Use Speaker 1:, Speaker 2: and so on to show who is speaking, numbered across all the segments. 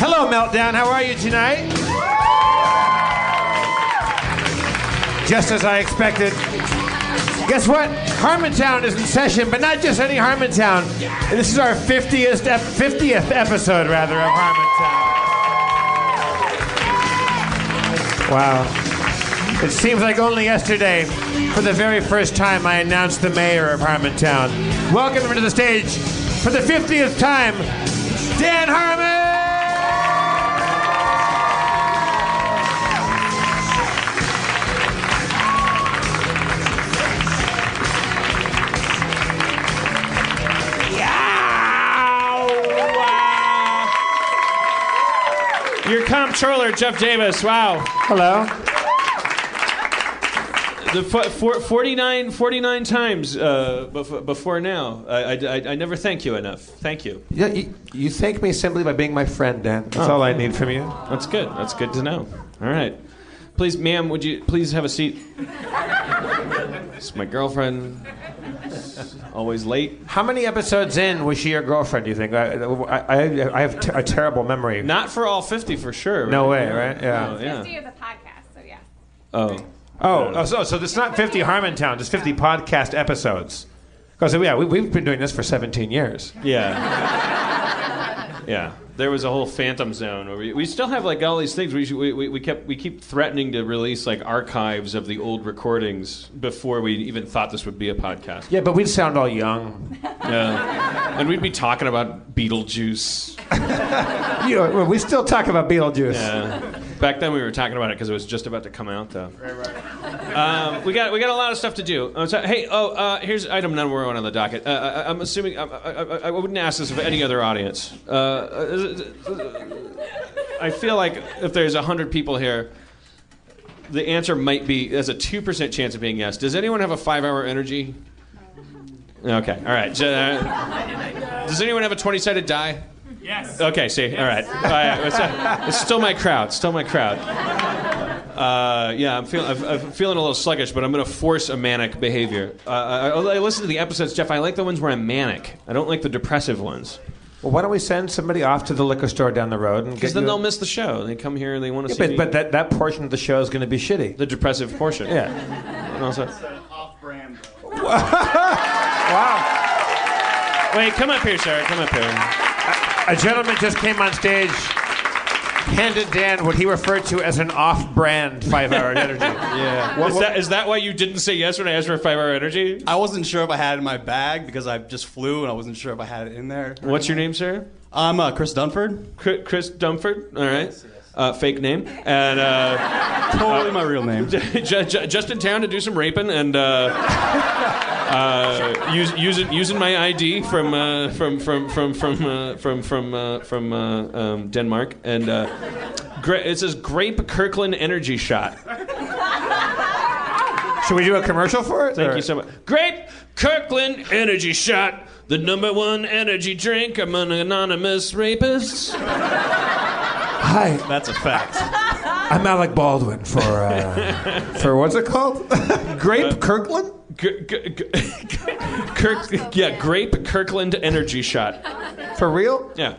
Speaker 1: Hello, Meltdown. How are you tonight? Just as I expected. Guess what? Harmontown is in session, but not just any Harmontown. This is our 50th, ep- 50th episode, rather, of Harmontown. Wow. It seems like only yesterday, for the very first time, I announced the mayor of Harmontown. Welcome him to the stage for the 50th time, Dan Harmon!
Speaker 2: Your comptroller, Jeff Davis. Wow.
Speaker 1: Hello.
Speaker 2: The fo- for- 49, 49 times uh, bef- before now. I, I- I- I never thank you enough. Thank you.
Speaker 1: Yeah, you, you thank me simply by being my friend, Dan. That's all I need from you.
Speaker 2: That's good. That's good to know. All right. Please, ma'am, would you please have a seat? It's my girlfriend. Always late.
Speaker 1: How many episodes in was she your girlfriend? Do you think? I, I, I- I have t- a terrible memory.
Speaker 2: Not for all 50 for sure.
Speaker 1: No
Speaker 2: right?
Speaker 1: way, right? Yeah.
Speaker 2: Oh, yeah.
Speaker 3: Tuesday is a podcast, so yeah.
Speaker 2: Oh.
Speaker 1: Oh, oh, so so it's not 50 Harmontown, just 50 podcast episodes. Because yeah, we, we've been doing this for 17 years.
Speaker 2: Yeah. yeah. There was a whole phantom zone. Where we, we still have like all these things. We, should- we, we, we kept we keep threatening to release like archives of the old recordings before we even thought this would be a podcast.
Speaker 1: Yeah, but we sound all young.
Speaker 2: Yeah. and we'd be talking about Beetlejuice.
Speaker 1: You know, we still talk about Beetlejuice.
Speaker 2: Yeah. Back then we were talking about it because it was just about to come out though. Right, right. Um, we got we got a lot of stuff to do. Oh, so- hey, oh, uh, here's item number one on the docket. Uh, I, I'm assuming I, I, I- I wouldn't ask this of any other audience. Uh, Uh, I feel like if there's hundred people here, the answer might be there's a two percent chance of being yes. Does anyone have a five-hour energy? Okay, all right. Ju- uh, Does anyone have a twenty-sided die? Yes. Okay. See. All right. All right. It's, uh, it's still my crowd. Still my crowd. Uh, yeah, I'm, feel, I'm, I'm feeling a little sluggish, but I'm going to force a manic behavior. Uh, I, I I listen to the episodes, Jeff. I like the ones where I'm manic. I don't like the depressive ones
Speaker 1: Well, why don't we send somebody off to the liquor store down the road and
Speaker 2: because
Speaker 1: get
Speaker 2: then
Speaker 1: you-
Speaker 2: they'll miss the show. They come here and they want to
Speaker 1: Yeah,
Speaker 2: see
Speaker 1: but,
Speaker 2: me.
Speaker 1: but that, that portion of the show is going to be shitty.
Speaker 2: the depressive portion.
Speaker 1: Yeah.
Speaker 2: And also,
Speaker 4: off-brand. though.
Speaker 1: Wow.
Speaker 2: wait, come up here, Sarah. Come up here.
Speaker 1: A gentleman just came on stage, handed Dan what he referred to as an off-brand five-hour energy. yeah. What,
Speaker 2: Is that, is that why you didn't say yes when I asked for five-hour energy?
Speaker 4: I wasn't sure if I had it in my bag because I just flew and I wasn't sure if I had it in there.
Speaker 2: What's your name, Sarah?
Speaker 4: I'm uh, Chris Dunford.
Speaker 2: Chris, Chris Dumford. All right. Uh, fake name. And. Uh,
Speaker 4: Totally my real name.
Speaker 2: Ju- ju- just in town to do some raping and uh, uh, use, using using my ID from uh, from from from from uh, from from uh, from uh, um, Denmark and uh, gra- it says grape Kirkland energy shot.
Speaker 1: should we do a commercial for it?
Speaker 2: Thank you so much. Grape Kirkland energy shot, the number one energy drink among anonymous rapists.
Speaker 1: Hi,
Speaker 4: That's a fact.
Speaker 1: I'm Alec Baldwin for uh, for what's it called? Grape Kirkland.
Speaker 2: Gr- gr- gr- Kirk, yeah, grape Kirkland energy shot.
Speaker 1: For real?
Speaker 2: Yeah.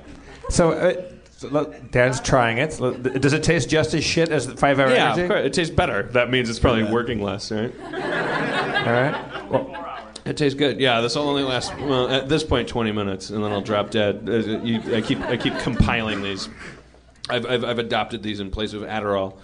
Speaker 1: So, uh, so look, Dan's trying it. So, look, Does it taste just as shit as the five hour
Speaker 2: Yeah,
Speaker 1: energy?
Speaker 2: of course. it tastes better. That means it's probably working less, right?
Speaker 1: All right. Well,
Speaker 2: It tastes good. Yeah, this will only last well at this point twenty minutes, and then I'll drop dead. Uh, you- I keep I keep compiling these. I've, I've, I've adopted these in place of Adderall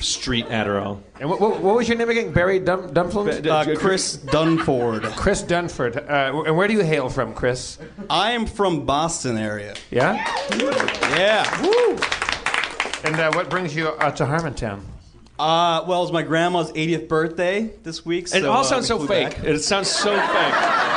Speaker 2: street Adderall.
Speaker 1: And what, what, what was your name again? Barry Dum- Dumflums?
Speaker 4: Uh, Chris Dunford.
Speaker 1: Chris Dunford. Uh, and where do you hail from, Chris?
Speaker 4: I am from Boston area.
Speaker 1: Yeah?
Speaker 4: Yeah.
Speaker 1: And uh, what brings you uh, to Harmontown?
Speaker 4: Uh, well, it's my grandma's 80th birthday this week. So,
Speaker 2: It all
Speaker 4: uh,
Speaker 2: sounds
Speaker 4: we
Speaker 2: so
Speaker 4: flew
Speaker 2: fake.
Speaker 4: back.
Speaker 2: It sounds so fake.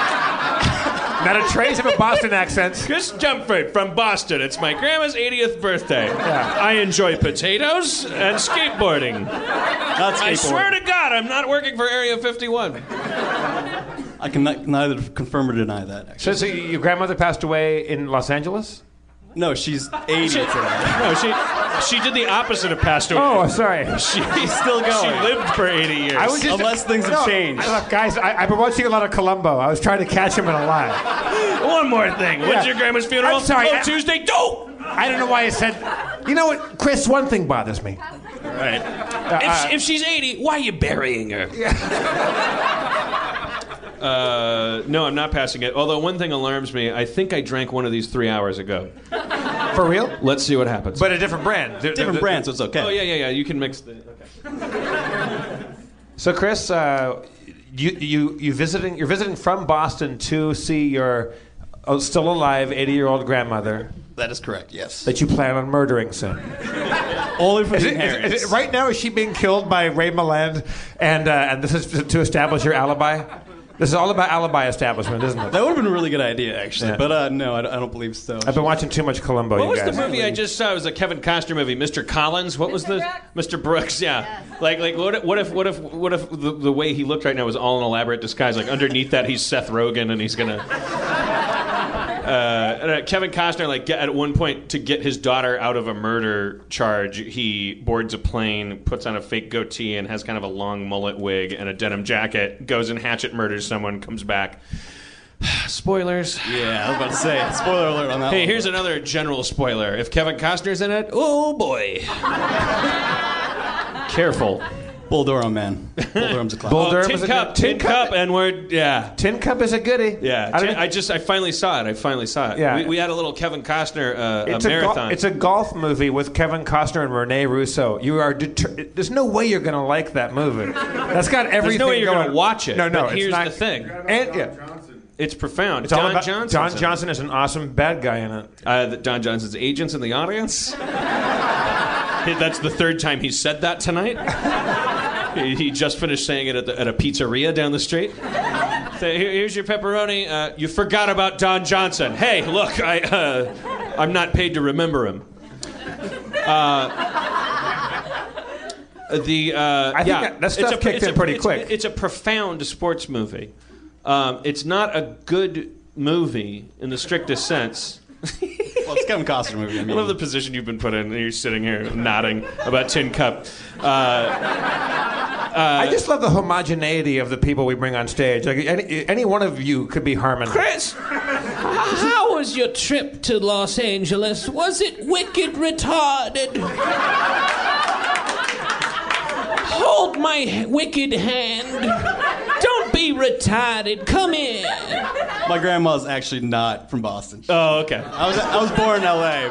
Speaker 1: Not a trace of a Boston accent.
Speaker 2: Chris Jumford from Boston. It's my grandma's 80th birthday. I enjoy potatoes and skateboarding.
Speaker 4: Not skateboarding.
Speaker 2: I swear to God, I'm not working for Area 51.
Speaker 4: I can ni- neither confirm or deny that. Actually.
Speaker 1: So, so your grandmother passed away in Los Angeles?
Speaker 4: No, she's 80 today.
Speaker 2: No, she she did the opposite of passed away.
Speaker 1: Oh, sorry.
Speaker 2: she,
Speaker 4: still going.
Speaker 2: She lived for 80 years.
Speaker 1: Oh, I was just,
Speaker 4: Unless things have changed.
Speaker 1: I- Look, guys, I, I've been watching a lot of Columbo. I was trying to catch him in a lie.
Speaker 2: One more thing. When's
Speaker 1: Yeah.
Speaker 2: your grandma's funeral?
Speaker 1: I'm sorry,
Speaker 2: Oh,
Speaker 1: I-
Speaker 2: Tuesday. Dope.
Speaker 1: I don't know why I said. You know what, Chris? One thing bothers me.
Speaker 2: Right.
Speaker 1: Uh,
Speaker 2: if, if she's 80, why are you burying her? uh, no, I'm not passing it. Although one thing alarms me. I think I drank one of these three hours ago.
Speaker 1: For real?
Speaker 2: Let's see what happens.
Speaker 1: But a different brand.
Speaker 4: Different brand, so it's okay.
Speaker 2: oh yeah, yeah, yeah. You can mix the. Okay.
Speaker 1: So, Chris, uh, you you you visiting? You're visiting from Boston to see your oh, still alive 80 year old grandmother
Speaker 4: That is correct, yes.
Speaker 1: that you plan on murdering soon.
Speaker 4: Only for
Speaker 1: Is it- is
Speaker 4: the
Speaker 1: it-
Speaker 4: inheritance.
Speaker 1: is it- right now, is she being killed by Ray Milland? And uh, and this is to establish your alibi. This is all about alibi establishment, isn't it?
Speaker 4: That would have been a really good idea, actually.
Speaker 1: Yeah.
Speaker 4: But uh, no, I, I don't believe so.
Speaker 1: I've been watching too much Columbo,
Speaker 2: What
Speaker 1: you
Speaker 2: was
Speaker 1: guys.
Speaker 2: the movie I just saw? It was a Kevin Costner movie, Mr. Collins. What was
Speaker 3: Mr.
Speaker 2: the
Speaker 3: Brooks.
Speaker 2: Mr. Brooks? Yeah. Like, like what, if- what if, what if, what if the, the way he looked right now was all an elaborate disguise? Like underneath that, he's Seth Rogen, and he's gonna. Uh, and, uh, Kevin Costner, like get- at one point, to get his daughter out of a murder charge, he boards a plane, puts on a fake goatee, and has kind of a long mullet wig and a denim jacket. Goes and hatchet murders someone. Comes back. Spoilers.
Speaker 4: yeah, I was about to say. Spoiler alert on that
Speaker 2: Hey,
Speaker 4: one.
Speaker 2: here's another general spoiler. If Kevin Costner's in it, oh boy. Careful.
Speaker 4: Bull Durham, man. Bull Durham's a classic.
Speaker 1: Bull- Durham
Speaker 2: tin
Speaker 1: is a
Speaker 2: cup,
Speaker 1: good-
Speaker 2: tin
Speaker 1: Tin Cup.
Speaker 2: cup, and we're yeah.
Speaker 1: Tin Cup is a goodie.
Speaker 2: Yeah,
Speaker 1: I
Speaker 2: I,
Speaker 1: don't
Speaker 2: I just I finally saw it. I finally saw it.
Speaker 1: Yeah.
Speaker 2: we, we had a little Kevin Costner uh,
Speaker 1: it's
Speaker 2: a
Speaker 1: a, gol-
Speaker 2: marathon.
Speaker 1: it's a golf movie with Kevin Costner and Rene Russo. You are deter- there's no way you're gonna like that movie. That's got everything.
Speaker 2: There's no way you're
Speaker 1: going
Speaker 2: gonna watch it.
Speaker 1: No, no.
Speaker 2: But
Speaker 1: it's
Speaker 2: here's
Speaker 1: not-
Speaker 2: the thing.
Speaker 1: And, yeah,
Speaker 2: It's profound.
Speaker 1: it's all
Speaker 2: Don
Speaker 1: about-
Speaker 2: Johnson.
Speaker 1: Don Johnson is an awesome bad guy in it.
Speaker 2: Uh, the- Don Johnson's agents in the audience. That's the third time he said that tonight. he, he just finished saying it at, the, at a pizzeria down the street. So here- here's your pepperoni. Uh, you forgot about Don Johnson. Hey, look, I, uh, I'm not paid to remember him. Uh, the uh, I
Speaker 1: think
Speaker 2: yeah,
Speaker 1: that- that
Speaker 2: it's
Speaker 1: stuff
Speaker 2: a-
Speaker 1: kicked
Speaker 2: it's
Speaker 1: in
Speaker 2: a-
Speaker 1: pretty
Speaker 2: it's-
Speaker 1: quick.
Speaker 2: it's a profound sports movie. Um, it's not a good movie in the strictest sense.
Speaker 4: well, it's Kevin Costner movie. I
Speaker 2: I
Speaker 4: mean,
Speaker 2: love the position you've been put in. You're sitting here nodding about Tin Cup.
Speaker 1: I just love the homogeneity of the people we bring on stage. Like any, any one of you could be Harmon.
Speaker 5: Chris, how was your trip to Los Angeles? Was it wicked retarded? Hold my h- wicked hand. Don't be retarded. Come here.
Speaker 4: my grandma's actually not from Boston.
Speaker 2: Oh, okay.
Speaker 4: I was I was born in L.A.,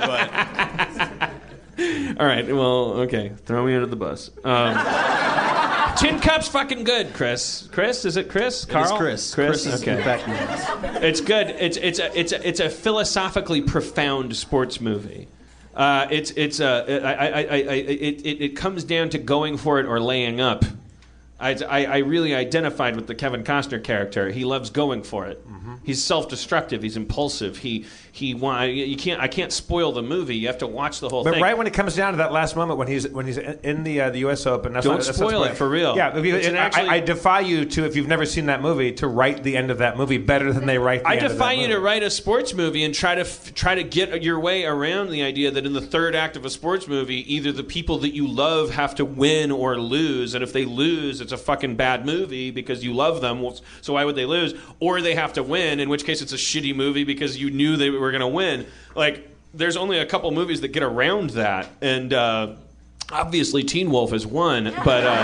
Speaker 4: but
Speaker 2: All right. Well, okay. Throw me under the bus. Um, tin Cup's fucking good, Chris. Chris, is it Chris? Carl?
Speaker 4: it's Chris.
Speaker 2: Chris.
Speaker 4: is
Speaker 2: okay.
Speaker 4: in fact me.
Speaker 2: It's good. It's it's a, it's a, it's a philosophically profound sports movie. Uh, it's it's uh, I, I, I, I, it, it it comes down to going for it or laying up. I, I, I really identified with the Kevin Costner character. He loves going for it. He's self-destructive. He's impulsive. He he. wa- You can't. I can't spoil the movie. You have to watch the whole
Speaker 1: But
Speaker 2: thing.
Speaker 1: right when it comes down to that last moment when he's when he's in in the uh, the U.S. Open, that's
Speaker 2: Don't
Speaker 1: not, that's
Speaker 2: spoil
Speaker 1: not
Speaker 2: it, for real.
Speaker 1: Yeah, if you-
Speaker 2: It's an
Speaker 1: I-
Speaker 2: actually-
Speaker 1: I, I defy you to if you've never seen that movie to write the end of that movie better than they write. The
Speaker 2: I
Speaker 1: end of
Speaker 2: defy
Speaker 1: that
Speaker 2: you to
Speaker 1: movie.
Speaker 2: write a sports movie and try to f- try to get your way around the idea that in the third act of a sports movie, either the people that you love have to win or lose, and if they lose, it's a fucking bad movie because you love them. Well, So why would they lose? Or they have to win, in which case it's a shitty movie because you knew they were going to win. Like there's only a couple movies that get around that, and uh, obviously Teen Wolf is one, but. Uh,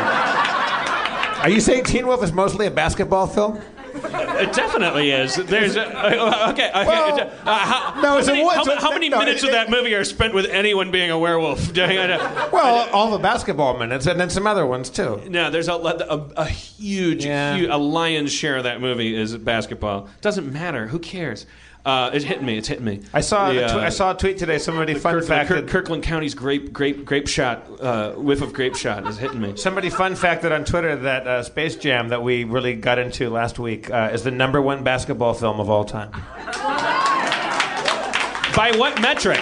Speaker 1: Are you saying Teen Wolf is mostly a basketball film?
Speaker 2: It definitely is. There's a, uh, okay. okay.
Speaker 1: Well,
Speaker 2: uh, how,
Speaker 1: no, it's
Speaker 2: how
Speaker 1: a
Speaker 2: many,
Speaker 1: wo-
Speaker 2: how,
Speaker 1: it's a-
Speaker 2: ma- how many
Speaker 1: no,
Speaker 2: minutes
Speaker 1: it-
Speaker 2: of that movie are spent with anyone being a werewolf?
Speaker 1: Well, all the basketball minutes and then some other ones too.
Speaker 2: no, there's a, lot- a, a huge,
Speaker 1: Yeah.
Speaker 2: huge, a lion's share of that movie is basketball. Doesn't matter. Who cares? Uh, it's hitting me. It's hitting me.
Speaker 1: I saw
Speaker 2: The,
Speaker 1: a tw-
Speaker 2: uh,
Speaker 1: I saw a tweet today. Somebody fun
Speaker 2: Kirk- the Kirk-
Speaker 1: facted
Speaker 2: Kirkland County's grape, grape, grape shot, uh, whiff of grape shot is hitting me.
Speaker 1: somebody fun facted on Twitter that uh, Space Jam that we really got into last week uh, is the number one basketball film of all time.
Speaker 2: By what metric?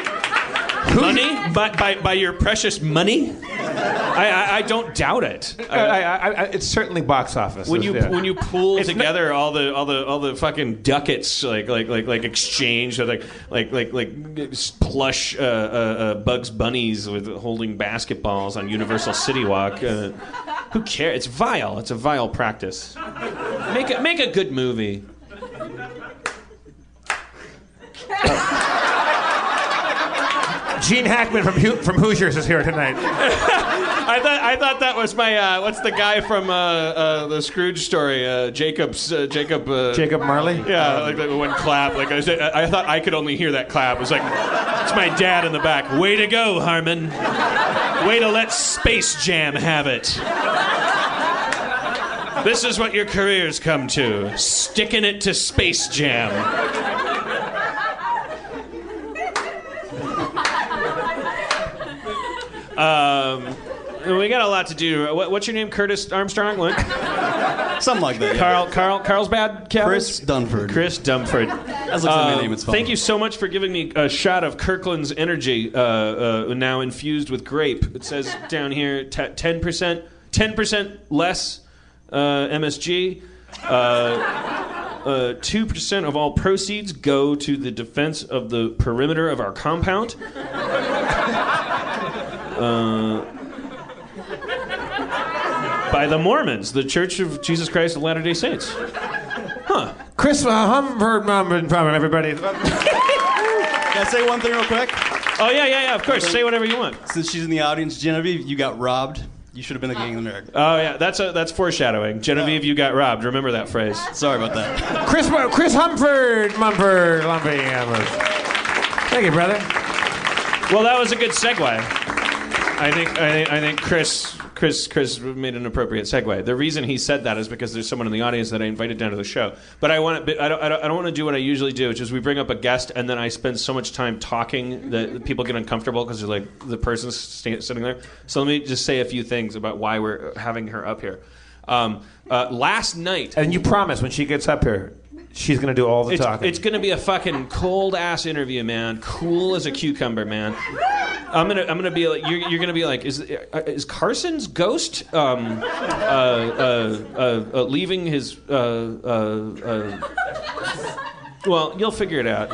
Speaker 2: Money? By, by, by your precious money? I, I, I don't doubt it.
Speaker 1: I, I, I, I, it's certainly box office.
Speaker 2: when
Speaker 1: is
Speaker 2: you
Speaker 1: the-
Speaker 2: when you pool
Speaker 1: It's not-
Speaker 2: together all the all the all the fucking ducats like like like like exchange or like like like like s- plush uh, uh, uh, Bugs Bunnies with holding basketballs on Universal City Walk. Uh, who cares? It's vile. It's a vile practice. Make a, make a good movie.
Speaker 1: Gene Hackman from Ho- from Hoosiers is here tonight.
Speaker 2: I thought I thought that was my uh, what's the guy from uh, uh, the Scrooge story? Uh, Jacob's uh, Jacob. Uh,
Speaker 1: Jacob Marley.
Speaker 2: Yeah, like that one clap. Like I, said, I I thought I could only hear that clap. It was like it's my dad in the back. Way to go, Harmon. Way to let Space Jam have it. This is what your careers come to. Sticking it to Space Jam. Um, we got a lot to do. What, what's your name, Curtis Armstrong? What?
Speaker 4: Something like that. Yeah.
Speaker 2: Carl, Carl, Carl's bad.
Speaker 4: Chris Dunford.
Speaker 2: Chris Dumford.
Speaker 4: That's like my
Speaker 2: Um,
Speaker 4: name. It's fun.
Speaker 2: Thank you so much for giving me a shot of Kirkland's energy, uh, uh, now infused with grape. It says down here ten percent, ten percent less uh, MSG. Uh, Two percent of all proceeds go to the defense of the perimeter of our compound. Uh, by the Mormons, the Church of Jesus Christ of Latter Day Saints.
Speaker 1: Chris uh, Humford Mumford from everybody.
Speaker 4: Can I say one thing real quick?
Speaker 2: Oh yeah, yeah, yeah. Of course, say whatever you want.
Speaker 4: Since she's in the audience, Genevieve, you got robbed. You should have been the King of America.
Speaker 2: Oh yeah, that's a, that's foreshadowing. Genevieve, you got robbed. Remember that phrase.
Speaker 4: Sorry about that.
Speaker 1: Chris Mu- Chris Humford Mumford Lumpy Amherst. Thank you, brother.
Speaker 2: Well, that was a good segue. I think I think, I think Chris Chris Chris made an appropriate segue. The reason he said that is because there's someone in the audience that I invited down to the show. But I want to, I don't, I don't, I don't want to do what I usually do, which is we bring up a guest and then I spend so much time talking that people get uncomfortable because they're like the person's sta- sitting there. So let me just say a few things about why we're having her up here. Um, uh, last night,
Speaker 1: And you promise when she gets up here, she's gonna do all the
Speaker 2: It's,
Speaker 1: talking.
Speaker 2: it's going to be a fucking cold ass interview, man. Cool as a cucumber, man. I'm gonna, I'm gonna be like, you're, you're gonna be like, is, uh, is Carson's ghost um, uh, uh, uh, uh, leaving his? Uh, uh, uh, well, you'll figure it out.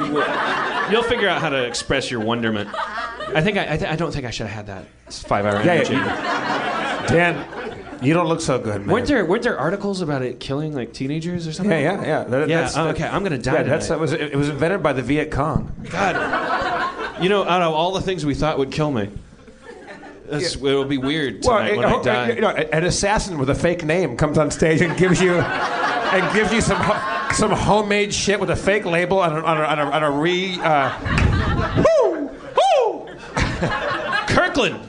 Speaker 2: You'll figure out how to express your wonderment. I think I, I, th- I don't think I should have had that. It's five hour
Speaker 1: Yeah, yeah.
Speaker 2: energy.
Speaker 1: Dan, you don't look so good, man.
Speaker 2: Weren't there, weren't there articles about it killing like teenagers or something?
Speaker 1: Yeah, yeah, yeah. That-
Speaker 2: Yeah, oh, okay, I'm gonna die
Speaker 1: Yeah, that's
Speaker 2: tonight.
Speaker 1: that was it. it Was invented by the Viet Cong.
Speaker 2: God, you know, out of all the things we thought would kill me, that's, it'll be weird tonight
Speaker 1: it-
Speaker 2: when
Speaker 1: oh,
Speaker 2: I die.
Speaker 1: you know, an assassin with a fake name comes on stage and gives you and gives you some ho- some homemade shit with a fake label on a, on a, on a, on a re. Uh, woo, woo.
Speaker 2: Kirkland.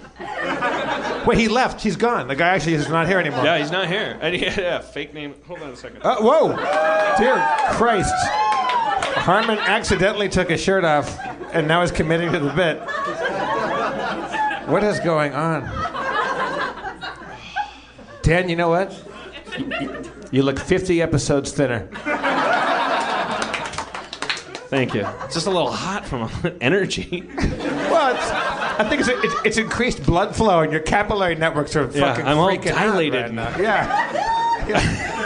Speaker 1: Wait, he left. He's gone. The guy actually is not here anymore.
Speaker 2: Yeah, he's not here. And he had a fake name. Hold on a second.
Speaker 1: Uh, whoa, dear Christ! Harmon accidentally took his shirt off, and now is committing to the bit. What is going on? Dan, you know what? You look 50 episodes thinner.
Speaker 2: Thank you. It's just a little hot from all the energy.
Speaker 1: Well, it's, I think it's, it's, it's increased blood flow, and your capillary networks are
Speaker 2: Yeah,
Speaker 1: fucking
Speaker 2: I'm all
Speaker 1: freaking out
Speaker 2: dilated
Speaker 1: right
Speaker 2: now.
Speaker 1: now. Yeah. yeah.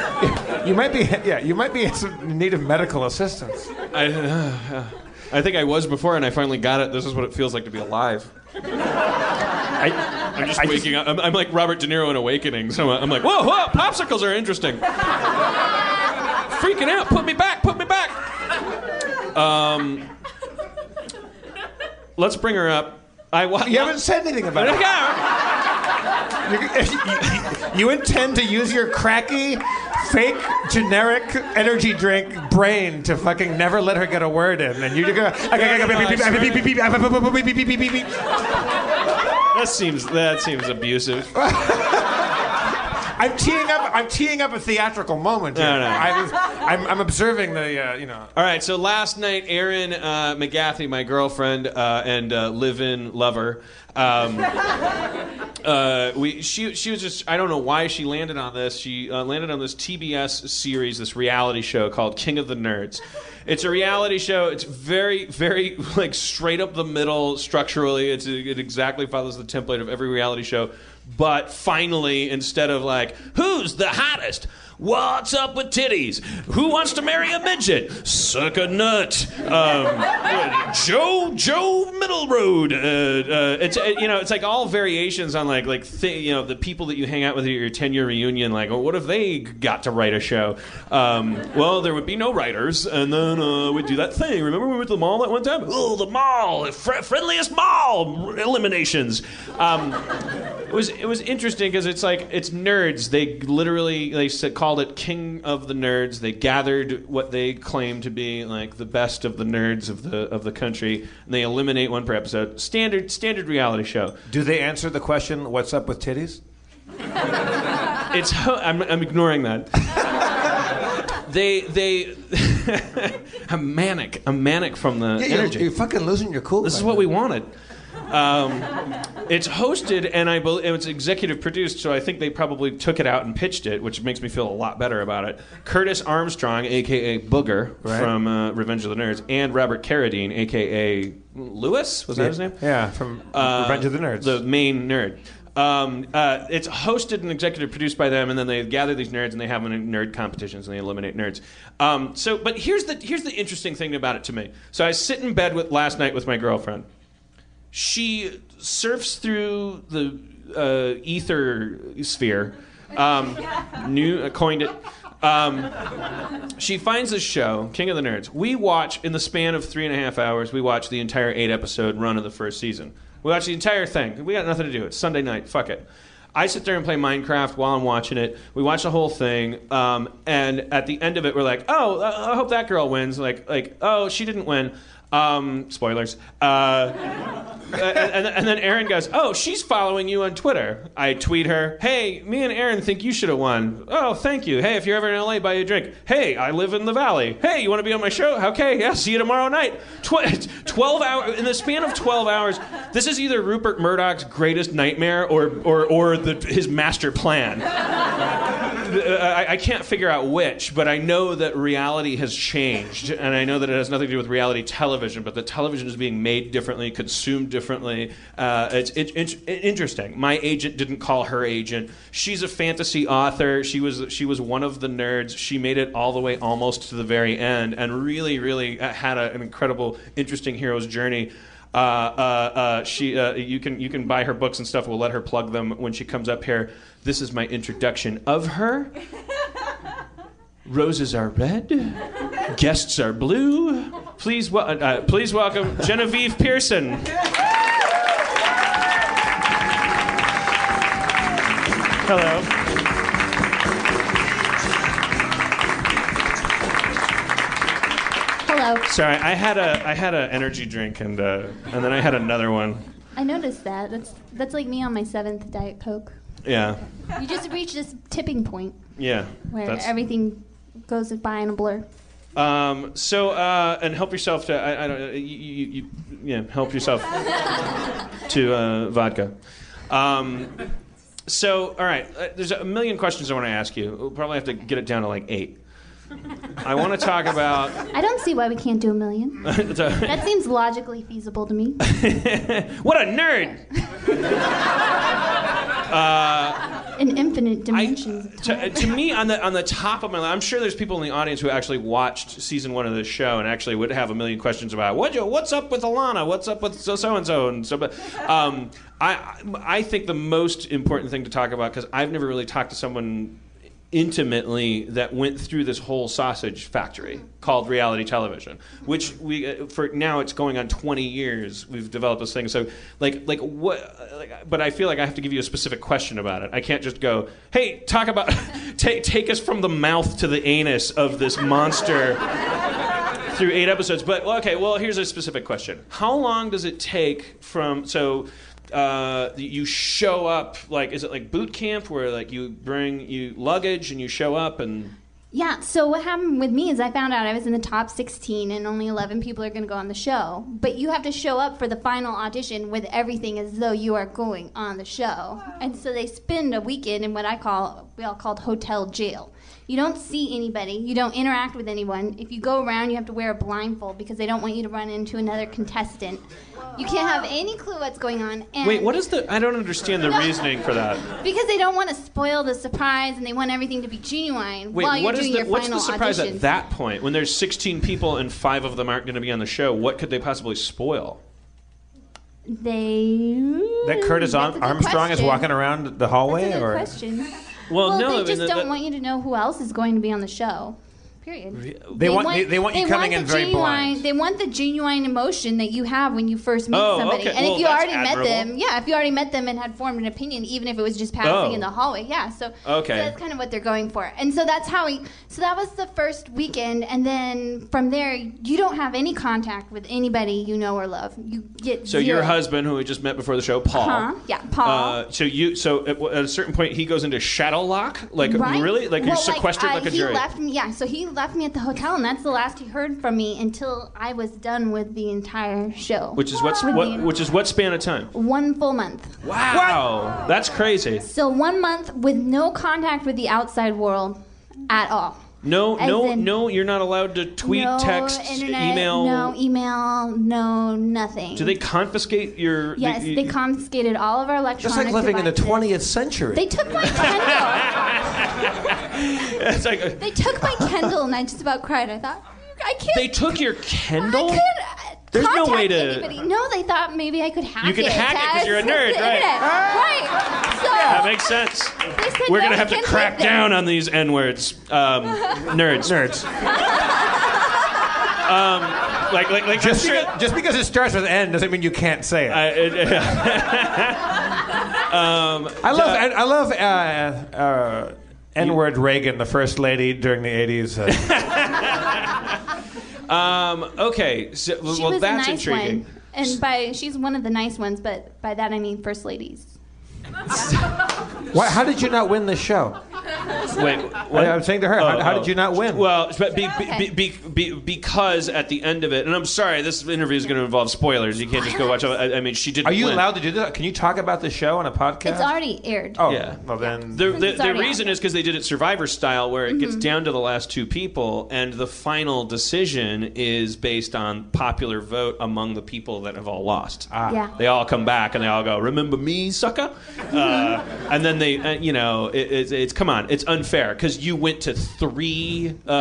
Speaker 1: You might be, yeah, you might be in some need of medical assistance.
Speaker 2: I, I think I was before, and I finally got it. This is what it feels like to be alive.
Speaker 1: I,
Speaker 2: I'm just waking up. I'm, I'm like Robert De Niro in Awakening. So I'm like, whoa, whoa, popsicles are interesting. Freaking out. Put me back. Put me back. Um, let's bring her up. I wa-
Speaker 1: You haven't said anything about it.
Speaker 2: Yeah.
Speaker 1: You, you- you intend to use your cracky, fake generic energy drink brain to fucking never let her get a word in, and you're gonna.
Speaker 2: That seems that seems abusive.
Speaker 1: I'm teeing up. I'm teeing up a theatrical moment. Here.
Speaker 2: No, no.
Speaker 1: I'm, I'm, I'm observing the. Uh, you know.
Speaker 2: All right, so last night, Erin uh, McGathy, my girlfriend uh, and uh, live-in lover, um, uh, we she she was just I don't know why she landed on this. She uh, landed on this TBS series, this reality show called King of the Nerds. It's a reality show. It's very very like straight up the middle structurally. It's it exactly follows the template of every reality show, but finally instead of like who's the hottest. What's up with titties? Who wants to marry a midget? Suck a nut. Um, Joe Joe Middle Road. Uh, uh, it's uh, you know it's like all variations on like like th- you know the people that you hang out with at your ten year reunion. Like, well, what if they got to write a show? Um, well, there would be no writers, and then uh, we'd do that thing. Remember we went to the mall that one time? Oh, the mall, fr- friendliest mall eliminations. Um, it was it was interesting because it's like it's nerds. They literally they s- called it King of the Nerds. They gathered what they claim to be like the best of the nerds of the of the country, and they eliminate one per episode. Standard standard reality show.
Speaker 1: Do they answer the question, "What's up with titties"?
Speaker 2: It's ho- I'm I'm ignoring that. they they a manic a manic from the energy.
Speaker 1: fucking losing your cool.
Speaker 2: This is what we wanted. Um, it's hosted and I bel- and it's executive produced, so I think they probably took it out and pitched it, which makes me feel a lot better about it. Curtis Armstrong, aka Booger
Speaker 1: Right.
Speaker 2: from uh, Revenge of the Nerds, and Robert Carradine, aka Lewis, was that his name?
Speaker 1: Yeah, from
Speaker 2: Uh,
Speaker 1: Revenge of the Nerds.
Speaker 2: The main nerd. Um, uh, it's hosted and executive produced by them, and then they gather these nerds and they have them in nerd competitions and they eliminate nerds. Um, so, but here's the here's the interesting thing about it to me. So I sit in bed with last night with my girlfriend. She surfs through the uh, ether sphere. Um, new I coined it. Um, she finds this show, King of the Nerds. We watch in the span of three and a half hours. We watch the entire eight episode run of the first season. We watch the entire thing. We got nothing to do. It's Sunday night. Fuck it. I sit there and play Minecraft while I'm watching it. We watch the whole thing, um, and at the end of it, we're like, "Oh, I I hope that girl wins." Like, like, oh, she didn't win. Um, spoilers. Uh, and, and then Aaron goes, "Oh, she's following you on Twitter." I tweet her, "Hey, me and Aaron think you should have won." "Oh, thank you. Hey, if you're ever in LA, buy you a drink." "Hey, I live in the Valley." "Hey, you want to be on my show?" "Okay, yeah. See you tomorrow night." Tw- twelve hours in the span of twelve hours. This is either Rupert Murdoch's greatest nightmare or or or the, his master plan. uh, I, I can't figure out which, but I know that reality has changed, and I know that it has nothing to do with reality television, but the television is being made differently, consumed differently. Uh, it's it, it's interesting. My agent didn't call her agent. She's a fantasy author. She was she was one of the nerds. She made it all the way almost to the very end, and really, really uh, had a, an incredible, interesting hero's journey. Uh, uh, uh, she, uh, you can you can buy her books and stuff. We'll let her plug them when she comes up here. This is my introduction of her. Roses are red, guests are blue. Please, wel- uh, uh, please welcome Genevieve Pearson. Hello.
Speaker 3: Hello.
Speaker 2: Sorry, I had a I had an energy drink and uh, and then I had another one.
Speaker 3: I noticed that. That's that's like me on my seventh Diet Coke.
Speaker 2: Yeah,
Speaker 3: You just reach this tipping point
Speaker 2: yeah.
Speaker 3: where
Speaker 2: That's-
Speaker 3: everything goes by in a blur.
Speaker 2: Um, so uh, and help yourself to I, I don't uh, you, you, you yeah help yourself to uh, vodka. Um, so all right, uh, there's a million questions I want to ask you. We'll probably have to get it down to like eight. I want to talk about.
Speaker 3: I don't see why we can't do a million. That seems logically feasible to me.
Speaker 2: what a nerd!
Speaker 3: In infinite dimensions. of time.
Speaker 2: to, to me, on the on the top of my, I'm sure there's people in the audience who actually watched season one of this show and actually would have a million questions about what you, what's up with Alana, what's up with so so and so and so. But um, I I think the most important thing to talk about because I've never really talked to someone intimately that went through this whole sausage factory called reality television which we uh, for now it's going on 20 years we've developed this thing so like like what like, but i feel like i have to give you a specific question about it i can't just go hey talk about take take us from the mouth to the anus of this monster through eight episodes. But well, okay, well, here's a specific question: How long does it take from so? Uh, you show up like is it like boot camp where like you bring you luggage and you show up and
Speaker 3: Yeah, so what happened with me is I found out I was in the top 16 and only 11 people are going to go on the show. But you have to show up for the final audition with everything as though you are going on the show. And so they spend a weekend in what I call, we all called hotel jail. You don't see anybody, you don't interact with anyone. If you go around, you have to wear a blindfold because they don't want you to run into another contestant. You can't have any clue what's going on. And
Speaker 2: wait what is the I don't understand the reasoning for that
Speaker 3: Because they don't want to spoil the surprise and they want everything to be genuine
Speaker 2: wait
Speaker 3: while you're
Speaker 2: what
Speaker 3: doing
Speaker 2: is the
Speaker 3: your
Speaker 2: what's
Speaker 3: final
Speaker 2: the surprise
Speaker 3: audition.
Speaker 2: at that point when there's 16 people and five of them aren't going to be on the show what could they possibly spoil
Speaker 3: They.
Speaker 1: That Curtis
Speaker 3: That's a good
Speaker 1: Armstrong is
Speaker 3: question.
Speaker 1: walking around the hallway,
Speaker 3: That's a good
Speaker 1: or
Speaker 3: question.
Speaker 2: well,
Speaker 3: Well,
Speaker 2: no I
Speaker 3: they just
Speaker 2: mean,
Speaker 3: don't
Speaker 2: that-
Speaker 3: want you to know who else is going to be on the show. Period.
Speaker 1: they, want, they, they want you coming
Speaker 3: the
Speaker 1: in very
Speaker 3: genuine,
Speaker 1: blind.
Speaker 3: They want the genuine emotion that you have when you first meet
Speaker 2: Oh,
Speaker 3: somebody.
Speaker 2: okay.
Speaker 3: And
Speaker 2: Well,
Speaker 3: if you
Speaker 2: that's
Speaker 3: already
Speaker 2: admirable.
Speaker 3: met them, yeah, if you already met them and had formed an opinion, even if it was just passing
Speaker 2: Oh.
Speaker 3: in the hallway, yeah. So,
Speaker 2: Okay.
Speaker 3: so that's kind of what they're going for. And so that's how we. So that was the first weekend, and then from there, you don't have any contact with anybody you know or love. You get
Speaker 2: so your
Speaker 3: zero.
Speaker 2: husband who we just met before the show Paul
Speaker 3: Huh? Uh-huh, Yeah, Paul.
Speaker 2: Uh, so you so at, at a certain point he goes into shadow lock like
Speaker 3: Right?
Speaker 2: really like you're
Speaker 3: Well,
Speaker 2: sequestered
Speaker 3: uh,
Speaker 2: like, a
Speaker 3: he
Speaker 2: jury
Speaker 3: Left me, yeah, so he left me at the hotel, and that's the last he heard from me until I was done with the entire show.
Speaker 2: which is what's
Speaker 3: With
Speaker 2: what
Speaker 3: the-
Speaker 2: which is what span of time
Speaker 3: one full month.
Speaker 2: wow that's crazy
Speaker 3: So one month with no contact with the outside world at all.
Speaker 2: no
Speaker 3: As
Speaker 2: no
Speaker 3: in-
Speaker 2: no you're not allowed to tweet
Speaker 3: no
Speaker 2: text
Speaker 3: internet,
Speaker 2: email
Speaker 3: no e-, email, no nothing.
Speaker 2: do they confiscate your the-
Speaker 3: Yes,
Speaker 2: you-
Speaker 3: they confiscated all of our
Speaker 6: Just like
Speaker 3: electronic.
Speaker 6: living in the
Speaker 3: devices.
Speaker 6: 20th century.
Speaker 3: They took my Kindle.
Speaker 2: it's like uh,
Speaker 3: they took my Kindle, and I just about cried. I thought, I can't.
Speaker 2: they took your Kindle
Speaker 3: I could. uh,
Speaker 2: There's no
Speaker 3: contact
Speaker 2: way to-
Speaker 3: Anybody. No, they thought maybe I could hack
Speaker 2: You
Speaker 3: it.
Speaker 2: could hack it 'cause
Speaker 3: to
Speaker 2: you're a
Speaker 3: access
Speaker 2: nerd,
Speaker 3: the
Speaker 2: right.
Speaker 3: internet. Right. So
Speaker 2: that makes sense
Speaker 3: they said,
Speaker 2: we're
Speaker 3: "No,
Speaker 2: gonna
Speaker 3: we
Speaker 2: have to
Speaker 3: can't
Speaker 2: crack
Speaker 3: take them."
Speaker 2: down on these n words um, nerds
Speaker 1: Nerds.
Speaker 2: like like like
Speaker 1: Just
Speaker 2: I'm sure-
Speaker 1: because, just because it starts with N doesn't mean you can't say it. I,
Speaker 2: I- it- Um,
Speaker 1: love I, I love uh, uh, N-word Reagan, the first lady during the 80s. Uh,
Speaker 2: um, okay so,
Speaker 3: She
Speaker 2: well
Speaker 3: was
Speaker 2: that's
Speaker 3: a nice
Speaker 2: intriguing
Speaker 3: one. And by she's one of the nice ones, but by that I mean first ladies.
Speaker 1: why, how did you not win the show?
Speaker 2: Wait, what?
Speaker 1: I'm saying to her, how- how did you not win?
Speaker 2: Oh, Well, but be, be,
Speaker 3: Okay.
Speaker 2: be, be, because at the end of it, and I'm sorry, this interview is going to involve spoilers. You can't just go watch. all- I, I mean, she didn't.
Speaker 1: Are you
Speaker 2: win.
Speaker 1: allowed to do that? Can you talk about the show on a podcast?
Speaker 3: It's already aired.
Speaker 1: Oh,
Speaker 2: Yeah.
Speaker 1: well then.
Speaker 2: The,
Speaker 3: Since
Speaker 2: the,
Speaker 3: it's
Speaker 2: the
Speaker 3: already
Speaker 2: reason
Speaker 3: out.
Speaker 2: is because they did it Survivor style, where it gets
Speaker 3: Mm-hmm.
Speaker 2: down to the last two people, and the final decision is based on popular vote among the people that have all lost. Ah,
Speaker 3: Yeah.
Speaker 2: They all come back and they all go, "Remember me, sucker," uh, and then they, uh, you know, it, it's, it's come on, it's unfair because you went to three uh,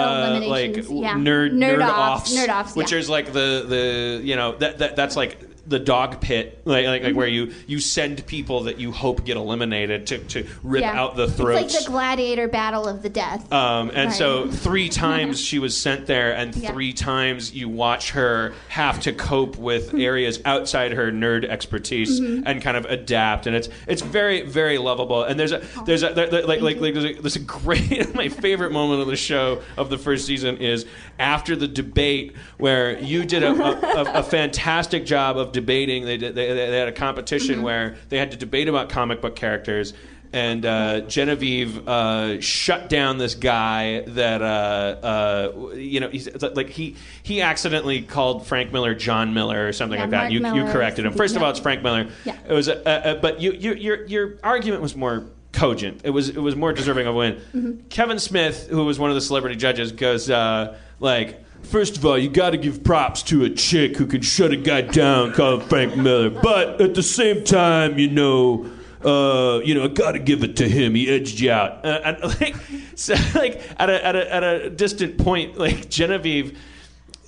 Speaker 3: Eliminations,
Speaker 2: like
Speaker 3: yeah.
Speaker 2: nerd
Speaker 3: Nerd
Speaker 2: offs,
Speaker 3: offs, nerd offs,
Speaker 2: which
Speaker 3: yeah.
Speaker 2: is like the the you know that, that that's like the dog pit, like like, like where
Speaker 3: Mm-hmm.
Speaker 2: you you send people that you hope get eliminated to to rip
Speaker 3: Yeah.
Speaker 2: out the throats.
Speaker 3: It's like the gladiator battle of the death.
Speaker 2: Um, and so
Speaker 3: Right.
Speaker 2: three times she was sent there, and
Speaker 3: Yeah.
Speaker 2: three times you watch her have to cope with
Speaker 3: Mm-hmm.
Speaker 2: areas outside her nerd expertise and kind of adapt. And it's it's very very lovable. And there's a there's a there, there- like like, like there's, a, there's a great my favorite moment of the show of the first season is after the debate where you did a, a, a, a fantastic job of debating. They did they, they had a competition
Speaker 3: Mm-hmm.
Speaker 2: where they had to debate about comic book characters and uh, Genevieve uh, shut down this guy that uh, uh, w- you know he's it's like he he accidentally called Frank Miller John Miller or something
Speaker 3: Yeah,
Speaker 2: like that.
Speaker 3: Mark
Speaker 2: you you
Speaker 3: Miller,
Speaker 2: corrected him. First of
Speaker 3: yeah.
Speaker 2: all, it's Frank Miller.
Speaker 3: Yeah.
Speaker 2: It was uh, uh, but you, you your your argument was more cogent. It was it was more deserving of a win. Kevin Smith, who was one of the celebrity judges, goes uh, like. First of all, you got to give props to a chick who can shut a guy down called Frank Miller. But at the same time, you know, uh, you know, I gotta give it to him. He edged you out. Uh, and like, so, like at a, at a at a distant point, like Genevieve,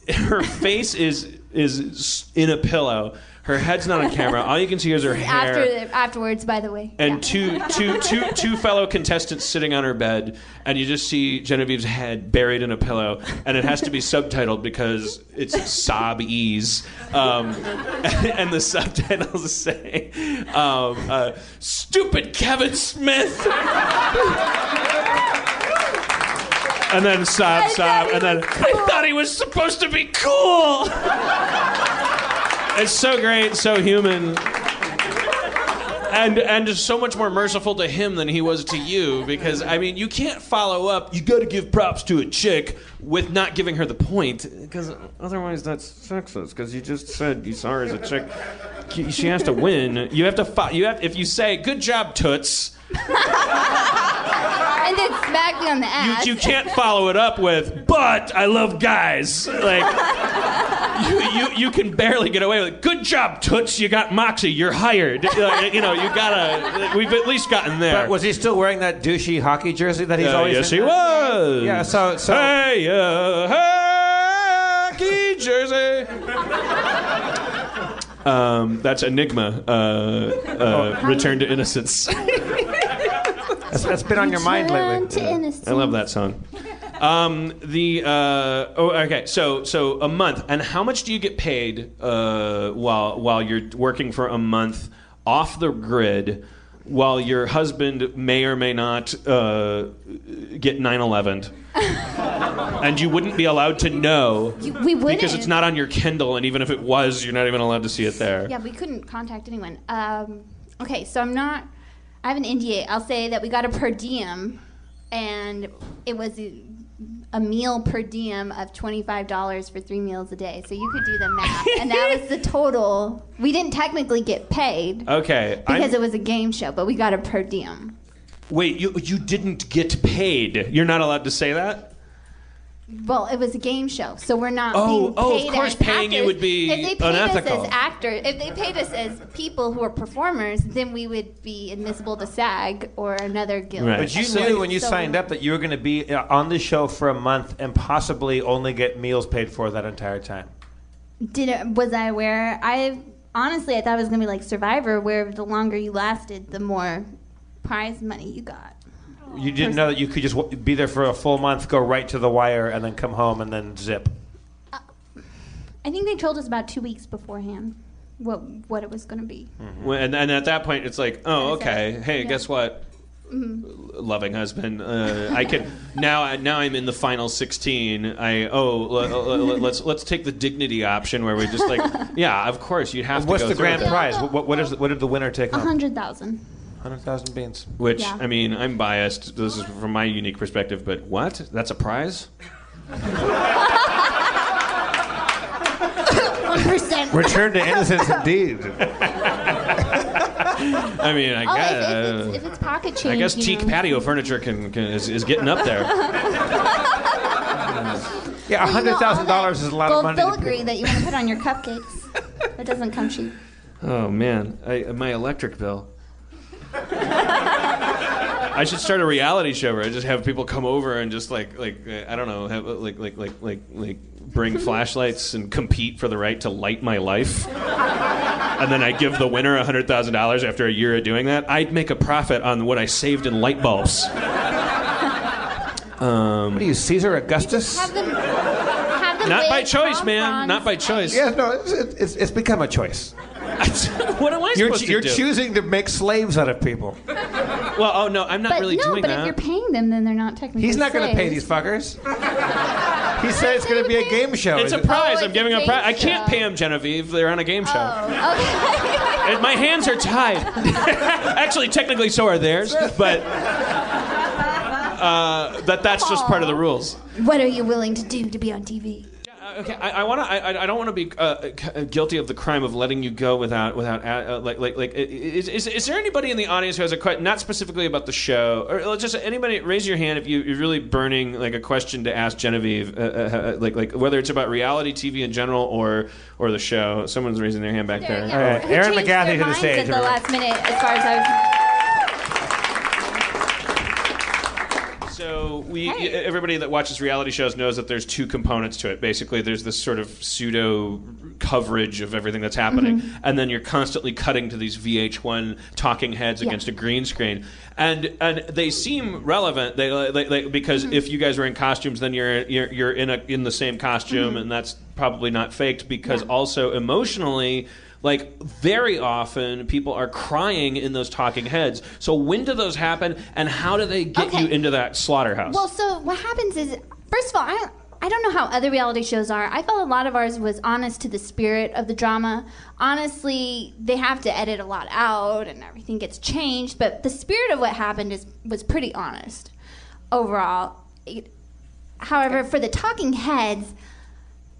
Speaker 2: her face is is s- in a pillow. Her head's not on camera. All you can see is her hair
Speaker 3: After the, afterwards, by the way.
Speaker 2: and two,
Speaker 3: Yeah.
Speaker 2: two, two, two fellow contestants sitting on her bed, and you just see Genevieve's head buried in a pillow, and it has to be subtitled because it's sob ease. Um, and the subtitles say, um, uh, Stupid Kevin Smith! and then sob, sob, and then I thought he was supposed to be cool! it's so great, so human and and just so much more merciful to him than he was to you because I mean you can't follow up. You got to give props to a chick with not giving her the point because otherwise that's sexist. Because you just said you saw her as a chick. She- She has to win. You have to fo- You have if you say good job toots.
Speaker 3: and then smack me on the ass.
Speaker 2: You, you can't follow it up with, but I love guys. Like, you, you, you can barely get away with it. Good job, Toots. You got Moxie. You're hired. Like, you know, you gotta, we've at least gotten there.
Speaker 1: But was he still wearing that douchey hockey jersey that he's
Speaker 2: Uh,
Speaker 1: always?
Speaker 2: yes,
Speaker 1: in?
Speaker 2: he was.
Speaker 1: Yeah, so- so-
Speaker 2: hey, uh, hockey jersey. um, that's Enigma. Uh, uh, Return to Innocence.
Speaker 1: That's- that's been on your mind
Speaker 3: Return
Speaker 1: lately.
Speaker 3: to innocence.
Speaker 2: I love that song. Um, the uh, oh, okay, so so a month, and how much do you get paid uh, while while you're working for a month off the grid, while your husband may or may not uh, get 9/11, and you wouldn't be allowed to know
Speaker 3: we wouldn't.
Speaker 2: because it's not on your Kindle, and even if it was, you're not even allowed to see it there.
Speaker 3: Yeah, we couldn't contact anyone. Um, okay, so I'm not. I have an NDA. I'll say that we got a per diem, and it was a, a meal per diem of twenty-five dollars for three meals a day. So you could do the math, and that was the total. We didn't technically get paid
Speaker 2: Okay, Uh, I'm-
Speaker 3: because it was a game show, but we got a per diem.
Speaker 2: wait, you you didn't get paid. You're not allowed to say that.
Speaker 3: Well, it was a game show, so we're not
Speaker 2: Oh,
Speaker 3: being paid
Speaker 2: oh, of course,
Speaker 3: as
Speaker 2: paying you
Speaker 3: actors.
Speaker 2: would be
Speaker 3: if they paid
Speaker 2: unethical.
Speaker 3: us as actors. If they paid us as people who are performers, then we would be admissible to SAG or another guild.
Speaker 2: Right.
Speaker 1: But you
Speaker 3: So-
Speaker 1: knew when you
Speaker 3: so-
Speaker 1: signed up that you were going to be uh, on the show for a month and possibly only get meals paid for that entire time.
Speaker 3: Did it, was I aware? I honestly, I thought it was gonna be like Survivor, where the longer you lasted, the more prize money you got.
Speaker 1: You didn't know that you could just w- be there for a full month, go right to the wire, and then come home and then zip.
Speaker 3: Uh, I think they told us about two weeks beforehand what what it was gonna be.
Speaker 2: When, and, and at that point, it's like, oh,
Speaker 3: That's it.
Speaker 2: okay. Hey,
Speaker 3: Yeah. Mm-hmm.
Speaker 2: guess what? L- Loving husband, uh, I can now. I- Now I'm in the final sixteen. I oh, l- l- l- let's let's take the dignity option where we just like, yeah, of course you have to.
Speaker 1: What's
Speaker 2: go
Speaker 1: the
Speaker 2: through
Speaker 1: grand
Speaker 2: with it.
Speaker 1: prize? What, what, what, is, what did the winner take
Speaker 3: A
Speaker 1: home?
Speaker 3: hundred thousand.
Speaker 1: 100,000 beans.
Speaker 2: Which
Speaker 3: Yeah.
Speaker 2: I mean, I'm biased. This is from my unique perspective, but what? That's a prize?
Speaker 3: One percent.
Speaker 1: Return to innocence indeed.
Speaker 2: I mean, I
Speaker 3: Oh,
Speaker 2: guess.
Speaker 3: if, if, it's, if it's pocket
Speaker 2: I
Speaker 3: change,
Speaker 2: guess
Speaker 3: you
Speaker 2: teak
Speaker 3: know.
Speaker 2: patio furniture can, can is, is getting up there.
Speaker 1: Yeah,
Speaker 3: Well, you know, all
Speaker 1: $100,000 is
Speaker 3: that
Speaker 1: a lot of
Speaker 3: gold
Speaker 1: money. to
Speaker 3: filigree
Speaker 1: people.
Speaker 3: that you want to put on your cupcakes. That doesn't come cheap.
Speaker 2: Oh man, I, my electric bill. I should start a reality show where I just have people come over and just like like uh, I don't know, have uh, like like like like like bring flashlights and compete for the right to light my life. And then I give the winner hundred thousand dollars after a year of doing that. I'd make a profit on what I saved in light bulbs.
Speaker 1: What are you, Caesar Augustus?
Speaker 3: Have them, have them
Speaker 2: Not by
Speaker 3: wave
Speaker 2: choice,
Speaker 3: pom
Speaker 2: man.
Speaker 3: poms
Speaker 2: Not by
Speaker 3: at
Speaker 2: choice.
Speaker 1: Yeah, no, it's, it's, it's become a choice.
Speaker 2: what am I
Speaker 1: You're,
Speaker 2: supposed to
Speaker 1: you're
Speaker 2: do?
Speaker 1: choosing to make slaves out of people.
Speaker 2: well, oh no, I'm not
Speaker 3: But
Speaker 2: really
Speaker 3: no,
Speaker 2: doing
Speaker 3: but
Speaker 2: that.
Speaker 3: if you're paying them, then they're not technically.
Speaker 1: He's not going to pay
Speaker 3: slaves.
Speaker 1: these fuckers. He said it's going to be a game show.
Speaker 2: It's a
Speaker 1: Is it-
Speaker 2: prize.
Speaker 3: Oh, it's
Speaker 2: I'm giving
Speaker 3: a
Speaker 2: a prize.
Speaker 3: game
Speaker 2: I can't
Speaker 3: show.
Speaker 2: pay them, Genevieve. They're on a game show.
Speaker 3: Oh, okay.
Speaker 2: And my hands are tied. Actually, technically, so are theirs, but uh, that that's just part of the rules.
Speaker 3: what are you willing to do to be on TV?
Speaker 2: Uh, Okay, I, I want to. I, I don't want to be uh, c- guilty of the crime of letting you go without without a- uh, like like like. i- i- Is, is, is there anybody in the audience who has a question? Not specifically about the show, or uh, just anybody. Raise your hand if you, you're really burning like a question to ask Genevieve, uh, uh, uh, like like whether it's about reality TV in general or or the show. Someone's raising their hand back there.
Speaker 3: you
Speaker 1: All right,
Speaker 3: Who
Speaker 1: Aaron
Speaker 3: changed
Speaker 1: McGathy
Speaker 3: their
Speaker 1: to the
Speaker 3: minds
Speaker 1: stage,
Speaker 3: At the
Speaker 1: everyone.
Speaker 3: last minute, as far as I was.
Speaker 2: So we,
Speaker 3: Hey.
Speaker 2: e- everybody that watches reality shows knows that there's two components to it. Basically, there's this sort of pseudo coverage of everything that's happening,
Speaker 3: Mm-hmm.
Speaker 2: and then you're constantly cutting to these VH1 talking heads against a green screen, and and they seem relevant. They, they, they because
Speaker 3: Mm-hmm.
Speaker 2: if you guys are in costumes, then you're you're, you're in a in the same
Speaker 3: Mm-hmm.
Speaker 2: costume, and that's probably not faked. Because also emotionally. Like very often, people are crying in those talking heads. So when do those happen, and how do they get
Speaker 3: Okay.
Speaker 2: you into that slaughterhouse?
Speaker 3: Well, so what happens is, first of all, I I don't know how other reality shows are. I felt a lot of ours was honest to the spirit of the drama. Honestly, they have to edit a lot out, and everything gets changed. But the spirit of what happened is was pretty honest overall. It- however, for the talking heads.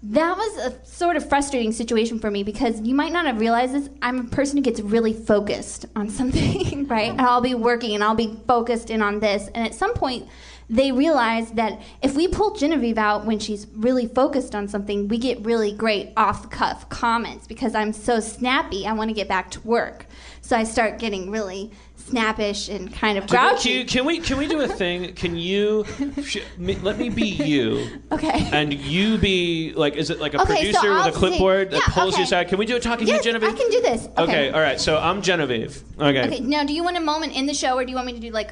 Speaker 3: That was a sort of frustrating situation for me because you might not have realized this. I'm a person who gets really focused on something, right? And I'll be working and I'll be focused in on this. And at some point, they realize that if we pull Genevieve out when she's really focused on something, we get really great off the cuff comments because I'm so snappy. I want to get back to work. So I start getting really snappish and kind of
Speaker 2: Can we-
Speaker 3: grouchy.
Speaker 2: Can we can we do a thing? Can you sh- me, let me be you?
Speaker 3: Okay.
Speaker 2: And you be like, is it like a
Speaker 3: Okay, so
Speaker 2: producer
Speaker 3: I'll
Speaker 2: with a
Speaker 3: take-
Speaker 2: clipboard that
Speaker 3: yeah,
Speaker 2: pulls you
Speaker 3: okay.
Speaker 2: aside? Can we do a talking
Speaker 3: Yes,
Speaker 2: head, Genevieve?
Speaker 3: I can do this.
Speaker 2: Okay. all right. So I'm Genevieve. Okay.
Speaker 3: Okay, now do you want a moment in the show, or do you want me to do like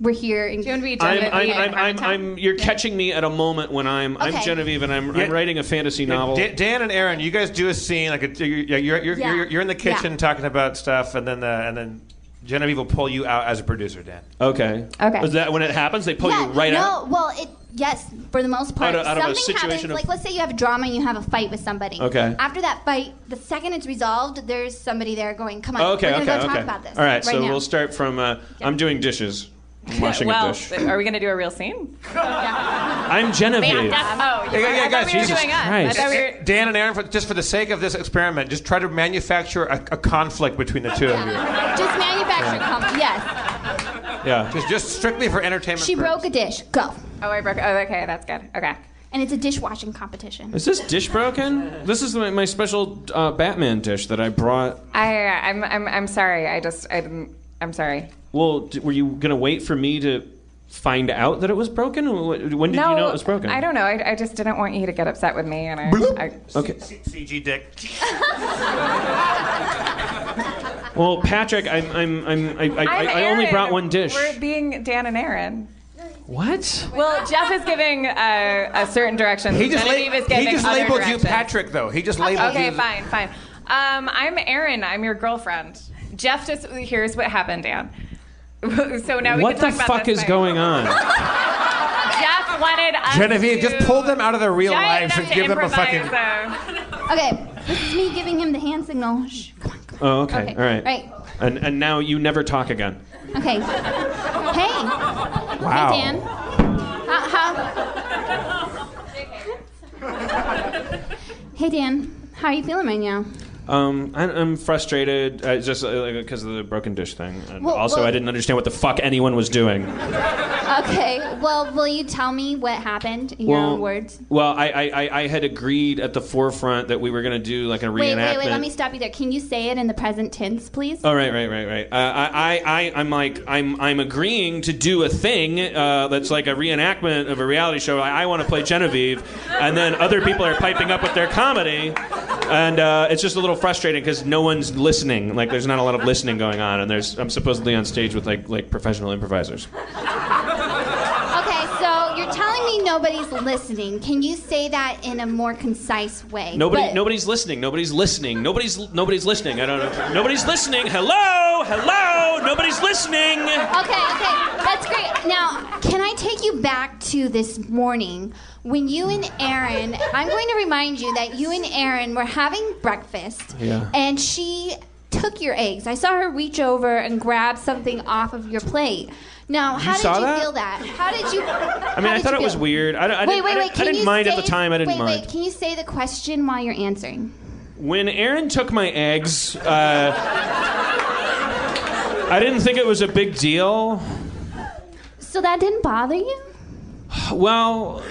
Speaker 3: we're here? And
Speaker 6: Do you want to be
Speaker 2: I'm,
Speaker 6: Genevieve?
Speaker 2: I'm,
Speaker 6: and
Speaker 2: I'm, I'm,
Speaker 6: Harmon?
Speaker 2: I'm, you're catching me at a moment when I'm, I'm
Speaker 3: Okay.
Speaker 2: Genevieve and I'm,
Speaker 1: Yeah.
Speaker 2: I'm writing a fantasy novel.
Speaker 1: Dan, Dan and Aaron, you guys do a scene like a, you're, you're, you're,
Speaker 3: Yeah.
Speaker 1: you're, you're in the kitchen
Speaker 3: Yeah.
Speaker 1: talking about stuff, and then the, and then Genevieve will pull you out as a producer, Dan.
Speaker 2: Okay.
Speaker 3: Okay.
Speaker 2: Is that when it happens? They pull you right
Speaker 3: no,
Speaker 2: out.
Speaker 3: well, it yes, for the most part.
Speaker 2: Out of- out of a
Speaker 3: something
Speaker 2: situation
Speaker 3: happens.
Speaker 2: of-
Speaker 3: Like let's say you have a drama and you have a fight with somebody.
Speaker 2: Okay.
Speaker 3: After that fight, the second it's resolved, there's somebody there going, "Come on,
Speaker 2: Okay.
Speaker 3: we're gonna
Speaker 2: okay.
Speaker 3: go
Speaker 2: okay.
Speaker 3: talk about this."
Speaker 2: All right. so
Speaker 3: now.
Speaker 2: we'll start from. Uh, I'm doing dishes. I'm washing
Speaker 6: well,
Speaker 2: a dish.
Speaker 6: are we going to do a real scene?
Speaker 2: I'm Genevieve.
Speaker 6: Man, that's, oh, you
Speaker 1: Yeah, yeah,
Speaker 6: I thought
Speaker 1: guys,
Speaker 6: we were
Speaker 1: Jesus
Speaker 6: doing us.
Speaker 2: Christ.
Speaker 6: I thought we were,
Speaker 1: Dan and Aaron, for, just for the sake of this experiment, just try to manufacture a, a conflict between the two of you.
Speaker 3: Just manufacturing company. Yes,
Speaker 2: yeah.
Speaker 1: Just, just strictly for entertainment.
Speaker 3: she broke a
Speaker 1: purposes.
Speaker 3: dish. Go,
Speaker 6: oh, I broke. Oh, okay, that's good. Okay.
Speaker 3: and it's a dishwashing competition.
Speaker 2: Is this dish broken? This is my, my special uh, Batman dish that I brought.
Speaker 6: I, uh, I'm, I'm, I'm sorry. I just, I didn't. I'm sorry.
Speaker 2: Well, d- were you gonna wait for me to find out that it was broken? Or wh- When did
Speaker 6: no,
Speaker 2: you know it was broken?
Speaker 6: I don't know. I, I just didn't want you to get upset with me, and I. I
Speaker 2: Okay.
Speaker 1: CG dick.
Speaker 2: Well, Patrick, I'm I'm I'm I, I,
Speaker 6: I'm
Speaker 2: I, I only
Speaker 6: Aaron.
Speaker 2: brought one dish.
Speaker 6: We're being Dan and Aaron.
Speaker 2: What?
Speaker 6: Well, Jeff is giving uh, a certain direction.
Speaker 1: He just, la-
Speaker 6: Genevieve is giving
Speaker 1: he just
Speaker 6: other
Speaker 1: labeled you
Speaker 6: directions.
Speaker 1: Patrick, though. He just labeled you.
Speaker 6: Okay, fine, fine. Um, I'm Erin. I'm your girlfriend. Jeff just here's what happened, Dan. so now we
Speaker 2: What the
Speaker 6: can talk about
Speaker 2: fuck
Speaker 6: this
Speaker 2: is
Speaker 6: thing.
Speaker 2: going on?
Speaker 6: Jeff wanted us
Speaker 1: Genevieve,
Speaker 6: to
Speaker 1: just pull them out of their real
Speaker 6: Yeah, I
Speaker 1: lives
Speaker 6: have
Speaker 1: and
Speaker 6: to
Speaker 1: give them a
Speaker 6: improvise,
Speaker 1: fucking.
Speaker 6: so-
Speaker 3: Okay, this is me giving him the hand signal. Shh, come on, come on.
Speaker 2: Oh, okay.
Speaker 3: Okay,
Speaker 2: All right.
Speaker 3: right.
Speaker 2: And and now you never talk again.
Speaker 3: Okay. Hey,
Speaker 1: Wow.
Speaker 3: hey, Dan. How, how... Hey, Dan. How are you feeling right now?
Speaker 2: Um, I, I'm frustrated. I just because of the broken dish thing. And
Speaker 3: Well,
Speaker 2: also,
Speaker 3: well-
Speaker 2: I didn't understand what the fuck anyone was doing.
Speaker 3: Okay. Well, will you tell me what happened in your own words?
Speaker 2: Well, I, I, I- I had agreed at the forefront that we were going to do like a
Speaker 3: Wait,
Speaker 2: reenactment.
Speaker 3: wait, wait. Let me stop you there. Can you say it in the present tense, please?
Speaker 2: Oh right, right, right, right. Uh, I, I, I, I'm like, I'm, I'm agreeing to do a thing uh, that's like a reenactment of a reality show. I, I want to play Genevieve, and then other people are piping up with their comedy, and uh, it's just a little frustrating because no one's listening. Like, there's not a lot of listening going on, and there's, I'm supposedly on stage with like, like professional improvisers.
Speaker 3: Okay. So you're telling me nobody's listening. Can you say that in a more concise way?
Speaker 2: Nobody,
Speaker 3: But-
Speaker 2: nobody's listening. Nobody's listening. Nobody's, nobody's listening. I don't know. Nobody's listening. Hello, hello. Nobody's listening.
Speaker 3: Okay, okay, that's great. Now, can I take you back to this morning when you and Aaron? I'm going to remind you that you and Aaron were having breakfast,
Speaker 2: Yeah.
Speaker 3: and she took your eggs. I saw her reach over and grab something off of your plate. Now, how
Speaker 2: saw
Speaker 3: did you
Speaker 2: that?
Speaker 3: feel that? How did you?
Speaker 2: I mean, I thought it was weird. I, don't- I
Speaker 3: Wait,
Speaker 2: didn't,
Speaker 3: wait,
Speaker 2: I
Speaker 3: wait.
Speaker 2: didn't, I
Speaker 3: can
Speaker 2: didn't
Speaker 3: you
Speaker 2: mind at the
Speaker 3: say-
Speaker 2: time. I didn't
Speaker 3: wait,
Speaker 2: mind.
Speaker 3: Wait, can you say the question while you're answering?
Speaker 2: When Aaron took my eggs, uh, I didn't think it was a big deal.
Speaker 3: So that didn't bother you?
Speaker 2: Well,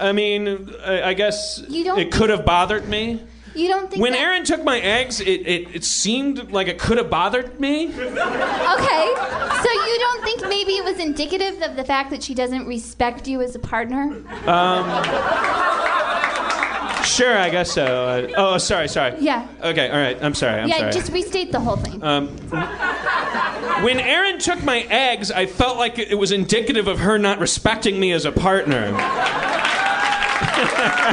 Speaker 2: I mean, I I guess
Speaker 3: You don't-
Speaker 2: it could have bothered me.
Speaker 3: You don't think
Speaker 2: When
Speaker 3: that-
Speaker 2: Aaron took my eggs, it, it, it seemed like it could have bothered me.
Speaker 3: Okay. So you don't think maybe it was indicative of the fact that she doesn't respect you as a partner?
Speaker 2: Sure, I guess so. Uh, oh, sorry, sorry.
Speaker 3: Yeah.
Speaker 2: Okay, all right. I'm sorry. I'm
Speaker 3: yeah,
Speaker 2: sorry. Uh,
Speaker 3: just restate the whole thing.
Speaker 2: When Aaron took my eggs, I felt like it was indicative of her not respecting me as a partner.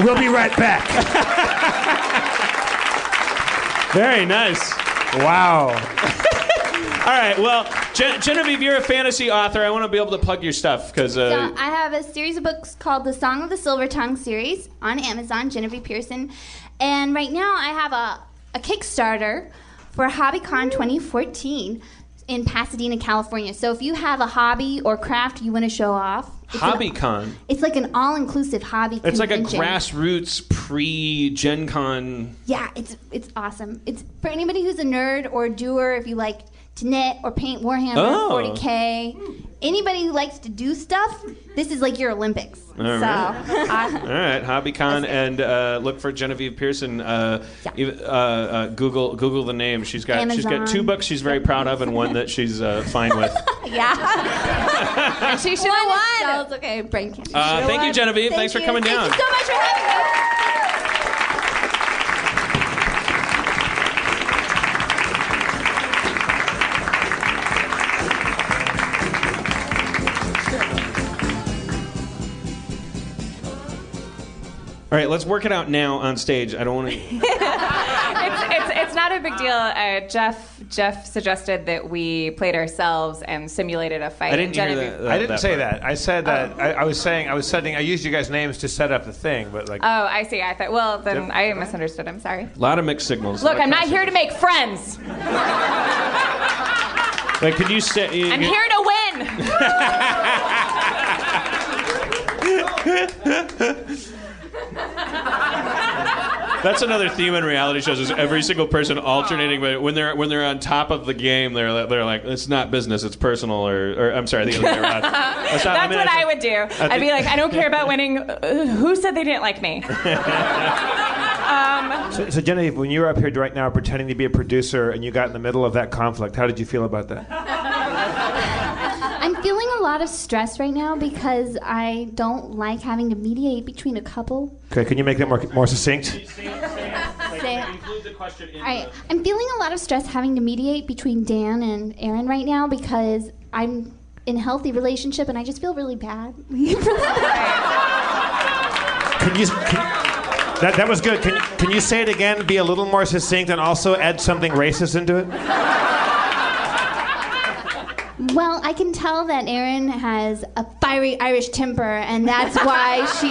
Speaker 1: We'll be right back.
Speaker 2: Very nice.
Speaker 1: wow.
Speaker 2: All right, well, Gen- Genevieve, you're a fantasy author. I want to be able to plug your stuff because
Speaker 3: So
Speaker 2: uh,
Speaker 3: I have a series of books called The Song of the Silver Tongue series on Amazon, Genevieve Pearson. And right now I have a, a Kickstarter for HobbyCon 2014 in Pasadena, California. So if you have a hobby or craft you want to show off, it's an-
Speaker 2: HobbyCon.
Speaker 3: it's like an all-inclusive hobby
Speaker 2: It's like a
Speaker 3: convention.
Speaker 2: grassroots pre-Gen Con.
Speaker 3: Yeah, it's it's awesome. It's for anybody who's a nerd or a doer. If you like to knit or paint Warhammer
Speaker 2: Oh.
Speaker 3: 40k, anybody who likes to do stuff, this is like your Olympics. so
Speaker 2: All right, HobbyCon, and uh, look for Genevieve Pearson. Uh,
Speaker 3: Yeah.
Speaker 2: ev- uh, uh, Google Google the name. She's got she's got two
Speaker 3: Amazon.
Speaker 2: books she's very proud of, and one that she's uh, fine with.
Speaker 3: yeah,
Speaker 6: And she should
Speaker 3: One is
Speaker 6: have won.
Speaker 3: cells. Okay, brain cancer.
Speaker 2: Uh, thank you, Genevieve.
Speaker 3: Thank
Speaker 2: Thanks for
Speaker 3: you.
Speaker 2: coming
Speaker 3: Thank
Speaker 2: down.
Speaker 3: you so much for having us.
Speaker 2: All right, let's work it out now on stage. I don't want to.
Speaker 6: It's, it's, it's not a big deal. Uh, Jeff Jeff suggested that we played ourselves and simulated a fight.
Speaker 2: I didn't hear
Speaker 6: Genevieve-
Speaker 2: that. that
Speaker 1: I didn't
Speaker 2: that
Speaker 1: say
Speaker 2: part.
Speaker 1: that. I said that. I, I was saying. I was setting. I used you guys' names to set up the thing, but like.
Speaker 6: Oh, I see. I thought. Well, then I misunderstood. I'm sorry.
Speaker 2: A lot of mixed signals.
Speaker 6: Look, I'm not here to make friends.
Speaker 2: Like, could you say?
Speaker 6: I'm here to win.
Speaker 2: That's another theme in reality shows is every single person alternating but when they're when they're on top of the game they're li- they're like it's not business it's personal or, or I'm sorry the other way around. That's, not-
Speaker 6: That's
Speaker 2: I mean,
Speaker 6: what
Speaker 2: it's-
Speaker 6: I would do. I'd be like, I don't care about winning. Uh, who said they didn't like me?
Speaker 1: So, so Genevieve, when you were up here right now pretending to be a producer, and you got in the middle of that conflict, how did you feel about that?
Speaker 3: I'm feeling a lot of stress right now because I don't like having to mediate between a couple.
Speaker 1: Okay, can you make that more more succinct?
Speaker 3: Say- Alright, I'm feeling a lot of stress having to mediate between Dan and Aaron right now because I'm in a healthy relationship and I just feel really bad.
Speaker 1: Can you? Can, that, that was good. Can, can you say it again? Be a little more succinct, and also add something racist into it.
Speaker 3: well, I can tell that Aaron has a fiery Irish temper and that's why she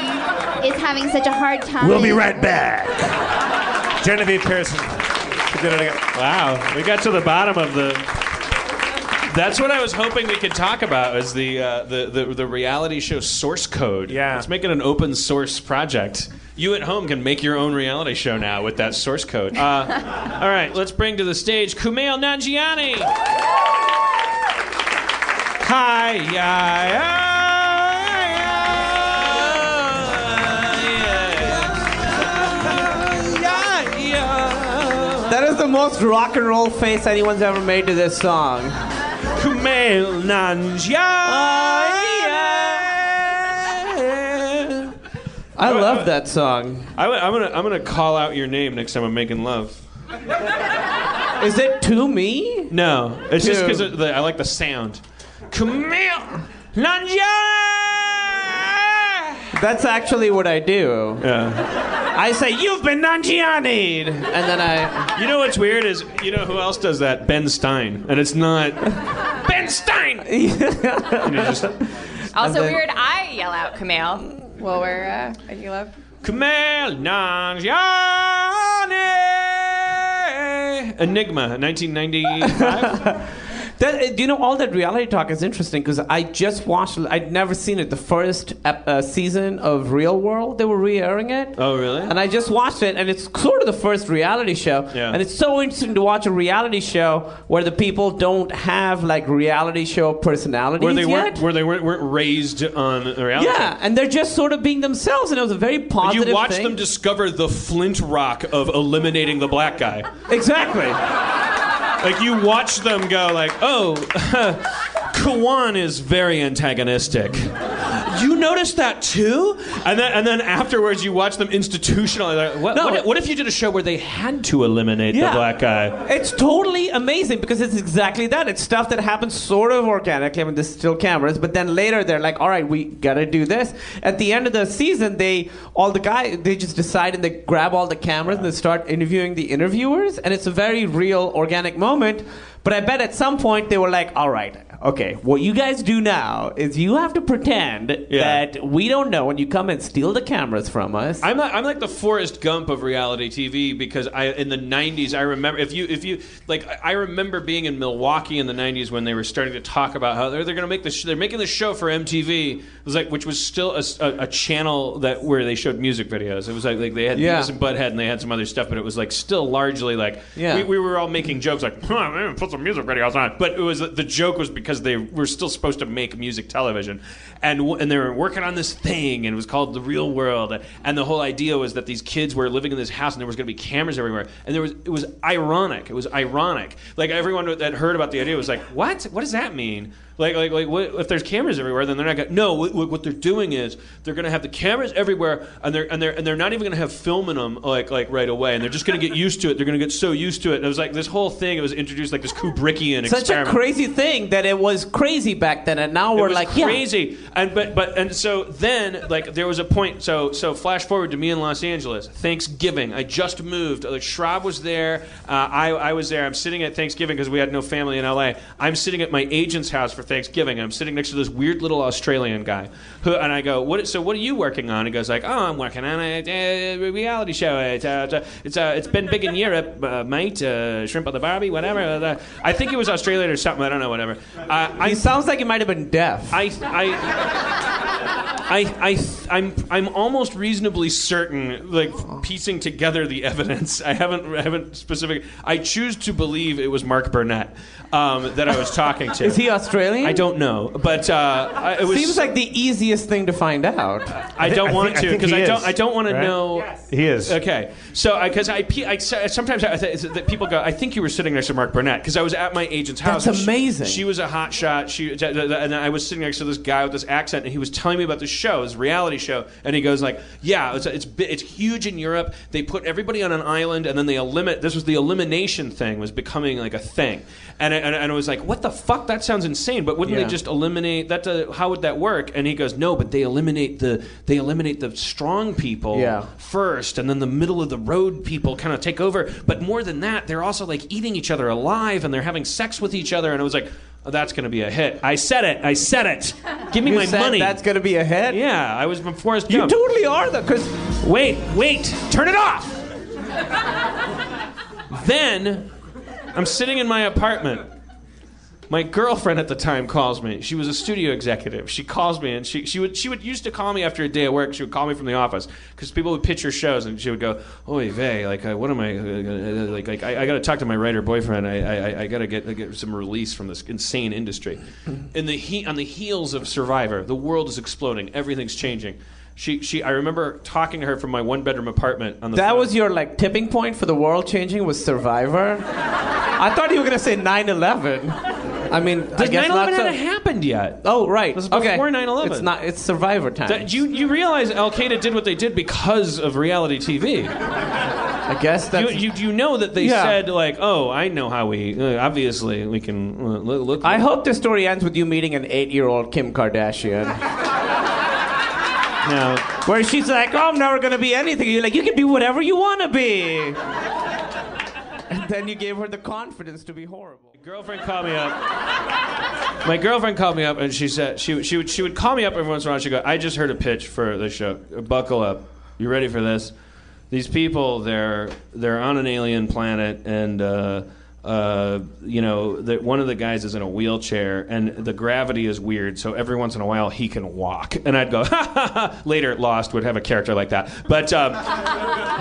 Speaker 3: is having such a hard time.
Speaker 1: We'll be right back. Genevieve Pearson. She did it again.
Speaker 2: Wow, we got to the bottom of the. That's what I was hoping we could talk about is the uh, the, the the reality show source code.
Speaker 1: Yeah.
Speaker 2: let's make it an open source project. You at home can make your own reality show now with that source code. Uh, all right, let's bring to the stage Kumail Nanjiani. Hi, yeah, yeah, yeah, yeah.
Speaker 7: That is the most rock and roll face anyone's ever made to this song.
Speaker 2: Kumail Oh, Nanjiani.
Speaker 7: I
Speaker 2: uh,
Speaker 7: love that song.
Speaker 2: I, am gonna I'm gonna call out your name next time I'm making love.
Speaker 7: Is it to me?
Speaker 2: No, it's just
Speaker 7: Dude.
Speaker 2: because I like the sound. Kumail Nanjiani.
Speaker 7: That's actually what I do.
Speaker 2: Yeah.
Speaker 7: I say, You've been Nanjiani'd! And then I.
Speaker 2: You know what's weird is you know who else does that? Ben Stein, and it's not Ben Stein. And you just
Speaker 6: Also
Speaker 7: then-
Speaker 6: weird. I yell out Kumail while we're uh, I do love.
Speaker 2: Kumail Nanjiani. Enigma, 1995.
Speaker 7: That, uh, do you know all that reality talk is interesting because I just watched. I'd never seen it. The first ep- uh, season of Real World, they were re-airing it.
Speaker 2: Oh, really?
Speaker 7: And I just watched it, and it's sort of the first reality show.
Speaker 2: Yeah.
Speaker 7: And it's so interesting to watch a reality show where the people don't have like reality show personalities
Speaker 2: where they
Speaker 7: yet.
Speaker 2: weren't where they weren't, weren't raised on the reality.
Speaker 7: yeah, and they're just sort of being themselves, and it was a very
Speaker 2: But
Speaker 7: positive.
Speaker 2: You watch
Speaker 7: thing.
Speaker 2: them discover the flint rock of eliminating the black guy.
Speaker 7: exactly.
Speaker 2: Like you watch them go like, oh, Kawan is very antagonistic. You notice that too, and then and then afterwards you watch them institutionalize. Like, what,
Speaker 7: No.
Speaker 2: what, if, what if you did a show where they had to eliminate
Speaker 7: Yeah.
Speaker 2: the black guy?
Speaker 7: It's totally amazing because it's exactly that. It's stuff that happens sort of organically. I mean, there's still cameras, but then later they're like, "All right, we gotta do this." At the end of the season, they all the guy they just decide and they grab all the cameras and they start interviewing the interviewers, and it's a very real, organic moment. But I bet at some point they were like, "All right, okay, what you guys do now is you have to pretend
Speaker 2: Yeah.
Speaker 7: that we don't know when you come and steal the cameras from us."
Speaker 2: I'm like, I'm like the Forrest Gump of reality TV because I in the 90s I remember if you if you like I- I remember being in Milwaukee in the 90s when they were starting to talk about how they're, they're going to make the sh- they're making the show for MTV it was like which was still a, s- a- a channel that where they showed music videos it was like, like they had
Speaker 7: Yeah.
Speaker 2: Beavis and Butthead and they had some other stuff but it was like still largely like
Speaker 7: Yeah.
Speaker 2: we, we were all making jokes like huh, man, put some music videos on but it was the joke was because they were still supposed to make music television and w- and they were working on this thing and it was called the real world and the whole idea was that these kids were living in this house and there was going to be cameras everywhere and there was it was ironic it was ironic like everyone that heard about the idea was like what what does that mean like like like what, if there's cameras everywhere then they're not going to no what, what they're doing is they're going to have the cameras everywhere and they're and they're and they're not even going to have film in them like like right away and they're just going to get used to it they're going to get so used to it and it was like this whole thing it was introduced like this Kubrickian
Speaker 7: such a
Speaker 2: experiment
Speaker 7: crazy thing that it was crazy back then, and now we're
Speaker 2: it was
Speaker 7: like, yeah.
Speaker 2: crazy. And but but and so then like there was a point. So so flash forward to me in Los Angeles, Thanksgiving. I just moved. Like Shrob was there. Uh, I I was there. I'm sitting at Thanksgiving because we had no family in LA. I'm sitting at my agent's house for Thanksgiving. And I'm sitting next to this weird little Australian guy who and I go, what? So what are you working on? He goes like, oh, I'm working on a, uh reality show. It's uh, it's, uh, it's, uh, it's been big in Europe, uh, mate. Uh, shrimp on the Barbie, whatever. Uh, I think it was Australia or something. I don't know. Whatever. Uh, I
Speaker 7: He sounds like he might have been deaf.
Speaker 2: I, I, I, I, I'm, I'm almost reasonably certain, like piecing together the evidence. I haven't, I haven't specific. I choose to believe it was Mark Burnett um, that I was talking to.
Speaker 7: Is he Australian?
Speaker 2: I don't know, but uh, I, it was.
Speaker 7: Seems like the easiest thing to find out.
Speaker 2: I don't
Speaker 1: I thi-
Speaker 2: want
Speaker 1: I
Speaker 2: to
Speaker 1: think
Speaker 2: because
Speaker 1: he
Speaker 2: I don't.
Speaker 1: is,
Speaker 2: I don't want to
Speaker 1: right?
Speaker 2: know.
Speaker 1: He is.
Speaker 2: Okay, so because I, pe- I, so- sometimes I, th- that people go, I think you were sitting next to Mark Burnett because I was at my agent's house.
Speaker 7: That's
Speaker 2: and she-
Speaker 7: amazing.
Speaker 2: She, was a hot shot. She th- th- th- and I was sitting next to this guy with this accent, and he was telling me about this show, this reality show, and he goes like, Yeah, it's it's, bi- it's huge in Europe. They put everybody on an island, and then they eliminate. This was the elimination thing was becoming like a thing, and I, and, I- and I was like, What the fuck? That sounds insane. But wouldn't
Speaker 7: Yeah.
Speaker 2: they just eliminate that? uh, how would that work? And he goes, No, but they eliminate the they eliminate the strong people
Speaker 7: Yeah.
Speaker 2: first, and then the middle of the road people kind of take over. But more than that, they're also like eating each other alive and they're having sex with each other. And I was like, oh, that's going to be a hit. I said it. I said it. Give me
Speaker 7: You
Speaker 2: my
Speaker 7: said
Speaker 2: money.
Speaker 7: That's gonna be a hit.
Speaker 2: yeah, I was from Forrest
Speaker 7: You
Speaker 2: Gump.
Speaker 7: totally are though, because
Speaker 2: Wait, wait, turn it off. then I'm sitting in my apartment. My girlfriend at the time calls me. She was a studio executive. She calls me and she, she would she would used to call me after a day of work. She would call me from the office because people would pitch her shows and she would go, "Oy vey, like uh, what am I uh, gonna- uh, like like I, I got to talk to my writer boyfriend. I I, I- I got to get I get some release from this insane industry." In the he, on the heels of Survivor, the world is exploding. Everything's changing. She she I remember talking to her from my one bedroom apartment on the
Speaker 7: that
Speaker 2: phone.
Speaker 7: was your like tipping point for the world changing was Survivor. I thought you were gonna say 9/11. I mean, I
Speaker 2: Does
Speaker 7: guess
Speaker 2: 9/11
Speaker 7: not so.
Speaker 2: hadn't happened yet.
Speaker 7: Oh right.
Speaker 2: It was
Speaker 7: okay.
Speaker 2: before 9/11.
Speaker 7: It's not. It's Survivor time.
Speaker 2: That- you, you realize Al Qaeda did what they did because of reality TV.
Speaker 7: I guess
Speaker 2: You,
Speaker 7: that's.
Speaker 2: you, you know that they
Speaker 7: Yeah.
Speaker 2: said, like, oh, I know how we, uh, obviously, we can uh, look. look
Speaker 7: I hope the story ends with you meeting an eight-year-old Kim Kardashian,
Speaker 2: now.
Speaker 7: where she's like, "Oh, I'm never gonna be anything." You're like, "You can be whatever you wanna be," and then you gave her the confidence to be horrible.
Speaker 2: girlfriend called me up. My girlfriend called me up and she said she she would she would call me up every once in a while. She would go, I just heard a pitch for the show. Buckle up, you ready for this? These people they're they're on an alien planet and uh, uh, you know, that one of the guys is in a wheelchair and the gravity is weird, so every once in a while he can walk. And I'd go, ha ha ha. Later, Lost would have a character like that. But, um,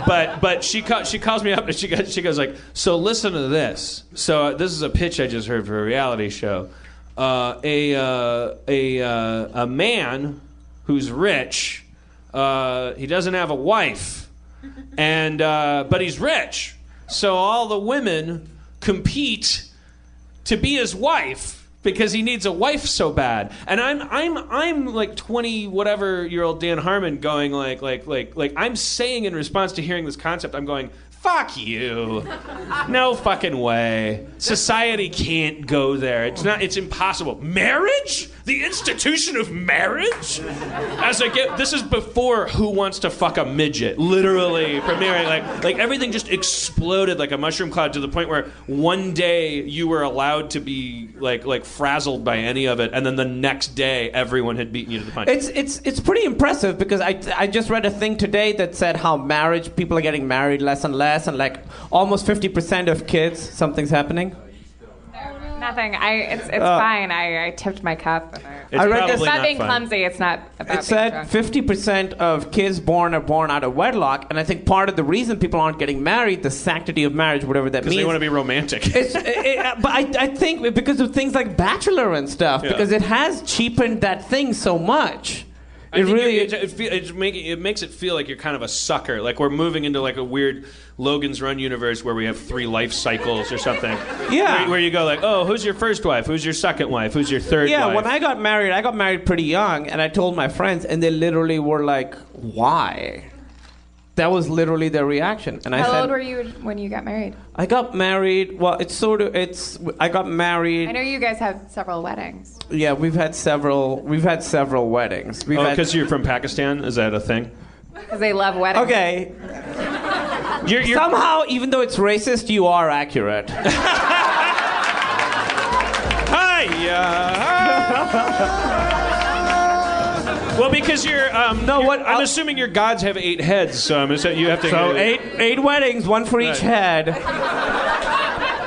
Speaker 2: but, but she, ca- she calls me up and she goes, she goes like, so listen to this. So uh, this is a pitch I just heard for a reality show. Uh, a, uh, a, uh, a man who's rich, uh, he doesn't have a wife and uh, but he's rich, so all the women compete to be his wife because he needs a wife so bad. And I'm I'm I'm like twenty whatever year old Dan Harmon going like like like like I'm saying in response to hearing this concept, I'm going. Fuck you. No fucking way. Society can't go there. It's not it's impossible. Marriage? The institution of marriage? As I get this is before Who Wants to Fuck a Midget, literally premiering like like everything just exploded like a mushroom cloud to the point where one day you were allowed to be like like frazzled by any of it and then the next day everyone had beaten you to the punch.
Speaker 7: It's it's it's pretty impressive because I I just read a thing today that said how marriage people are getting married less and less and like almost 50% of kids something's happening.
Speaker 6: Nothing. I. It's it's
Speaker 7: Uh,
Speaker 6: fine. I, I tipped my cup. and I-
Speaker 2: It's
Speaker 7: I read this-
Speaker 6: It's
Speaker 2: probably
Speaker 6: not, being
Speaker 2: fun.
Speaker 6: clumsy. It's not about
Speaker 7: It
Speaker 6: being
Speaker 7: said
Speaker 6: drunk.
Speaker 7: 50% of kids born are born out of wedlock and I think part of the reason people aren't getting married the sanctity of marriage whatever that
Speaker 2: Because
Speaker 7: means.
Speaker 2: they want to be romantic.
Speaker 7: It's, it, it- but I, I think because of things like Bachelor and stuff,
Speaker 2: Yeah.
Speaker 7: because it has cheapened that thing so much.
Speaker 2: I
Speaker 7: It
Speaker 2: think
Speaker 7: really
Speaker 2: it, it, feel- it's making- it makes it feel like you're kind of a sucker. Like we're moving into like a weird Logan's Run universe where we have three life cycles or something.
Speaker 7: Yeah.
Speaker 2: Where, where you go like, oh, who's your first wife? Who's your second wife? Who's your third
Speaker 7: Yeah,
Speaker 2: wife?
Speaker 7: when I got married, I got married pretty young, and I told my friends, and they literally were like, "Why?" That was literally their reaction, and I
Speaker 6: How
Speaker 7: said,
Speaker 6: old were you when you got married?
Speaker 7: "I got married. Well, it's sort of it's. I got married.
Speaker 6: I know you guys have several weddings.
Speaker 7: Yeah, we've had several. We've had several weddings. We've
Speaker 2: Oh,
Speaker 7: had,
Speaker 2: because you're from Pakistan? Is that a thing?
Speaker 6: Because they love weddings.
Speaker 7: okay.
Speaker 2: You're, you're,
Speaker 7: Somehow, even though it's racist, you are accurate.
Speaker 2: Hi-ya. well, because you're. Um, no,
Speaker 7: what-
Speaker 2: I'm assuming your gods have eight heads, so I'm assuming you have to.
Speaker 7: so eight eight weddings, one for each head.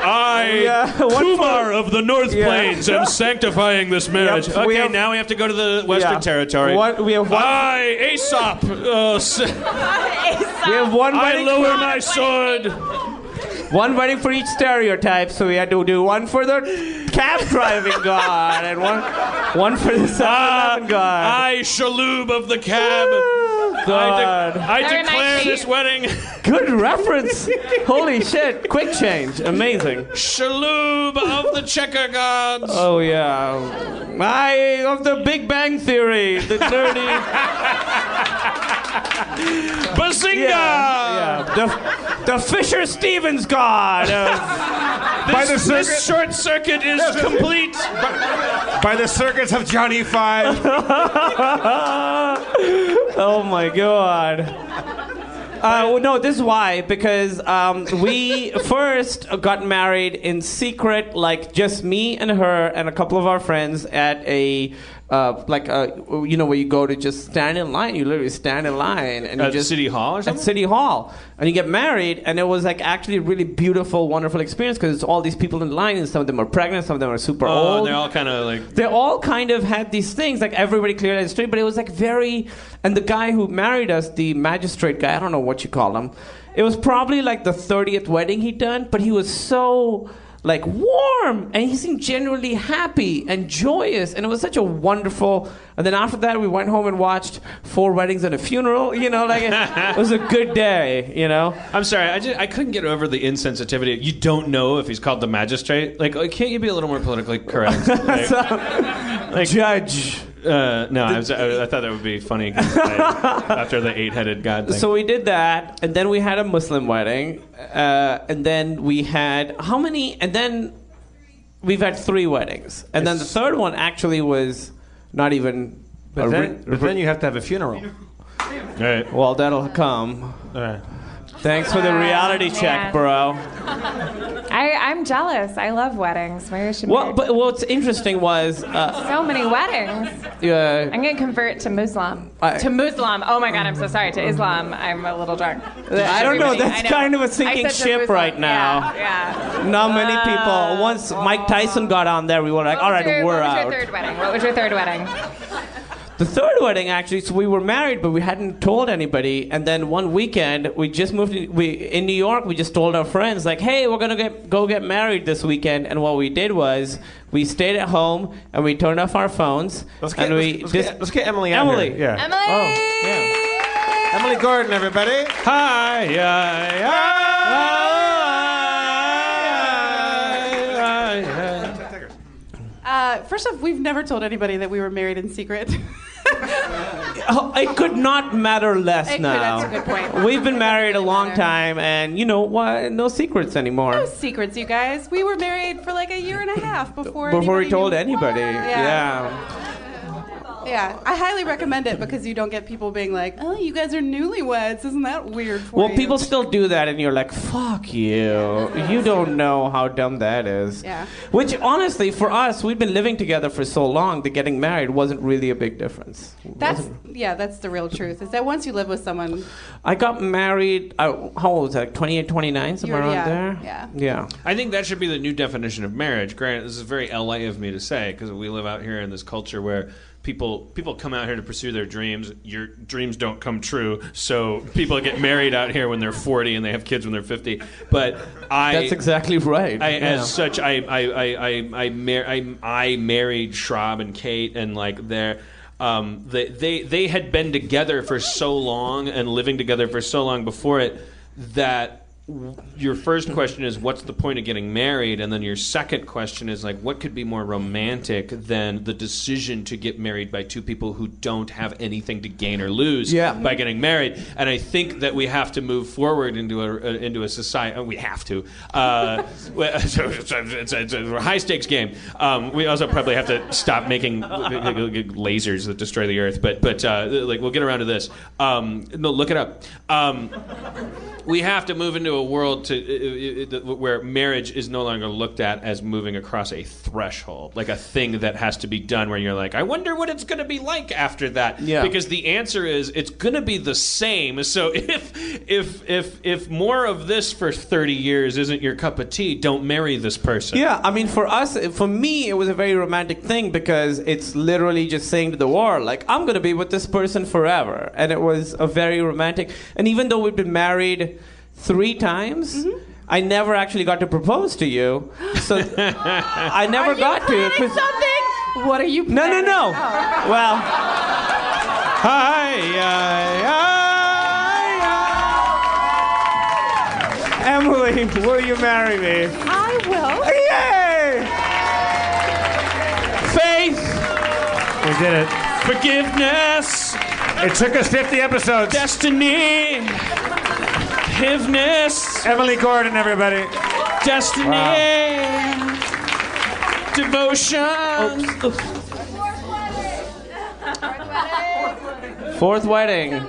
Speaker 2: I,
Speaker 7: Yeah, one
Speaker 2: Kumar of the North
Speaker 7: Yeah.
Speaker 2: Plains, am sanctifying this marriage.
Speaker 7: Yep, we
Speaker 2: okay,
Speaker 7: have-
Speaker 2: now we have to go to the Western
Speaker 7: Yeah.
Speaker 2: Territory.
Speaker 7: One- we have one-
Speaker 2: I, Aesop, uh, s-
Speaker 7: We have one
Speaker 2: Ah, I
Speaker 7: wedding.
Speaker 2: lower my sword.
Speaker 7: One wedding for each stereotype, so we had to do one for the cab driving god and one one for the 7
Speaker 2: Ah,
Speaker 7: Eleven god.
Speaker 2: I, Shalub of the cab.
Speaker 7: Oh,
Speaker 2: I,
Speaker 7: God.
Speaker 2: de- I
Speaker 6: Very
Speaker 2: declare
Speaker 6: nice
Speaker 2: this
Speaker 6: sheep.
Speaker 2: wedding
Speaker 7: Good reference. Holy shit. Quick change. Amazing.
Speaker 2: Shalub of the checker gods.
Speaker 7: Oh, yeah. I of the Big Bang Theory. The dirty. Yeah.
Speaker 2: Bazinga!
Speaker 7: yeah. The, the Fisher Stevens god. of-
Speaker 1: By the
Speaker 2: This,
Speaker 1: circuit,
Speaker 2: this short circuit is complete.
Speaker 1: by the circuits of Johnny Five.
Speaker 7: oh, my God. Uh, well, no, this is why because um, we first got married in secret, like just me and her and a couple of our friends at a uh, like a, you know where you go to just stand in line. You literally stand in line and you
Speaker 2: At
Speaker 7: just
Speaker 2: City Hall or something?
Speaker 7: At City Hall, and you get married, and it was like actually a really beautiful, wonderful experience because it's all these people in line, and some of them are pregnant, some of them are super
Speaker 2: Oh,
Speaker 7: old
Speaker 2: they're all kind of like.
Speaker 7: they all kind of had these things like everybody cleared the street but it was like very and the guy who married us the magistrate guy i don't know what you call him it was probably like the 30th wedding he'd done but he was so like warm and he seemed genuinely happy and joyous and it was such a wonderful and then after that we went home and watched four weddings and a funeral you know like it, it was a good day you know
Speaker 2: I'm sorry, I just I couldn't get over the insensitivity. You don't know if he's called the magistrate. Like, like, can't you be a little more politically correct? Like,
Speaker 7: judge
Speaker 2: uh, no, I, was, I, I thought that would be funny 'cause I- after the eight-headed god thing.
Speaker 7: So we did that, and then we had a Muslim wedding, uh, and then we had how many? And then we've had three weddings, and then the third one actually was not even. a
Speaker 1: But
Speaker 7: re-
Speaker 1: then, but then you have to have a funeral.
Speaker 2: All right.
Speaker 7: well, that'll come.
Speaker 1: All right.
Speaker 7: Thanks for the reality
Speaker 6: man.
Speaker 7: check, bro.
Speaker 6: I, I'm jealous. I love weddings. Maybe I should
Speaker 7: Well,
Speaker 6: marry-
Speaker 7: but what's interesting was, uh,
Speaker 6: so many weddings.
Speaker 7: uh,
Speaker 6: I'm gonna convert to Muslim.
Speaker 7: I-
Speaker 6: to Muslim. Oh my God, I'm so sorry. To Islam. I'm a little drunk.
Speaker 7: I don't know.
Speaker 6: Everybody-
Speaker 7: That's
Speaker 6: I know.
Speaker 7: kind of a
Speaker 6: I
Speaker 7: sinking
Speaker 6: said to
Speaker 7: ship
Speaker 6: Muslim.
Speaker 7: right now.
Speaker 6: Yeah. yeah.
Speaker 7: not many
Speaker 6: Uh,
Speaker 7: people. Once Mike Tyson got on there, we were like,
Speaker 6: What
Speaker 7: all
Speaker 6: was
Speaker 7: right,
Speaker 6: your-
Speaker 7: we're
Speaker 6: what
Speaker 7: out.
Speaker 6: Was your third wedding? What was your third wedding?
Speaker 7: The third wedding, actually, so we were married, but we hadn't told anybody. And then one weekend, we just moved in, we, in New York. We just told our friends, like, hey, we're going to get go get married this weekend. And what we did was we stayed at home and we turned off our phones.
Speaker 1: Let's get,
Speaker 7: and we
Speaker 1: let's,
Speaker 7: dis-
Speaker 1: get, let's get Emily out
Speaker 7: Emily.
Speaker 1: here. Yeah.
Speaker 6: Emily.
Speaker 7: Oh,
Speaker 1: Emily Gordon, everybody. Hi.
Speaker 8: Uh, first off, we've never told anybody that we were married in secret.
Speaker 7: Oh, it could not matter less
Speaker 8: It could-
Speaker 7: now.
Speaker 8: that's a good point.
Speaker 7: We've been married a long time, and you know what? No secrets anymore.
Speaker 8: No secrets, you guys. We were married for like a year and a half before.
Speaker 7: Before we
Speaker 8: anybody
Speaker 7: told
Speaker 8: knew-
Speaker 7: anybody.
Speaker 8: Yeah.
Speaker 7: yeah.
Speaker 8: Yeah, I highly recommend it because you don't get people being like, "Oh, you guys are newlyweds, isn't that weird?" For
Speaker 7: Well,
Speaker 8: you?"
Speaker 7: people still do that, and you're like, fuck you. You don't know how dumb that is.
Speaker 8: Yeah.
Speaker 7: Which, honestly, for us, we've been living together for so long that getting married wasn't really a big difference.
Speaker 8: That's yeah, that's the real truth. Is that once you live with someone,
Speaker 7: I got married, uh, how old was I? 28, 29, somewhere
Speaker 8: You're-
Speaker 7: around
Speaker 8: yeah,
Speaker 7: there?
Speaker 8: yeah.
Speaker 7: Yeah.
Speaker 2: I think that should be the new definition of marriage. Granted, this is very LA of me to say because we live out here in this culture where people people come out here to pursue their dreams. Your dreams don't come true, so people get married out here when they're 40 and they have kids when they're 50. But I
Speaker 7: That's exactly right.
Speaker 2: I,
Speaker 7: yeah.
Speaker 2: As such, I I I I I, mar- I, I married Shrob and Kate, and like their um, they they they had been together for so long and living together for so long before it that w- your first question is what's the point of getting married and then your second question is like what could be more romantic than the decision to get married by two people who don't have anything to gain or lose
Speaker 7: Yeah.
Speaker 2: by getting married and i think that we have to move forward into a uh, into a society we have to uh, well, so it's, it's, it's a high stakes game um, we also probably have to stop making uh, lasers that destroy the earth but but uh, like we'll get around to this um, no look it up um, we have to move into a world to uh, uh, uh, where marriage is no longer looked at as moving across a threshold, like a thing that has to be done. Where you're like, I wonder what it's going to be like after that.
Speaker 7: Yeah.
Speaker 2: Because the answer is it's going to be the same. So if if if if more of this for 30 years isn't your cup of tea, don't marry this person.
Speaker 7: Yeah, I mean, for us, for me, it was a very romantic thing because it's literally just saying to the world, like, I'm going to be with this person forever. And it was a very romantic. And even though we've been married three times,
Speaker 8: Mm-hmm.
Speaker 7: I never actually got to propose to you. So I never
Speaker 8: Are you
Speaker 7: got to.
Speaker 8: planning
Speaker 7: 'cause-
Speaker 8: something? What are you?
Speaker 7: No, no,
Speaker 8: planning?
Speaker 7: no.
Speaker 8: Oh.
Speaker 7: Well,
Speaker 1: Hi.
Speaker 7: Emily, will you marry me?
Speaker 8: I will.
Speaker 7: Yay! Faith,
Speaker 1: We did it.
Speaker 2: Forgiveness,
Speaker 1: It took us 50 episodes.
Speaker 2: destiny, forgiveness,
Speaker 1: Emily Gordon, everybody.
Speaker 2: destiny, devotion.
Speaker 7: fourth wedding.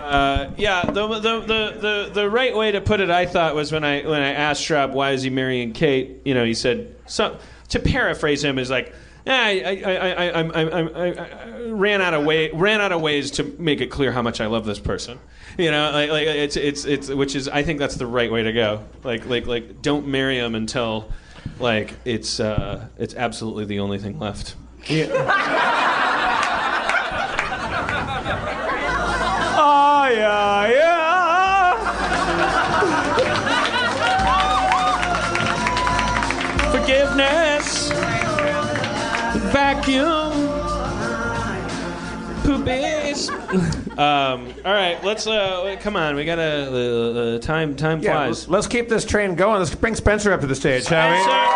Speaker 2: Uh, yeah, the, the, the, the, the right way to put it, I thought, was when I when I asked Shrub why is he marrying Kate. You know, he said so. To paraphrase him, is like, "Ah, I, I, I, I, I, I, I, I ran out of way ran out of ways to make it clear how much I love this person. You know, like, like it's it's it's which is I think that's the right way to go. Like like like don't marry him until like it's uh, it's absolutely the only thing left.
Speaker 7: Oh, yeah, yeah.
Speaker 2: Forgiveness, vacuum, poopies. um, all right, let's. Uh, wait, come on, we gotta. Uh, uh, time time
Speaker 1: Yeah, let's,
Speaker 2: flies.
Speaker 1: let's keep this train going. Let's bring Spencer up to the stage, shall we?
Speaker 2: Sir,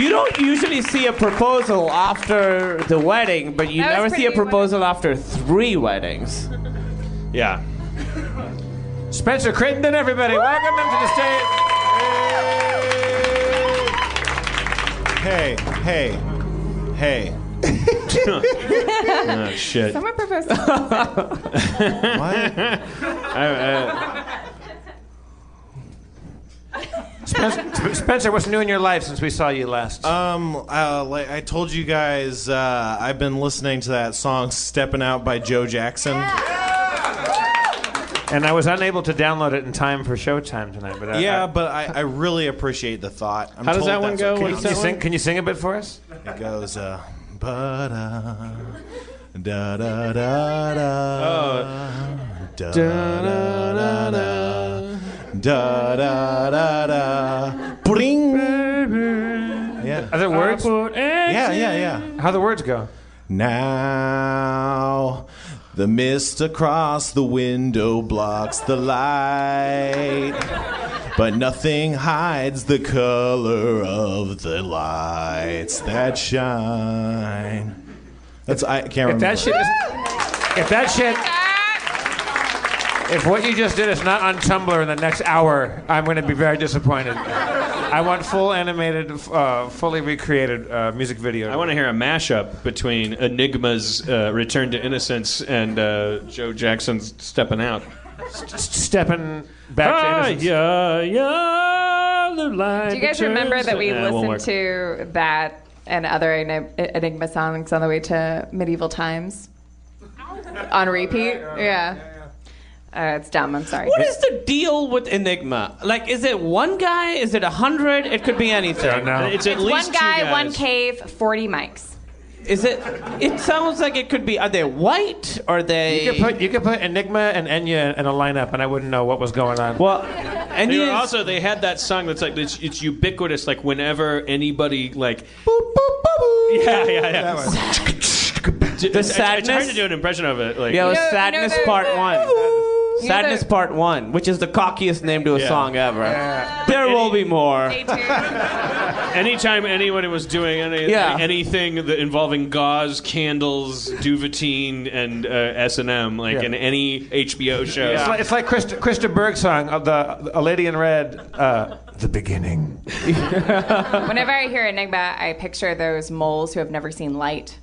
Speaker 7: You don't usually see a proposal after the wedding, but you
Speaker 6: That was
Speaker 7: never see a
Speaker 6: pretty
Speaker 7: proposal after three weddings.
Speaker 2: Yeah.
Speaker 1: Spencer Crittenden, everybody. Welcome him to the stage.
Speaker 4: Hey, hey, hey.
Speaker 2: Oh shit.
Speaker 6: Someone proposed.
Speaker 1: Spencer, Spencer, what's new in your life since we saw you last?
Speaker 4: Um, uh, like I told you guys, uh, I've been listening to that song "Stepping Out" by Joe Jackson.
Speaker 1: and I was unable to download it in time for showtime tonight. But I,
Speaker 4: Yeah,
Speaker 1: I-
Speaker 4: but I, I really appreciate the thought. I'm
Speaker 2: How does
Speaker 4: told
Speaker 2: that one
Speaker 4: that's
Speaker 2: go? What
Speaker 4: what counts.
Speaker 1: can you sing? Can you sing a bit for us?
Speaker 4: It goes, uh, ba-da, da da da da, da da da da, da da da da, bring.
Speaker 1: Are
Speaker 4: Yeah,
Speaker 1: there words?
Speaker 4: yeah, yeah, yeah.
Speaker 1: How the words go?
Speaker 4: Now the mist across the window blocks the light, but nothing hides the color of the lights that shine. That's I
Speaker 1: If
Speaker 4: can't
Speaker 7: Um,
Speaker 4: remember.
Speaker 1: that shit, is, if that shit, if what you just did is not on Tumblr in the next hour, I'm going to be very disappointed. I want full animated, uh, fully recreated uh, music video.
Speaker 2: I want to hear a mashup between Enigma's uh, "Return to Innocence" and uh, Joe Jackson's "Stepping Out."
Speaker 1: stepping back to innocence.
Speaker 2: Ah, yeah, yeah, the line
Speaker 6: Do you guys remember that we
Speaker 2: Yeah, it won't
Speaker 6: listened to that and other Eni- Enigma songs on the way to medieval times? On repeat? Yeah. Uh, it's dumb. I'm sorry.
Speaker 7: What is the deal with Enigma? Like, is it one guy? Is it a hundred? It could be anything.
Speaker 1: No.
Speaker 2: It's at
Speaker 6: It's
Speaker 2: least
Speaker 6: one
Speaker 2: two
Speaker 6: guy, one
Speaker 2: guys.
Speaker 6: cave, 40 mics.
Speaker 7: Is it? It sounds like it could be. Are they white? Are they?
Speaker 1: You could put you could put Enigma and Enya in a lineup, and I wouldn't know what was going on.
Speaker 7: well, and
Speaker 2: They
Speaker 7: you
Speaker 2: were also they had that song that's like it's, it's ubiquitous. Like whenever anybody like yeah yeah yeah. the it's, It's hard
Speaker 7: sadness?
Speaker 2: to do an impression of it. Like
Speaker 7: Yeah, it was
Speaker 6: You know- you know
Speaker 7: sadness
Speaker 6: the-
Speaker 7: part one.
Speaker 6: You know
Speaker 7: Sadness
Speaker 6: the-
Speaker 7: part one, which is the cockiest name to a
Speaker 2: Yeah.
Speaker 7: song ever. There will be more.
Speaker 6: Stay tuned.
Speaker 2: anytime anyone was doing any,
Speaker 7: Yeah.
Speaker 2: anything that involving gauze, candles, duvetine, and uh, S and M, like
Speaker 1: Yeah.
Speaker 2: in any HBO show.
Speaker 1: It's like, it's like Krista, Krista Berg's song of the A Lady in Red, uh, the beginning.
Speaker 6: Whenever I hear Enigma, I picture those moles who have never seen light.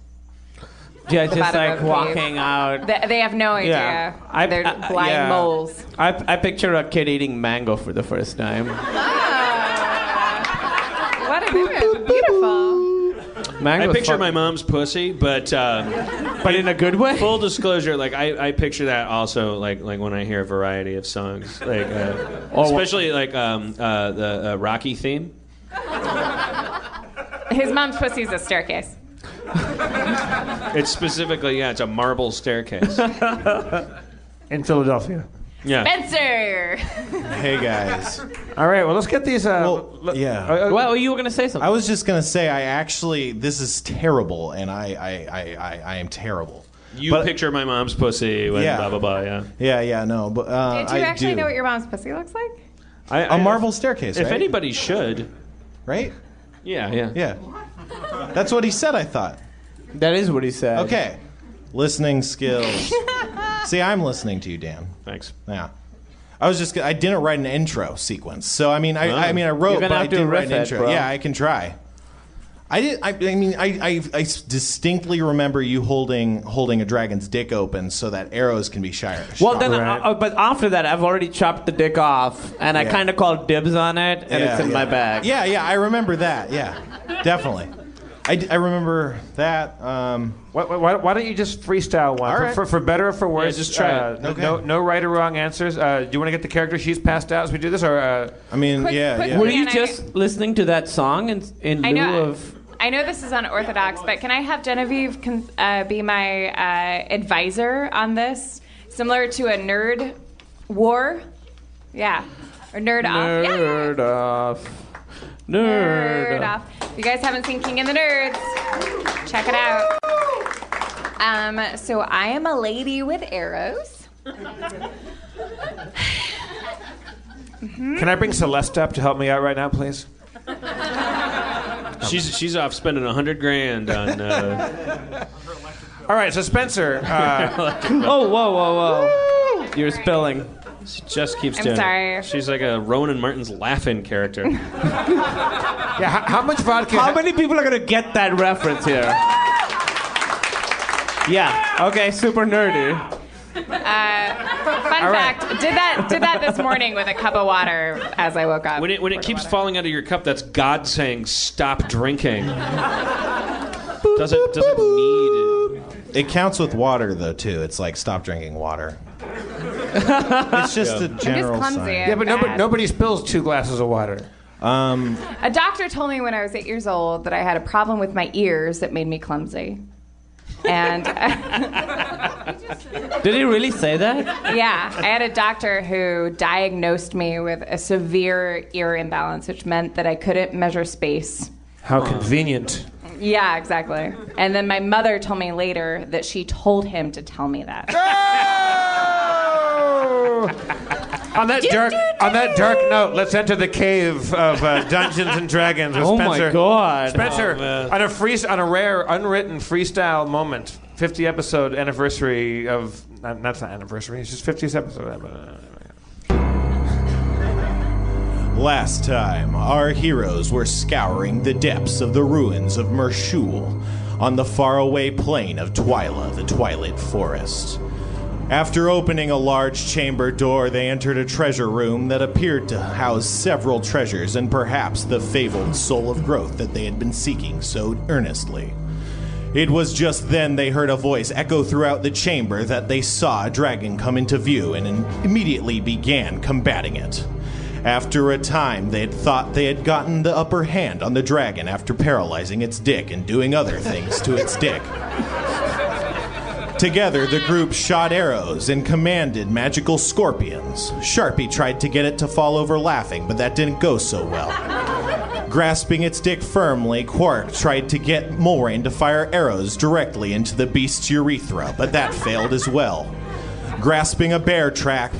Speaker 7: Yeah, just
Speaker 6: bottom
Speaker 7: like
Speaker 6: of the
Speaker 7: walking
Speaker 6: cave.
Speaker 7: out.
Speaker 6: They, they have no idea. They're
Speaker 7: I- uh,
Speaker 6: blind
Speaker 7: yeah.
Speaker 6: moles.
Speaker 7: I, I picture a kid eating mango for the first time.
Speaker 6: What a Beautiful.
Speaker 7: Mango.
Speaker 2: I
Speaker 7: is
Speaker 2: picture
Speaker 7: fun-
Speaker 2: my mom's pussy, but uh,
Speaker 7: but in a good way.
Speaker 2: full disclosure, like I, I picture that also, like like when I hear a variety of songs, like
Speaker 4: Oh,
Speaker 2: uh, especially like um, uh, the uh, Rocky theme.
Speaker 6: His mom's pussy's a staircase.
Speaker 2: It's specifically yeah, it's a marble staircase.
Speaker 1: in Philadelphia.
Speaker 2: Yeah,
Speaker 6: Spencer!
Speaker 4: hey guys.
Speaker 1: All right, well, let's get these. Uh,
Speaker 4: Well,
Speaker 1: le-
Speaker 4: yeah.
Speaker 1: uh, uh,
Speaker 7: Well, you were gonna say something.
Speaker 4: I was just gonna say I actually this is terrible, and I I I I, I am terrible.
Speaker 2: you
Speaker 4: But-
Speaker 2: picture my mom's pussy when
Speaker 4: Yeah.
Speaker 2: blah blah blah. Yeah,
Speaker 4: Yeah, yeah, no, but uh,
Speaker 6: Do you
Speaker 4: I
Speaker 6: actually
Speaker 4: do.
Speaker 6: know what your mom's pussy looks like?
Speaker 2: I,
Speaker 4: a marble staircase,
Speaker 2: If
Speaker 4: right?
Speaker 2: anybody should,
Speaker 4: right?
Speaker 2: yeah, yeah,
Speaker 4: Yeah, that's what he said. I thought.
Speaker 7: that is what he said.
Speaker 4: Okay. Listening skills. See, I'm listening to you, Dan.
Speaker 2: Thanks.
Speaker 4: Yeah. I was just I didn't write an intro sequence. So I mean I, I mean I
Speaker 7: You're
Speaker 4: wrote
Speaker 7: gonna
Speaker 4: but I
Speaker 7: have to
Speaker 4: didn't write an
Speaker 7: riff it,
Speaker 4: intro.
Speaker 7: bro.
Speaker 4: Yeah, I can try. I did I, I mean I, I I distinctly remember you holding holding a dragon's dick open so that arrows can be shire.
Speaker 7: Well, then,
Speaker 1: Right.
Speaker 7: uh, but after that, I've already chopped the dick off, and I
Speaker 4: Yeah.
Speaker 7: kind of called dibs on it, and
Speaker 4: Yeah,
Speaker 7: it's in
Speaker 4: yeah.
Speaker 7: my bag.
Speaker 4: Yeah, yeah, I remember that. Yeah. Definitely. I, d- I remember that um,
Speaker 1: why, why, why don't you just freestyle one
Speaker 4: All
Speaker 1: for,
Speaker 4: right.
Speaker 1: for, for better or for worse?
Speaker 2: just try
Speaker 1: uh,
Speaker 2: it.
Speaker 1: no-
Speaker 4: Okay.
Speaker 1: No, no right or wrong answers. Uh, do you want to get the character sheets passed out as we do this, or uh,
Speaker 4: I mean,
Speaker 6: Quick-
Speaker 4: yeah,
Speaker 6: quick
Speaker 4: yeah.
Speaker 7: Were you
Speaker 6: And I-
Speaker 7: just listening to that song in in
Speaker 6: I
Speaker 7: lieu
Speaker 6: know.
Speaker 7: of?
Speaker 6: I know this is unorthodox, but can I have Genevieve con- uh, be my uh, advisor on this? Similar to a nerd war, yeah, or nerd, off. Yeah, yeah, yeah.
Speaker 7: Nerd off.
Speaker 6: Nerd
Speaker 7: Nerd
Speaker 6: off. If you guys haven't seen King and the Nerds, check it out. Um, so I am a lady with arrows.
Speaker 1: can I bring Celeste up to help me out right now, please?
Speaker 2: She's she's off spending a hundred grand on. Uh,
Speaker 1: All right, so Spencer, uh,
Speaker 7: Oh, whoa, whoa, whoa. You're spilling.
Speaker 2: she just keeps
Speaker 6: I'm
Speaker 2: doing. it.
Speaker 6: sorry.
Speaker 2: She's like a Ronan Martin's laughing character.
Speaker 1: yeah, how, how much vodka?
Speaker 7: How many people are going to get that reference here? Yeah. Okay. Super nerdy.
Speaker 6: Fun fact: did that did that this morning with a cup of water as I woke up.
Speaker 2: When it when it keeps falling out of your cup, that's God saying stop drinking. doesn't doesn't need it.
Speaker 4: It counts with water though too. It's like stop drinking water. it's just a general
Speaker 6: clumsy.
Speaker 4: sign.
Speaker 1: Yeah, but nobody,
Speaker 6: Bad.
Speaker 1: nobody spills two glasses of water.
Speaker 4: Um,
Speaker 6: A doctor told me when I was eight years old that I had a problem with my ears that made me clumsy. And
Speaker 7: Did he really say that?
Speaker 6: yeah, I had a doctor who diagnosed me with a severe ear imbalance, which meant that I couldn't measure space.
Speaker 1: How convenient.
Speaker 6: Yeah, exactly. And then my mother told me later that she told him to tell me that.
Speaker 7: Oh!
Speaker 1: On that dark, on that dark note, let's enter the cave of uh, Dungeons and Dragons with
Speaker 7: Oh my
Speaker 1: Spencer.
Speaker 7: God.
Speaker 1: Spencer,
Speaker 2: Oh,
Speaker 1: on a free, on a rare, unwritten freestyle moment, 50 episode anniversary of, not, that's not anniversary, it's just 50th episode. uh,
Speaker 4: Last time, our heroes were scouring the depths of the ruins of Mershul on the faraway plain of Twyla, the Twilit Forest. After opening a large chamber door, they entered a treasure room that appeared to house several treasures and perhaps the fabled soul of growth that they had been seeking so earnestly. It was just then they heard a voice echo throughout the chamber that they saw a dragon come into view and im- immediately began combating it. After a time, they had thought they had gotten the upper hand on the dragon after paralyzing its dick and doing other things to its dick. Together, the group shot arrows and commanded magical scorpions. Sharpie tried to get it to fall over laughing, but that didn't go so well. Grasping its dick firmly, Quark tried to get Mulrain to fire arrows directly into the beast's urethra, but that failed as well. Grasping a bear trap,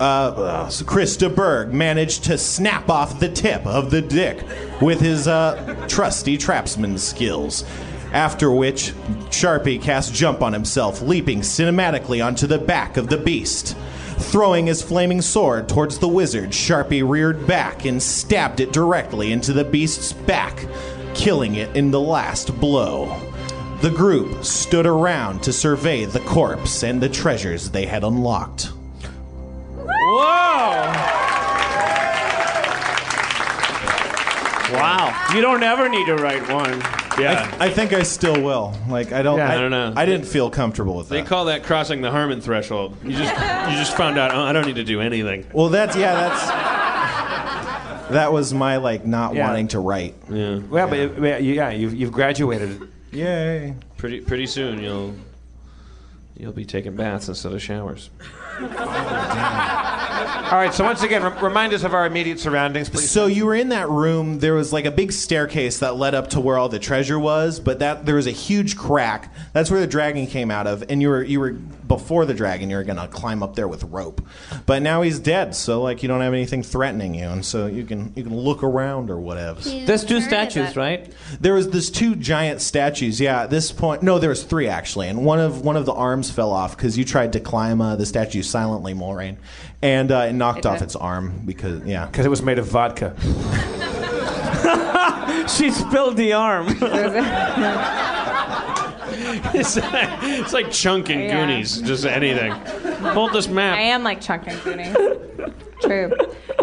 Speaker 4: uh, uh, Krista Berg managed to snap off the tip of the dick with his uh, trusty trapsman skills. After which, Sharpie cast jump on himself, leaping cinematically onto the back of the beast. Throwing his flaming sword towards the wizard, Sharpie reared back and stabbed it directly into the beast's back, killing it in the last blow. The group stood around to survey the corpse and the treasures they had unlocked.
Speaker 7: Whoa. Wow. You don't ever need to write one.
Speaker 2: Yeah.
Speaker 4: I think I still will. Like I don't.
Speaker 1: Yeah,
Speaker 4: I,
Speaker 1: I
Speaker 2: don't know.
Speaker 4: I didn't feel comfortable with
Speaker 2: They
Speaker 4: that.
Speaker 2: call that crossing the Harmon threshold. You just you just found out. Oh, I don't need to do anything.
Speaker 4: well, that's yeah. That's that was my like not
Speaker 1: Yeah.
Speaker 4: wanting to write.
Speaker 1: Well, but it- but you- yeah, you've, you've graduated.
Speaker 4: Yay!
Speaker 2: Pretty pretty soon you'll you'll be taking baths instead of showers.
Speaker 1: All right, so once again, rem- remind us of our immediate surroundings, please.
Speaker 4: So you were in that room. There was like a big staircase that led up to where all the treasure was, but that there was a huge crack. That's where the dragon came out of, and you were you were before the dragon. You were gonna climb up there with rope, but now he's dead. So like you don't have anything threatening you, and so you can you can look around or whatever.
Speaker 7: There's two statues, right?
Speaker 4: There was this two giant statues. Yeah, at this point, no, there was three actually, and one of one of the arms fell off because you tried to climb uh, the statue silently, Mulrain, and uh, it knocked off its arm because yeah.
Speaker 1: Because it was made of vodka.
Speaker 7: She spilled the arm.
Speaker 2: It's, it's like Chunk and
Speaker 6: Yeah.
Speaker 2: Goonies, just anything. Hold this map.
Speaker 6: I am like Chuck and Cooney. True.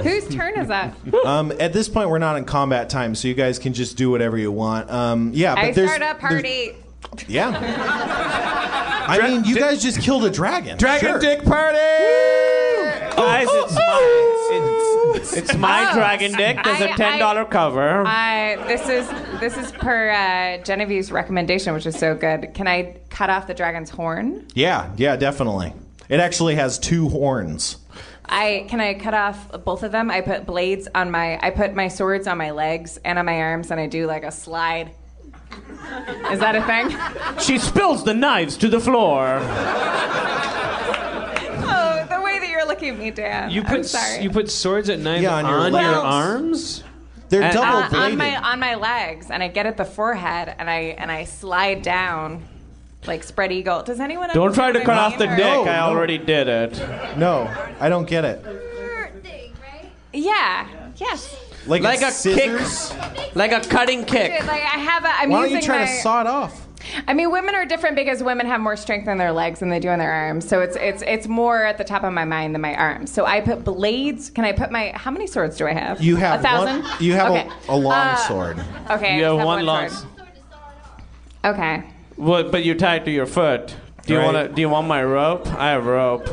Speaker 6: Whose turn is that?
Speaker 4: Um, at this point, we're not in combat time, so you guys can just do whatever you want. Um, yeah, but
Speaker 6: I
Speaker 4: there's
Speaker 6: start a party.
Speaker 4: there's- Yeah. I mean, you guys just killed a dragon.
Speaker 1: Dragon
Speaker 4: Sure.
Speaker 1: Dick Party!
Speaker 7: Oh, Guys, it's my, it's, it's my
Speaker 6: Oh.
Speaker 7: dragon dick. There's a
Speaker 6: I- I-
Speaker 7: ten dollar cover.
Speaker 6: Uh, this is this is per uh, Genevieve's recommendation, which is so good. Can I cut off the dragon's horn?
Speaker 4: Yeah, yeah, definitely. It actually has two horns.
Speaker 6: I can I cut off both of them. I put blades on my I put my swords on my legs and on my arms, and I do like a slide. Is that a thing?
Speaker 7: she spills the knives to the floor.
Speaker 6: Oh, the way that you're looking at me, Dan.
Speaker 2: You put
Speaker 6: I'm sorry.
Speaker 2: you put swords at knives
Speaker 4: Yeah,
Speaker 2: on
Speaker 4: on
Speaker 2: your,
Speaker 4: your legs.
Speaker 2: arms.
Speaker 4: They're
Speaker 7: And-
Speaker 4: double
Speaker 6: Uh,
Speaker 4: bladed.
Speaker 6: on my on my legs, and I get at the forehead, and I and I slide down, like spread eagle. Does anyone?
Speaker 7: Don't try to
Speaker 6: understand
Speaker 7: cut
Speaker 6: what I
Speaker 7: off the
Speaker 6: mean,
Speaker 7: dick.
Speaker 6: or-
Speaker 4: No,
Speaker 7: I
Speaker 4: no.
Speaker 7: already did it.
Speaker 4: no, I don't get it.
Speaker 3: Thing, right?
Speaker 6: Yeah. Yes.
Speaker 4: Like,
Speaker 7: Like
Speaker 4: it's
Speaker 7: a kick.
Speaker 4: scissors.
Speaker 7: Like a cutting kick.
Speaker 6: Like I have a. I'm
Speaker 4: Why don't
Speaker 6: using
Speaker 4: you try
Speaker 6: my.
Speaker 4: to saw it off?
Speaker 6: I mean, women are different because women have more strength in their legs than they do in their arms. So it's it's it's more at the top of my mind than my arms. So I put blades. Can I put my? How many swords do I have?
Speaker 4: You have
Speaker 6: a thousand.
Speaker 4: One, you have
Speaker 6: okay.
Speaker 4: a, a long
Speaker 6: Uh,
Speaker 4: sword.
Speaker 6: Okay. I
Speaker 7: You
Speaker 6: just
Speaker 7: have one
Speaker 6: one
Speaker 7: long.
Speaker 6: sword. Okay.
Speaker 7: Well, but you're tied to your foot. Do you
Speaker 4: Right.
Speaker 7: want to? Do you want my rope? I have rope.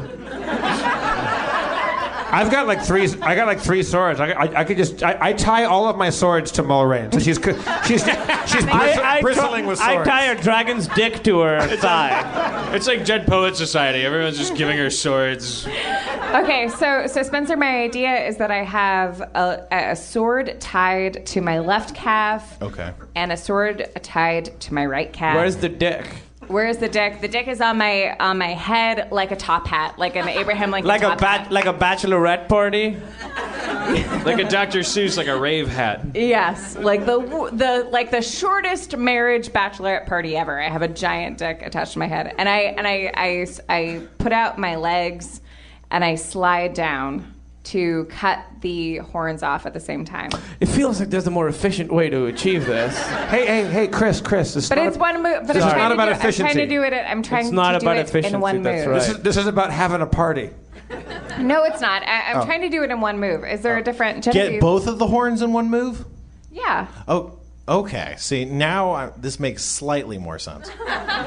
Speaker 1: I've got like three. I got like three swords. I, I, I could just. I, I tie all of my swords to Mulrain, so she's co- she's she's bris-
Speaker 7: I, I
Speaker 1: bristling
Speaker 7: tr-
Speaker 1: with
Speaker 7: I
Speaker 1: swords.
Speaker 7: tie a dragon's dick to her thigh.
Speaker 2: It's like Dead Poet Society. Everyone's just giving her swords.
Speaker 6: Okay. So so Spencer, my idea is that I have a, a sword tied to my left calf.
Speaker 4: Okay.
Speaker 6: And a sword tied to my right calf.
Speaker 7: Where's the dick?
Speaker 6: Where's the dick? The dick is on my on my head like a top hat, like an Abraham Lincoln.
Speaker 7: Like a
Speaker 6: top
Speaker 7: bat, like a bachelorette party.
Speaker 2: Like a Dr. Seuss, like a rave hat.
Speaker 6: Yes, like the the like the shortest marriage bachelorette party ever. I have a giant dick attached to my head, and I and I I, I put out my legs, and I slide down to cut the horns off at the same time.
Speaker 7: It feels like there's a more efficient way to achieve this.
Speaker 1: hey, hey, hey, Chris, Chris. This is
Speaker 6: But
Speaker 1: not
Speaker 6: it's
Speaker 1: a-
Speaker 6: one move. But
Speaker 1: This
Speaker 6: I'm
Speaker 1: is
Speaker 6: trying
Speaker 1: not
Speaker 6: to
Speaker 1: about
Speaker 6: do, I'm
Speaker 1: efficiency.
Speaker 6: trying to do it. I'm trying
Speaker 7: It's not
Speaker 6: to
Speaker 7: about
Speaker 6: do it
Speaker 7: efficiency,
Speaker 6: in one
Speaker 7: that's
Speaker 6: move.
Speaker 1: This is, this is about having a party.
Speaker 6: No, it's not. I, I'm trying to do it in one move. Is there a different?
Speaker 4: Get
Speaker 6: Genevieve-
Speaker 4: both of the horns in one move?
Speaker 6: Yeah.
Speaker 4: Oh, okay. See, now I, this makes slightly more sense.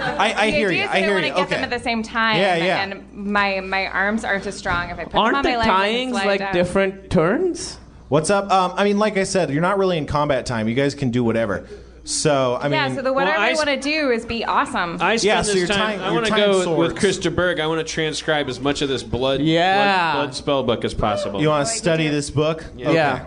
Speaker 4: I,
Speaker 6: The
Speaker 4: I hear
Speaker 6: idea
Speaker 4: you.
Speaker 6: is
Speaker 4: I
Speaker 6: that
Speaker 4: hear
Speaker 6: want
Speaker 4: you.
Speaker 6: to get
Speaker 4: Okay.
Speaker 6: them at the same time.
Speaker 4: Yeah, yeah.
Speaker 6: And my my arms aren't as strong if I put
Speaker 7: Aren't the
Speaker 6: them on my legs.
Speaker 7: tyings like different turns?
Speaker 4: What's up? Um, I mean, like I said, you're not really in combat time. You guys can do whatever. So, I
Speaker 6: Yeah.
Speaker 4: mean,
Speaker 6: So the whatever
Speaker 2: Well, I
Speaker 6: I,
Speaker 2: s-
Speaker 6: want to do is be awesome.
Speaker 2: I spend
Speaker 4: Yeah, so
Speaker 2: this
Speaker 4: you're
Speaker 2: time.
Speaker 4: tying-
Speaker 2: I
Speaker 4: you're
Speaker 2: want to
Speaker 4: tying
Speaker 2: go
Speaker 4: swords.
Speaker 2: with Chris DeBerg. I want to transcribe as much of this blood,
Speaker 7: Yeah.
Speaker 2: blood, blood spell book as possible.
Speaker 4: you want to study this book? Okay.
Speaker 7: Yeah.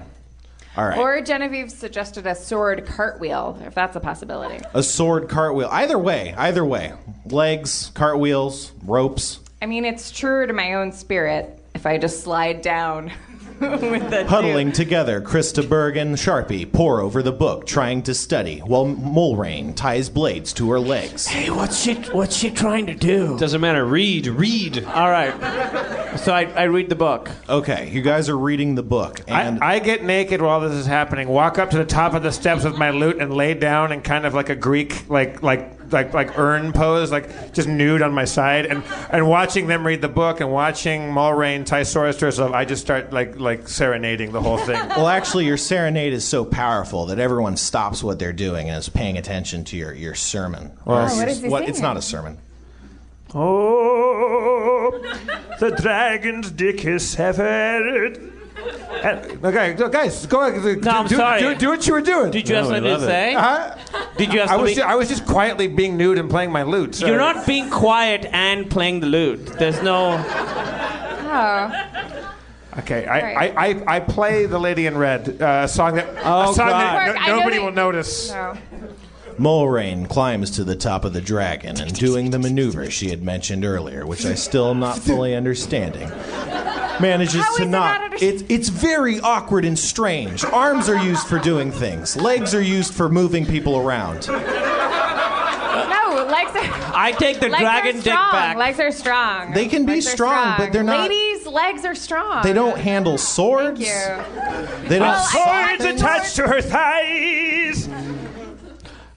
Speaker 4: All right.
Speaker 6: or Genevieve suggested a sword cartwheel, if that's a possibility.
Speaker 4: a sword cartwheel. Either way, either way. Legs, cartwheels, ropes,
Speaker 6: I mean, it's true to my own spirit if I just slide down with the
Speaker 4: huddling
Speaker 6: two-
Speaker 4: together. Krista Berg and Sharpie pore over the book, trying to study, while Mulrain ties blades to her legs.
Speaker 7: Hey, what's she? What's she trying to do?
Speaker 2: Doesn't matter. Read, read.
Speaker 7: All right. So I, I read the book.
Speaker 4: Okay, you guys are reading the book, and
Speaker 1: I, I get naked while this is happening. Walk up to the top of the steps with my loot and lay down in kind of like a Greek, like like like like urn pose, like just nude on my side, and and watching them read the book and watching Mulrain tie swords to herself. I just start like like serenading the whole thing.
Speaker 4: well, actually, your serenade is so powerful that everyone stops what they're doing and is paying attention to your your sermon. Or
Speaker 6: Oh, what is he
Speaker 4: what- It's
Speaker 6: singing?
Speaker 4: not a sermon.
Speaker 1: Oh, the dragon's dick is severed. And, okay, so guys, go ahead. Do-
Speaker 7: I'm
Speaker 1: do,
Speaker 7: sorry.
Speaker 1: Do, do what you were doing.
Speaker 7: Did you
Speaker 4: No,
Speaker 7: have
Speaker 4: we
Speaker 7: something
Speaker 4: love
Speaker 7: to
Speaker 4: it. Uh-huh.
Speaker 7: say?
Speaker 1: Huh?
Speaker 7: Did you have
Speaker 1: I was,
Speaker 7: something?
Speaker 1: ju- I was just quietly being nude and playing my lute. sorry.
Speaker 7: You're not being quiet and playing the lute. There's no.
Speaker 6: Oh.
Speaker 1: Okay, I,
Speaker 6: Right.
Speaker 1: I, I, I play the Lady in Red, uh, a song that,
Speaker 7: Oh,
Speaker 1: a song
Speaker 7: God.
Speaker 1: that
Speaker 6: Mark,
Speaker 1: no,
Speaker 6: I know
Speaker 1: nobody
Speaker 6: that-
Speaker 1: will notice.
Speaker 6: No.
Speaker 4: Mulrain climbs to the top of the dragon and doing the maneuver she had mentioned earlier, which I still am not fully understanding. Manages
Speaker 6: How is
Speaker 4: to
Speaker 6: it
Speaker 4: not.
Speaker 6: not underst-
Speaker 4: it's it's very awkward and strange. Arms are used for doing things. Legs are used for moving people around.
Speaker 6: No, legs are.
Speaker 7: I take the
Speaker 6: Legs
Speaker 7: dragon
Speaker 6: are
Speaker 7: dick
Speaker 6: strong.
Speaker 7: back.
Speaker 6: Legs are strong.
Speaker 4: They can be
Speaker 6: Legs are
Speaker 4: strong, but they're not-
Speaker 6: Ladies, legs are strong.
Speaker 4: They don't handle swords.
Speaker 6: Thank you.
Speaker 4: They don't.
Speaker 6: Well, I-
Speaker 1: Swords attached to her thighs.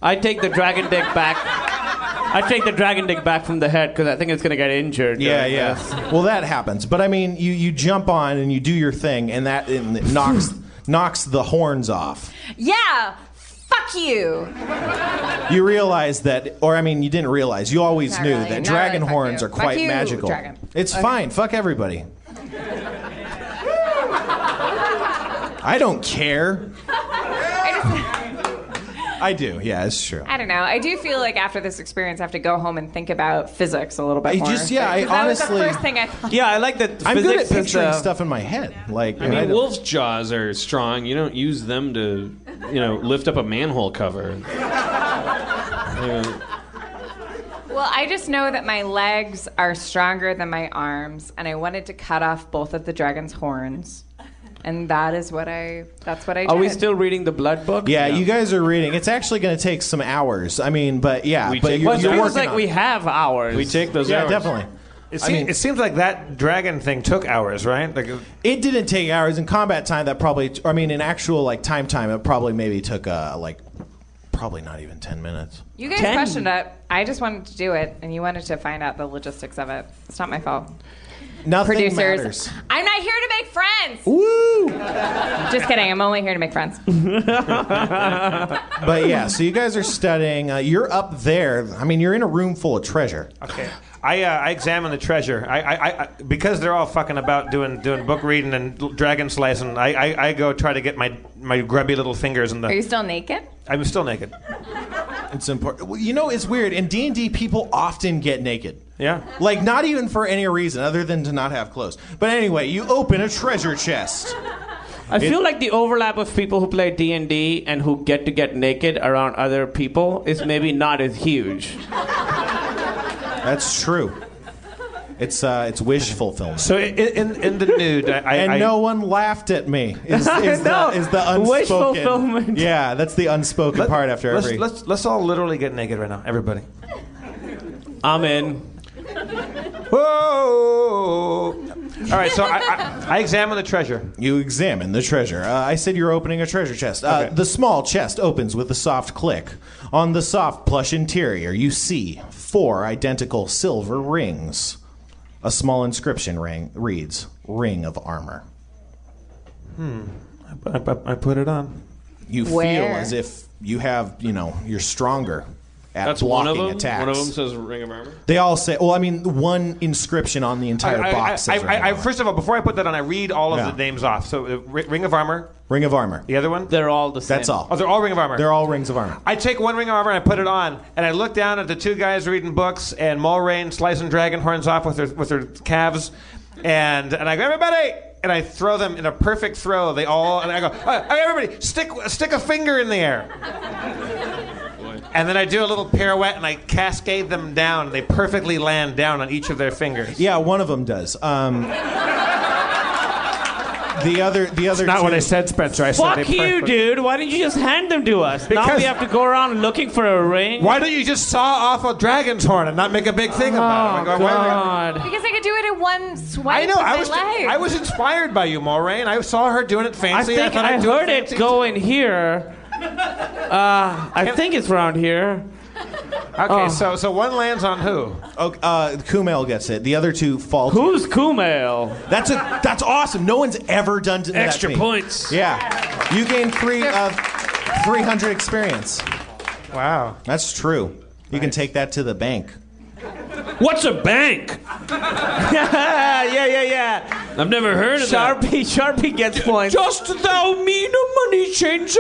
Speaker 7: I take the dragon dick back. I take the dragon dick back from the head because I think it's gonna get injured.
Speaker 4: yeah,
Speaker 7: during
Speaker 4: yeah.
Speaker 7: this.
Speaker 4: well, that happens. But I mean, you you jump on and you do your thing, and that and it knocks knocks the horns off.
Speaker 6: Yeah. Fuck you.
Speaker 4: You realize that, or I mean, you didn't realize. You always
Speaker 6: Not
Speaker 4: knew
Speaker 6: really,
Speaker 4: that
Speaker 6: not
Speaker 4: dragon
Speaker 6: really, fuck
Speaker 4: horns
Speaker 6: you.
Speaker 4: are
Speaker 6: Fuck
Speaker 4: quite
Speaker 6: you,
Speaker 4: magical.
Speaker 6: dragon.
Speaker 4: It's fine. Fuck everybody. I don't care. I do. Yeah, it's true.
Speaker 6: I don't know. I do feel like after this experience, I have to go home and think about physics a little bit
Speaker 4: I
Speaker 6: more.
Speaker 4: just- yeah, I
Speaker 6: Because that was
Speaker 4: honestly-
Speaker 6: the first thing I thought.
Speaker 7: Yeah, I like that.
Speaker 4: I'm good at
Speaker 7: physics is,
Speaker 4: picturing
Speaker 7: uh,
Speaker 4: stuff in my head. Like,
Speaker 2: I mean,
Speaker 4: don't-
Speaker 2: wolf's jaws are strong. You don't use them to, you know, lift up a manhole cover.
Speaker 6: Well, I just know that my legs are stronger than my arms, and I wanted to cut off both of the dragon's horns, and that is what I. That's what I.
Speaker 7: Are we
Speaker 6: did.
Speaker 7: still reading the blood book?
Speaker 4: yeah, you guys are reading. It's actually going to take some hours. I mean, but yeah,
Speaker 2: We
Speaker 4: but
Speaker 2: take-
Speaker 4: you're,
Speaker 7: Well, it
Speaker 4: you're
Speaker 7: feels
Speaker 4: working
Speaker 7: like
Speaker 4: on
Speaker 7: we
Speaker 4: it.
Speaker 7: have hours.
Speaker 2: We take those.
Speaker 4: Yeah,
Speaker 2: hours.
Speaker 4: definitely.
Speaker 1: It,
Speaker 4: I
Speaker 1: seem-
Speaker 4: mean-
Speaker 1: it seems like that dragon thing took hours, right? Like,
Speaker 4: It didn't take hours in combat time. That probably, I mean, in actual like time time, it probably maybe took uh, like probably not even 10 minutes.
Speaker 6: You guys
Speaker 7: Ten.
Speaker 6: questioned it. I just wanted to do it, and you wanted to find out the logistics of it. It's not my fault.
Speaker 4: Nothing
Speaker 6: Producers,
Speaker 4: matters.
Speaker 6: I'm not here to make friends.
Speaker 7: Woo!
Speaker 6: Just kidding. I'm only here to make friends.
Speaker 4: But yeah, so you guys are studying. Uh, you're up there. I mean, you're in a room full of treasure.
Speaker 1: Okay. I, uh, I examine the treasure. I, I, I, because they're all fucking about doing doing book reading and l- dragon slicing. I, I, I go try to get my my grubby little fingers in
Speaker 6: Are
Speaker 1: the.
Speaker 6: you still naked?
Speaker 1: I'm still naked.
Speaker 4: It's important. Well, you know, it's weird. In D&D, people often get naked.
Speaker 1: Yeah.
Speaker 4: Like, not even for any reason other than to not have clothes. But anyway, you open a treasure chest.
Speaker 7: I feel like the overlap of people who play D and D and who get to get naked around other people is maybe not as huge.
Speaker 4: That's true. It's, uh, it's wish fulfillment.
Speaker 1: So i- i- in in the nude, I, I,
Speaker 4: And
Speaker 1: I-
Speaker 4: no one laughed at me. Is, is,
Speaker 7: No.
Speaker 4: the, is the unspoken
Speaker 7: Wish fulfillment.
Speaker 4: Yeah, that's the unspoken
Speaker 1: Let-
Speaker 4: part after
Speaker 1: let's,
Speaker 4: every.
Speaker 1: Let's let's all literally get naked right now, everybody.
Speaker 7: I'm in.
Speaker 1: Whoa! All right, so I, I, I examine the treasure.
Speaker 4: You examine the treasure. Uh, I said you're opening a treasure chest. Uh, The small chest opens with a soft click. On the soft plush interior, you see four identical silver rings. A small inscription ring reads "Ring of Armor."
Speaker 1: I, I, I put it on.
Speaker 4: You
Speaker 6: Where?
Speaker 4: feel as if you have, you know, you're stronger at
Speaker 2: That's one
Speaker 4: blocking
Speaker 2: of them.
Speaker 4: attacks.
Speaker 2: One of them says Ring of Armor.
Speaker 4: they all say, "Well, I mean, one inscription on the entire
Speaker 1: I,
Speaker 4: box."
Speaker 1: I,
Speaker 4: says
Speaker 1: I,
Speaker 4: Ring,
Speaker 1: I, I,
Speaker 4: of Armor.
Speaker 1: first of all, before I put that on, I read all of
Speaker 4: Yeah.
Speaker 1: the names off. So uh, Ri- Ring of Armor,
Speaker 4: Ring of Armor.
Speaker 1: the other one.
Speaker 7: They're all the same.
Speaker 4: That's all.
Speaker 1: Oh, they're all Ring of Armor.
Speaker 4: They're all rings of armor.
Speaker 1: I take one ring of armor and I put it on, and I look down at the two guys reading books and Mulrain slicing dragon horns off with her with her calves, and and I go everybody, and I throw them in a perfect throw. They all and I go "Uh, uh, everybody stick stick a finger in the air, and then I do a little pirouette and I cascade them down. They perfectly land down on each of their fingers.
Speaker 4: Yeah, one of them does. Um, the other, the other. two-
Speaker 1: said, Spencer. I
Speaker 7: Fuck you, dude. Why didn't you just hand them to us? now
Speaker 1: Because-
Speaker 7: we have to go around looking for a ring.
Speaker 1: Why don't you just saw off a dragon's horn and not make a big thing about it? I
Speaker 7: Oh,
Speaker 1: go, "Why are we-
Speaker 7: God.
Speaker 6: Because I could do it in one swipe
Speaker 1: I know.
Speaker 6: of my
Speaker 1: I was
Speaker 6: leg.
Speaker 1: I was inspired by you, Maureen. I saw her doing it
Speaker 7: I
Speaker 1: fancy.
Speaker 7: think
Speaker 1: thought
Speaker 7: I,
Speaker 1: I'd do
Speaker 7: heard it
Speaker 1: fancy.
Speaker 7: go in here. Uh, I think it's around here.
Speaker 1: Okay, so so one lands on who?
Speaker 4: Oh, uh, Kumail gets it. The other two fall. to-
Speaker 7: Who's Kumail?
Speaker 4: That's a. That's awesome. No one's ever done to,
Speaker 2: Extra
Speaker 4: that to me.
Speaker 2: points.
Speaker 4: Yeah, you gain three uh, three hundred experience.
Speaker 1: Wow.
Speaker 4: That's true. You can take that to the bank.
Speaker 2: What's a bank?
Speaker 7: yeah, yeah, yeah.
Speaker 2: I've never heard of that.
Speaker 7: Sharpie, Sharpie gets points.
Speaker 5: Dost thou mean a money changer?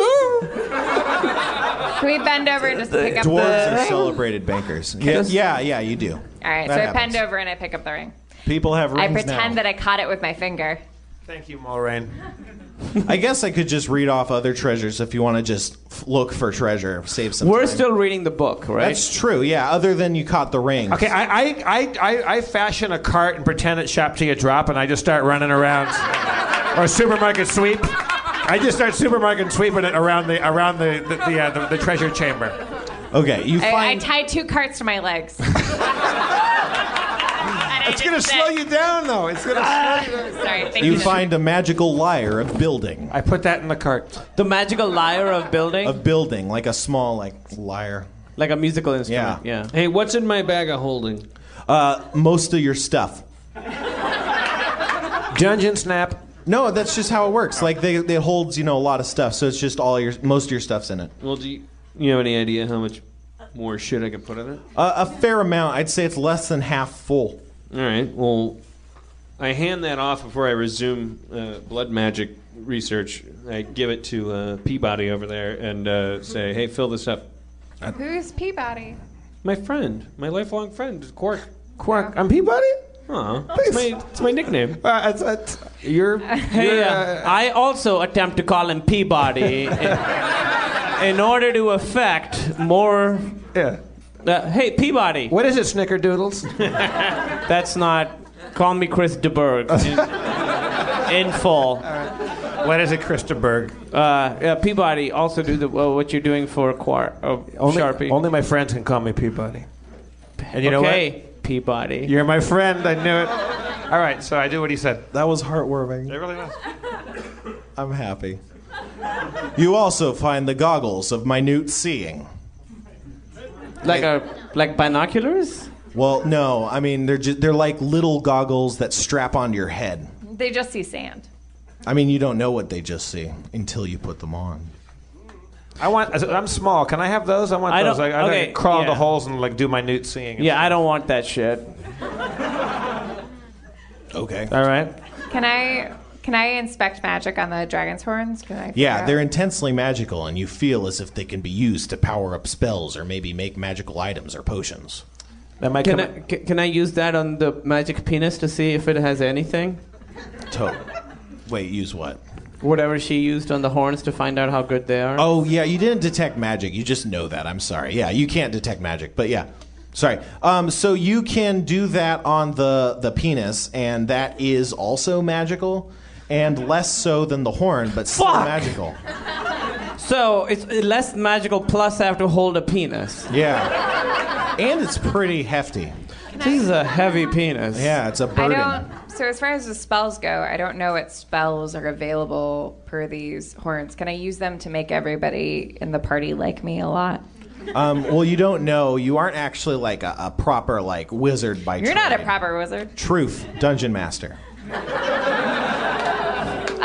Speaker 6: Can we bend over and just pick up
Speaker 4: Dwarves
Speaker 6: the
Speaker 4: are
Speaker 6: ring?
Speaker 4: celebrated bankers. Yeah, yeah, yeah. You do.
Speaker 6: All right,
Speaker 4: That
Speaker 6: so I
Speaker 4: happens.
Speaker 6: bend over and I pick up the ring.
Speaker 4: People have rings
Speaker 6: I pretend
Speaker 4: now.
Speaker 6: that I caught it with my finger.
Speaker 1: Thank you, Maureen.
Speaker 4: I guess I could just read off other treasures if you want to just f- look for treasure, save some.
Speaker 7: We're
Speaker 4: time.
Speaker 7: still reading the book, right?
Speaker 4: That's true. Yeah. Other than you caught the ring.
Speaker 1: Okay, I I, I, I I fashion a cart and pretend it's shop to a drop, and I just start running around, or supermarket sweep. I just start supermarket sweeping it around the around the the, the, uh, the, the treasure chamber.
Speaker 4: Okay. You
Speaker 6: I, I
Speaker 4: find.
Speaker 6: tie two carts to my legs.
Speaker 1: It's gonna slow you down, though. It's gonna.
Speaker 6: Sorry, thank you.
Speaker 4: You find a magical liar of building.
Speaker 1: I put that in the cart.
Speaker 7: the magical liar of building,
Speaker 4: Of building, like a small like liar.
Speaker 7: like a musical instrument.
Speaker 4: Yeah.
Speaker 7: Yeah.
Speaker 2: Hey, what's in my bag of holding?
Speaker 4: Uh, most of your stuff.
Speaker 1: Dungeon snap.
Speaker 4: No, that's just how it works. Like they, it holds, you know, a lot of stuff. So it's just all your most of your stuff's in it.
Speaker 2: Well, do you, you have any idea how much more shit I could put in it?
Speaker 4: Uh, a fair amount. I'd say it's less than half full.
Speaker 2: All right. Well, I hand that off before I resume uh, blood magic research. I give it to uh, Peabody over there and uh, say, "Hey, fill this up."
Speaker 6: Who's Peabody?
Speaker 2: My friend, my lifelong friend, Quark.
Speaker 1: Quark. I'm Um, Peabody.
Speaker 2: Aw, it's my, it's my nickname.
Speaker 1: Uh, it's, it's, you're.
Speaker 7: Hey,
Speaker 1: you're,
Speaker 7: uh, I also attempt to call him Peabody in, in order to affect more.
Speaker 1: yeah.
Speaker 7: Uh, hey, Peabody.
Speaker 1: What is it, Snickerdoodles?
Speaker 7: That's not. Call me Chris DeBerg. In, in full.
Speaker 1: What is it, Christaberg?
Speaker 7: Uh, yeah, Peabody, also do the uh, what you're doing for Quar oh,
Speaker 1: Only,
Speaker 7: Sharpie.
Speaker 1: only my friends can call me Peabody. And you know
Speaker 7: okay,
Speaker 1: what?
Speaker 7: Peabody.
Speaker 1: You're my friend. I knew it. All right, so I do what he said.
Speaker 4: That was heartwarming.
Speaker 1: It really was.
Speaker 4: I'm happy. You also find the goggles of minute seeing.
Speaker 7: Like a like binoculars?
Speaker 4: Well, no, I mean they're ju- they're like little goggles that strap onto your head.
Speaker 6: They just see sand.
Speaker 4: I mean, you don't know what they just see until you put them on.
Speaker 1: I want. I'm small. Can I have those? I want
Speaker 7: I
Speaker 1: those.
Speaker 7: don't-
Speaker 1: Like, I
Speaker 7: okay,
Speaker 1: can crawl into
Speaker 7: yeah.
Speaker 1: holes and like do minute seeing. and
Speaker 7: Yeah, I don't want that shit.
Speaker 4: Okay.
Speaker 1: All right.
Speaker 6: Can I can I inspect magic on the dragon's horns? Can I figure
Speaker 4: Yeah,
Speaker 6: out-
Speaker 4: they're intensely magical, and you feel as if they can be used to power up spells or maybe make magical items or potions.
Speaker 1: That might
Speaker 7: Can
Speaker 1: come.
Speaker 7: I, ca- can I use that on the magic penis to see if it has anything?
Speaker 4: To- Wait, use what?
Speaker 7: Whatever she used on the horns to find out how good they are.
Speaker 4: Oh, yeah, you didn't detect magic. You just know that. I'm sorry. Yeah, you can't detect magic, but yeah. Sorry. Um, so you can do that on the, the penis, and that is also magical, and less so than the horn, but still
Speaker 7: Fuck!
Speaker 4: magical.
Speaker 7: So it's less magical. Plus, I have to hold a penis.
Speaker 4: Yeah. And it's pretty hefty.
Speaker 7: This is a heavy penis.
Speaker 4: Yeah, it's a
Speaker 6: I
Speaker 4: burden.
Speaker 6: don't. So as far as the spells go, I don't know what spells are available per these horns. Can I use them to make everybody in the party like me a lot?
Speaker 4: Um, well, you don't know. You aren't actually like a, a proper like wizard by
Speaker 6: You're not a
Speaker 4: trade.
Speaker 6: proper wizard.
Speaker 4: truth dungeon master.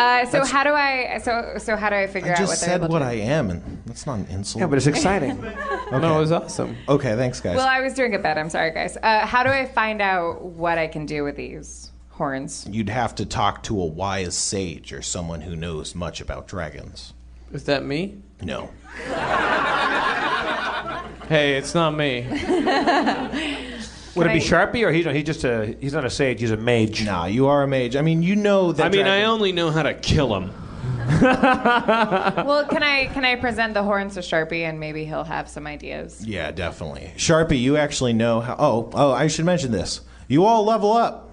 Speaker 6: Uh, so how do I? So so how do I figure
Speaker 4: I
Speaker 6: out what
Speaker 4: just
Speaker 6: they're
Speaker 4: said
Speaker 6: able
Speaker 4: what
Speaker 6: to?
Speaker 4: I am, and that's not an insult.
Speaker 1: Yeah, but it's exciting.
Speaker 4: okay.
Speaker 7: No, it was awesome.
Speaker 4: okay, thanks, guys.
Speaker 6: Well, I was doing a bet. I'm sorry, guys. Uh, how do I find out what I can do with these horns?
Speaker 4: You'd have to talk to a wise sage or someone who knows much about dragons.
Speaker 7: Is that me?
Speaker 4: No.
Speaker 7: Hey, it's not me.
Speaker 1: Would it be
Speaker 6: I-
Speaker 1: Sharpie or he's he's just a he's not a sage. He's a mage.
Speaker 4: Nah, you are a mage. I mean, you know that.
Speaker 2: I mean, I
Speaker 4: dragon-
Speaker 2: only know how to kill him.
Speaker 6: Well, can I can I present the horns to Sharpie and maybe he'll have some ideas?
Speaker 4: Yeah, definitely. Sharpie, you actually know how. Oh, oh, I should mention this. You all level up.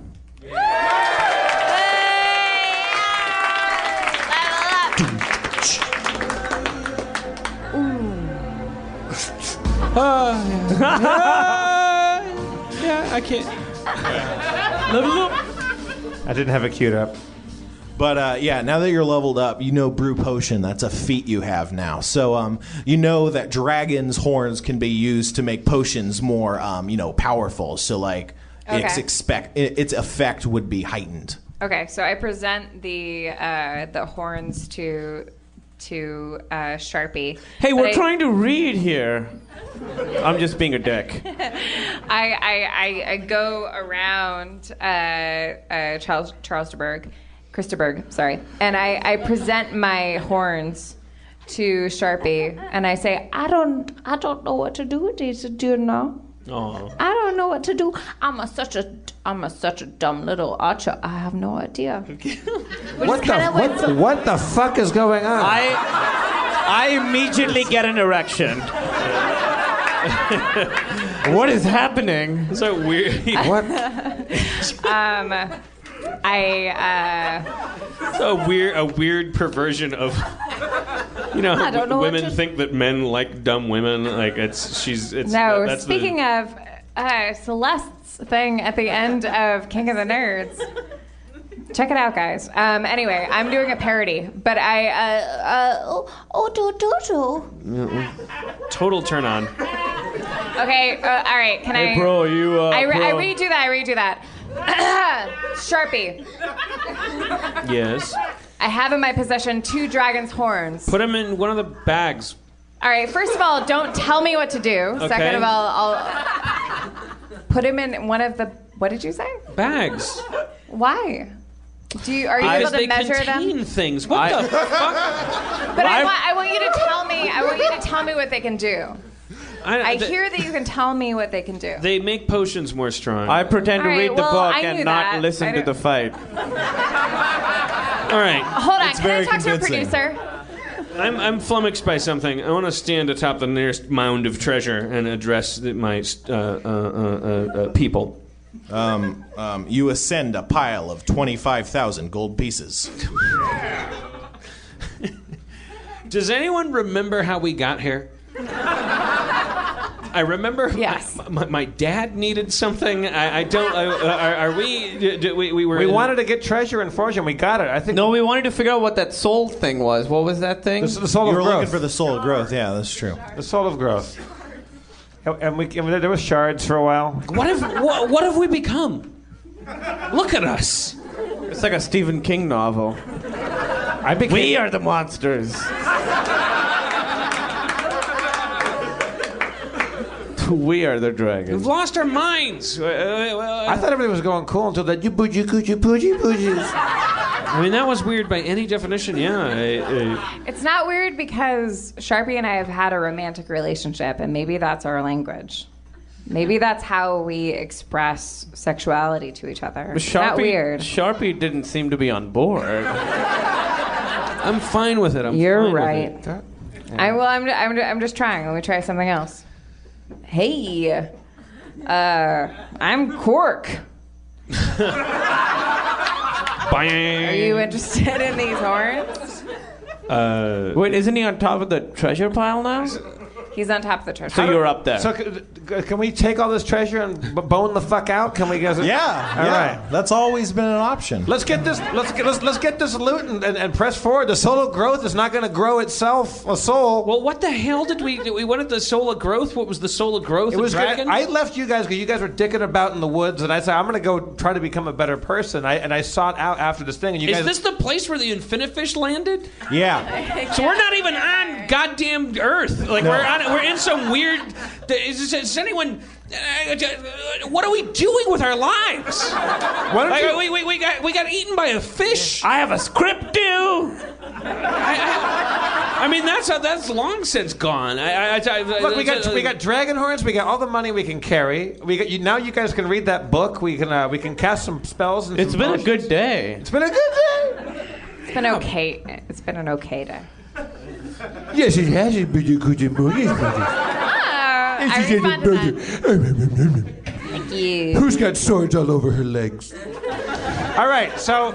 Speaker 4: Ah.
Speaker 7: Uh, yeah, I can't. Level up.
Speaker 1: I didn't have it queued up.
Speaker 4: But uh, yeah, now that you're leveled up, you know brew potion. That's a feat you have now. So um, you know that dragon's horns can be used to make potions more, um, you know, powerful. So like, its
Speaker 6: Okay.
Speaker 4: expect i- its effect would be heightened.
Speaker 6: Okay, so I present the uh, the horns to to uh, Sharpie.
Speaker 7: Hey,
Speaker 6: But
Speaker 7: we're
Speaker 6: I-
Speaker 7: trying to read here. I'm just being a dick.
Speaker 6: I I, I, I go around uh, uh, Charles Charlesburg, Christopherg, sorry, and I, I present my horns to Sharpie, and I say, I don't I don't know what to do with these. Do you know?
Speaker 2: Oh,
Speaker 6: I don't know what to do. I'm a such a I'm a such a dumb little archer. I have no idea.
Speaker 1: What the what, what the fuck is going on?
Speaker 7: I I immediately get an erection. what is happening?
Speaker 2: it's so weird.
Speaker 6: I uh,
Speaker 2: a weird, a weird perversion of. You know, how
Speaker 6: don't know what
Speaker 2: women
Speaker 6: to-
Speaker 2: think that men like dumb women. Like it's she's it's
Speaker 6: no.
Speaker 2: that's the-
Speaker 6: speaking of uh, Celeste's thing at the end of King of the Nerds. Check it out, guys. Um, anyway, I'm doing a parody, but I uh, uh, oh do do do.
Speaker 2: total turn on.
Speaker 6: Okay, uh, all right. Can I?
Speaker 7: you. Uh,
Speaker 6: I, re- I redo that. I redo that. Sharpie.
Speaker 2: Yes,
Speaker 6: I have in my possession two dragon's horns.
Speaker 2: put him in one of the bags.
Speaker 6: All right. First of all, don't tell me what to do. Second of all, I'll put him in one of the. What did you say?
Speaker 2: Bags.
Speaker 6: Why? Do you are you able
Speaker 2: Because
Speaker 6: to
Speaker 2: they
Speaker 6: measure
Speaker 2: contain
Speaker 6: them?
Speaker 2: things. What the
Speaker 6: But I want, I want you to tell me. I want you to tell me what they can do. I
Speaker 2: th-
Speaker 6: hear that you can tell me what they can do.
Speaker 2: They make potions more strong.
Speaker 7: I pretend to
Speaker 6: All right,
Speaker 7: read the
Speaker 6: well,
Speaker 7: book
Speaker 6: I
Speaker 7: and
Speaker 6: knew
Speaker 7: not
Speaker 6: that. I
Speaker 7: listen to
Speaker 6: don't-
Speaker 7: the fight.
Speaker 2: All right,
Speaker 6: Hold on.
Speaker 4: It's
Speaker 6: Can I
Speaker 4: very
Speaker 6: talk to a
Speaker 4: convincing.
Speaker 6: producer?
Speaker 2: I'm, I'm flummoxed by something. I want to stand atop the nearest mound of treasure and address the, my uh, uh, uh, uh, uh, people.
Speaker 4: Um, you ascend a pile of twenty-five thousand gold pieces.
Speaker 2: Does anyone remember how we got here? I remember.
Speaker 6: Yes.
Speaker 2: My, my, my dad needed something. I, I don't. I, are, are we, d- d- we? We were.
Speaker 1: We wanted to get treasure and fortune. We got it. I think
Speaker 7: No, we wanted to figure out what that soul thing was. What was that thing?
Speaker 1: the, the soul
Speaker 4: You
Speaker 1: of
Speaker 4: were looking
Speaker 1: Oh, growth.
Speaker 4: for the soul of growth. Yeah, that's true.
Speaker 1: the soul of growth. And- And we and there was shards for a while.
Speaker 5: What have what, what have we become? Look at us.
Speaker 7: It's like a Stephen King novel.
Speaker 1: I became,
Speaker 7: We are the monsters. we are the
Speaker 2: We've
Speaker 7: dragons.
Speaker 2: lost our minds. Uh, uh,
Speaker 1: I thought everything was going cool until that you boogie coochie poochie poochies.
Speaker 2: I mean, that was weird by any definition. Yeah. I- I-
Speaker 6: It's not weird because Sharpie and I have had a romantic relationship, and maybe that's our language. Maybe that's how we express sexuality to each other. It's not weird.
Speaker 7: Sharpie didn't seem to be on board.
Speaker 2: I'm fine with it. I'm
Speaker 6: You're
Speaker 2: fine with
Speaker 6: right.
Speaker 2: it.
Speaker 6: I well, I'm, I'm, I'm just trying. Let me try something else. Hey, uh, I'm Cork.
Speaker 2: Bang.
Speaker 6: Are you interested in these horns?
Speaker 7: Wait, isn't he on top of the treasure pile now? So
Speaker 6: He's on top of the church.
Speaker 7: you're up there.
Speaker 1: So c- c- can we take all this treasure and b- bone the fuck out? Can we guys?
Speaker 4: Yeah,
Speaker 1: All
Speaker 4: yeah.
Speaker 1: right.
Speaker 4: That's always been an option.
Speaker 1: Let's get this. Let's get let's, let's get this loot and, and, and press forward. The soul of growth is not going to grow itself. A soul.
Speaker 2: Well, what the hell did we? We wanted the soul of growth. What was the soul of growth?
Speaker 1: It was
Speaker 2: a
Speaker 1: good.
Speaker 2: dragon.
Speaker 1: I left you guys because you guys were dicking about in the woods, and I said I'm going to go try to become a better person. I, and I sought out after this thing, and you
Speaker 2: Is
Speaker 1: guys.
Speaker 2: this the place where the Infinifish landed?
Speaker 4: Yeah.
Speaker 2: So we're not even on goddamn Earth. Like we're on. We're in some weird. Is, is, is anyone? uh, uh, What are we doing with our lives?
Speaker 1: why don't
Speaker 2: Like,
Speaker 1: you,
Speaker 2: we, we, we got we got eaten by a fish. I,
Speaker 7: I have a script due.
Speaker 2: I mean, that's that's long since gone. I, I, I,
Speaker 1: Look, we got we got dragon horns. We got all the money we can carry. We got you, now. You guys can read that book. We can uh, we can cast some spells. And
Speaker 7: It's
Speaker 1: some
Speaker 7: been a
Speaker 1: potions.
Speaker 7: good day.
Speaker 1: It's been a good day.
Speaker 6: It's been okay. It's been an okay day.
Speaker 1: Yes, it has. It's been a good day.
Speaker 6: Ah, I respond to that. Thank you.
Speaker 1: Who's got swords all over her legs? all right, so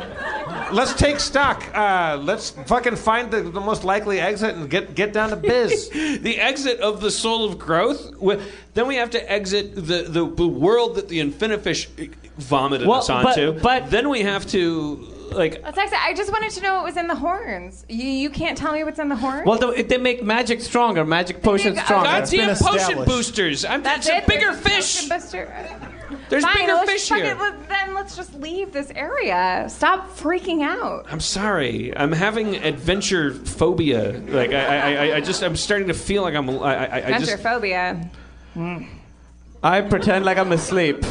Speaker 1: let's take stock. Uh, let's fucking find the, the most likely exit and get get down to biz.
Speaker 2: uh, the exit of the soul of growth. Wh- Then we have to exit the, the, the world that the Infinifish vomited
Speaker 7: Well,
Speaker 2: us
Speaker 7: but-
Speaker 2: onto.
Speaker 7: but-
Speaker 2: then we have to like
Speaker 6: That's actually, I just wanted to know what was in the horns. You, you can't tell me what's in the horns?
Speaker 7: Well, the, they make magic stronger, magic potions
Speaker 6: make-
Speaker 7: stronger.
Speaker 6: That's
Speaker 4: been
Speaker 2: goddamn potion
Speaker 4: established.
Speaker 2: boosters. I'm
Speaker 6: That's
Speaker 2: it's a
Speaker 6: it?
Speaker 2: bigger
Speaker 6: There's no
Speaker 2: fish.
Speaker 6: Ocean Buster.
Speaker 2: There's
Speaker 6: Fine,
Speaker 2: bigger
Speaker 6: let's
Speaker 2: fish
Speaker 6: fuck
Speaker 2: here.
Speaker 6: it, let- then let's just leave this area. Stop freaking out.
Speaker 2: I'm sorry. I'm having adventure phobia. Like I, I, I, I just I'm starting to feel like I'm. I, I, I
Speaker 6: That's
Speaker 2: just.
Speaker 6: your phobia.
Speaker 7: I pretend like I'm asleep.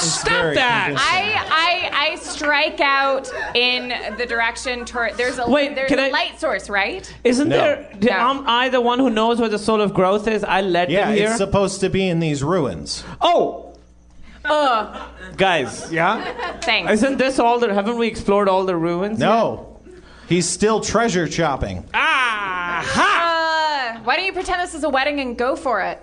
Speaker 2: Stop that.
Speaker 6: I, I I strike out in the direction toward. There's a
Speaker 7: Wait,
Speaker 6: there's
Speaker 7: can
Speaker 6: a
Speaker 7: I-
Speaker 6: light source, right?
Speaker 7: Isn't
Speaker 4: No.
Speaker 7: there?
Speaker 6: No.
Speaker 7: Am I the one who knows where the soul of growth is? I led
Speaker 4: Yeah,
Speaker 7: them here.
Speaker 4: it's supposed to be in these ruins.
Speaker 7: oh, guys,
Speaker 1: Yeah.
Speaker 6: Thanks.
Speaker 7: isn't this all the? Haven't we explored all the ruins?
Speaker 4: No. He's still treasure chopping.
Speaker 2: Ah ha.
Speaker 6: Uh, why don't you pretend this is a wedding and go for it?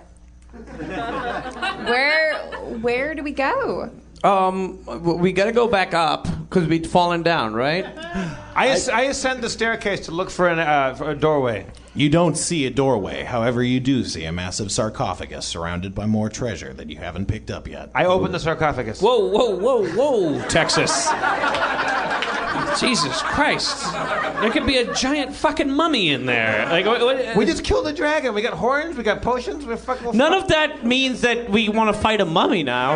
Speaker 6: where where do we go?
Speaker 7: Um, w- we gotta go back up because we'd fallen down, right?
Speaker 1: I, as- I ascend the staircase to look for an uh, for a doorway.
Speaker 4: You don't see a doorway. However, you do see a massive sarcophagus surrounded by more treasure that you haven't picked up yet.
Speaker 1: I open the sarcophagus.
Speaker 2: Whoa whoa whoa whoa Texas. Jesus Christ. There could be a giant fucking mummy in there. Like what, what,
Speaker 1: We just killed a dragon. We got horns. We got potions. We're fucking. we're
Speaker 7: None of that means that we want to fight a mummy now.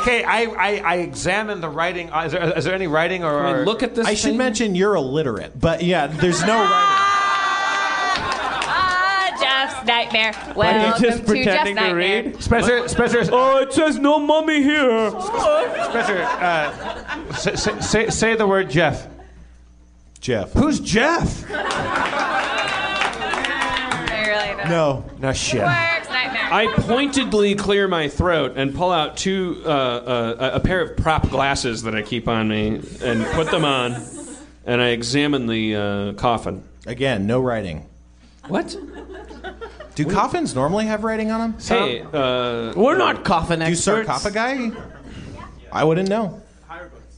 Speaker 1: Okay, I, I, I examined the writing. Uh, Is there, is there any writing or?
Speaker 2: I mean, look at this.
Speaker 4: I should
Speaker 2: thing.
Speaker 4: mention you're illiterate, but yeah, there's no writing.
Speaker 6: Ah, Jeff's nightmare.
Speaker 7: Are
Speaker 6: Welcome
Speaker 7: you just
Speaker 6: to Jeff's
Speaker 7: pretending to
Speaker 6: nightmare.
Speaker 7: read?
Speaker 1: Spencer, Spencer,
Speaker 7: Oh, it says no mummy here.
Speaker 1: Spencer, uh, say, say- say, say the word Jeff.
Speaker 4: Jeff.
Speaker 1: Who's Jeff?
Speaker 6: I really don't.
Speaker 4: No.
Speaker 1: No shit.
Speaker 6: Works nightmare.
Speaker 2: I pointedly clear my throat and pull out two uh, uh, a pair of prop glasses that I keep on me and put them on, and I examine the uh, coffin.
Speaker 4: Again, no writing.
Speaker 2: What?
Speaker 4: Do coffins normally have writing on them?
Speaker 2: Hey, uh,
Speaker 7: We're not coffin
Speaker 4: Do
Speaker 7: experts.
Speaker 4: sarcophagi? I wouldn't know. Hieroglyphs.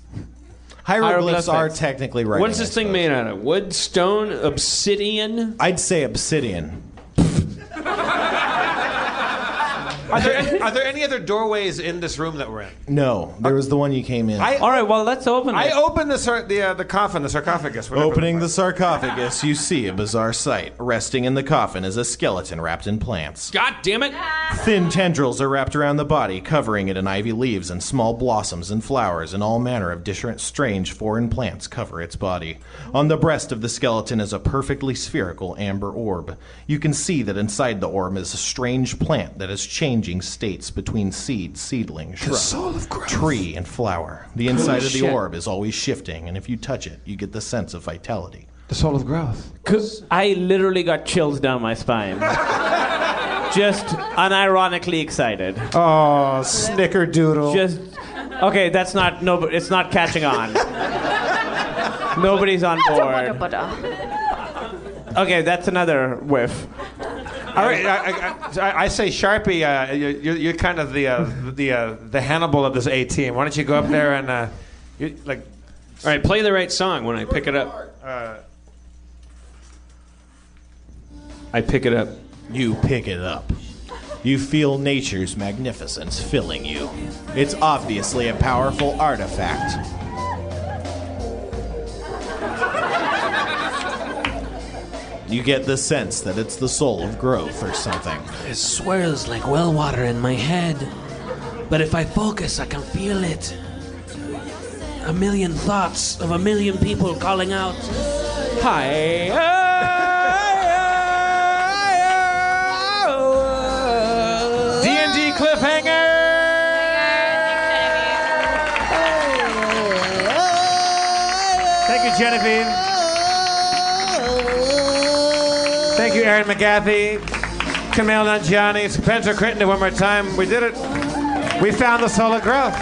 Speaker 7: Hieroglyphics.
Speaker 4: are technically writing.
Speaker 2: what's this
Speaker 4: I
Speaker 2: thing
Speaker 4: suppose.
Speaker 2: made out of? Wood, stone, obsidian.
Speaker 4: I'd say obsidian.
Speaker 1: Are there, any, are there any other doorways in this room that we're in?
Speaker 4: No, there was the one you came in.
Speaker 1: I,
Speaker 7: All right, well, let's open it.
Speaker 1: I opened the sar- the uh, the coffin, the sarcophagus. whatever
Speaker 4: Opening
Speaker 1: the
Speaker 4: the sarcophagus, you see a bizarre sight. Resting in the coffin is a skeleton wrapped in plants.
Speaker 2: God damn it!
Speaker 4: Thin tendrils are wrapped around the body, covering it in ivy leaves and small blossoms and flowers, and all manner of different strange foreign plants cover its body. On the breast of the skeleton is a perfectly spherical amber orb. You can see that inside the orb is a strange plant that is changing states between seed, seedling, shrub, tree, and flower. The inside of the orb is always shifting, and if you touch it, you get the sense of vitality.
Speaker 1: The soul of growth.
Speaker 7: C- I literally got chills down my spine. Just unironically excited.
Speaker 1: Oh, snickerdoodle.
Speaker 7: Just okay. That's not no. It's not catching on. Nobody's on board. Okay, that's another whiff.
Speaker 1: All right, I, I- I, I, I say Sharpie. Uh, you, you- you're kind of the uh, the uh, the Hannibal of this A team. Why don't you go up there and uh, you, like
Speaker 2: All right, play the right song when I pick it up. I pick it up.
Speaker 4: You pick it up. You feel nature's magnificence filling you. It's obviously a powerful artifact. You get the sense that it's the soul of growth or something.
Speaker 5: It swirls like well water in my head. But if I focus, I can feel it. A million thoughts of a million people calling out. Hi.
Speaker 1: D and D cliffhanger. Thank you, Genevieve. Thank you, Aaron McGathy, Camille Nanjiani, Spencer Crittenden. One more time, we did it. We found the soul of growth.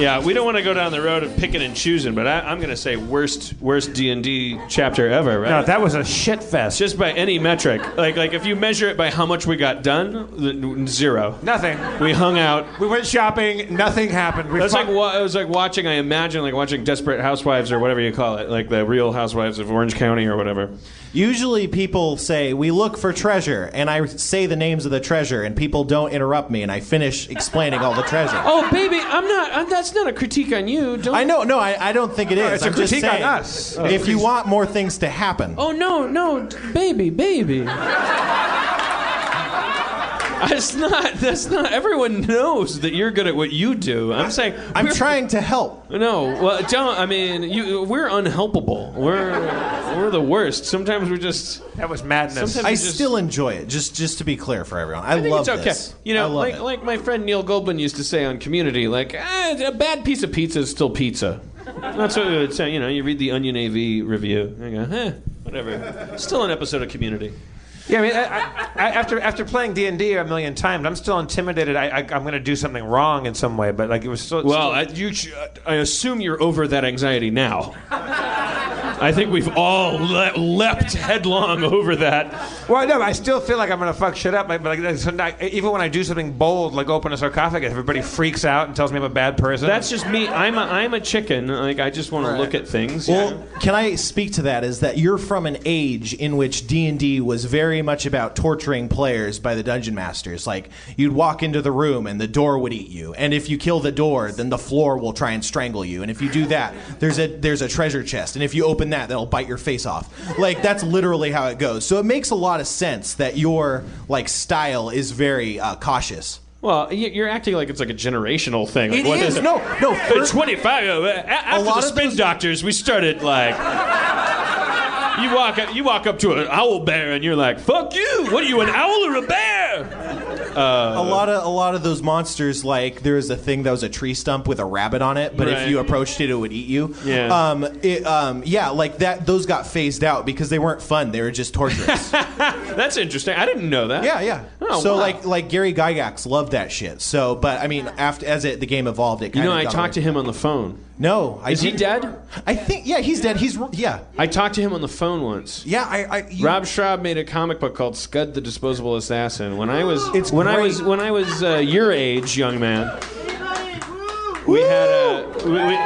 Speaker 2: Yeah, we don't want to go down the road of picking and choosing, but I, I'm going to say worst worst D and D chapter ever. Right?
Speaker 1: No, that was a shit fest.
Speaker 2: just by any metric. Like like if you measure it by how much we got done, th- n- zero.
Speaker 1: Nothing.
Speaker 2: We hung out.
Speaker 1: We went shopping. Nothing happened. We
Speaker 2: That's
Speaker 1: fu-
Speaker 2: like wa- it was like watching. I imagine like watching Desperate Housewives or whatever you call it, like the Real Housewives of Orange County or whatever.
Speaker 4: Usually people say, We look for treasure, and I say the names of the treasure, and people don't interrupt me, and I finish explaining all the treasure.
Speaker 5: Oh, baby, I'm not.
Speaker 7: uh,
Speaker 5: I'm, that's not a critique on you. Don't.
Speaker 4: I know, no, I, I don't think it is.
Speaker 1: it's a
Speaker 4: I'm just
Speaker 1: critique on
Speaker 4: saying,
Speaker 1: us.
Speaker 4: If you want more things to happen,
Speaker 5: Oh no, no, baby, baby.
Speaker 2: That's not. That's not. Everyone knows that you're good at what you do. I'm saying
Speaker 4: I'm
Speaker 2: we're-
Speaker 4: trying to help.
Speaker 2: No, well, don't. I mean, you, we're unhelpable. We're we're the worst. Sometimes we're just.
Speaker 1: that was madness.
Speaker 2: Sometimes-
Speaker 4: I
Speaker 2: just-
Speaker 4: still enjoy it. Just just to be clear for everyone, I,
Speaker 2: I think
Speaker 4: love
Speaker 2: it's okay.
Speaker 4: this.
Speaker 2: You
Speaker 4: I
Speaker 2: know,
Speaker 4: love
Speaker 2: like
Speaker 4: it.
Speaker 2: like my friend Neil Goldman used to say on Community, like ah, a bad piece of pizza is still pizza. That's what it would say. You know, you read the Onion AV review, and you go, eh, whatever. Still an episode of Community.
Speaker 1: Yeah, I mean, I, I, I, after after playing D and D a million times, I'm still intimidated. I, I I'm going to do something wrong in some way, but like it was still.
Speaker 2: Well, I, you, sh- I assume you're over that anxiety now. I think we've all le- leapt headlong over that.
Speaker 1: still, well, no, I still feel like I'm going to fuck shit up. Like, but like so now, even when I do something bold, like open a sarcophagus, everybody freaks out and tells me I'm a bad person.
Speaker 2: That's just me. I'm a, I'm a chicken. Like I just want to look at things.
Speaker 4: Well,
Speaker 2: yeah.
Speaker 4: can I speak to that? Is that you're from an age in which D and D was very much about torturing players by the dungeon masters. Like you'd walk into the room and the door would eat you, and if you kill the door, then the floor will try and strangle you, and if you do that, there's a there's a treasure chest, and if you open that, that'll bite your face off. Like that's literally how it goes. So it makes a lot of sense that your like style is very uh, cautious.
Speaker 2: Well, y- you're acting like it's like a generational thing. Like,
Speaker 4: It
Speaker 2: what
Speaker 4: is. No, no,
Speaker 2: At
Speaker 4: first-
Speaker 2: 25. uh, a- After
Speaker 4: lot
Speaker 2: the
Speaker 4: of
Speaker 2: spin
Speaker 4: those-
Speaker 2: doctors, we started like. You walk up, you walk up to an owl bear and you're like, "Fuck you! What are you, an owl or a bear?"
Speaker 4: a lot of a lot of those monsters like there was a thing that was a tree stump with a rabbit on it but
Speaker 2: Right.
Speaker 4: if you approached it it would eat you
Speaker 2: Yeah.
Speaker 4: um, it, um, yeah like that those got phased out because they weren't fun they were just torturous
Speaker 2: That's interesting. I didn't know that.
Speaker 4: yeah yeah
Speaker 2: Oh,
Speaker 4: so
Speaker 2: wow.
Speaker 4: like like Gary Gygax loved that shit so but I mean after as it the game evolved it
Speaker 2: You
Speaker 4: kind
Speaker 2: know,
Speaker 4: of
Speaker 2: I talked to him on the phone.
Speaker 4: no I
Speaker 2: Is he
Speaker 4: didn't-
Speaker 2: dead?
Speaker 4: I think yeah he's dead he's yeah
Speaker 2: I talked to him on the phone once.
Speaker 4: yeah I, I you-
Speaker 2: Rob Schraub made a comic book called Scud the Disposable Assassin. When I was
Speaker 4: It's
Speaker 2: when I
Speaker 4: great.
Speaker 2: was when I was uh, your age, young man, we had a we, we,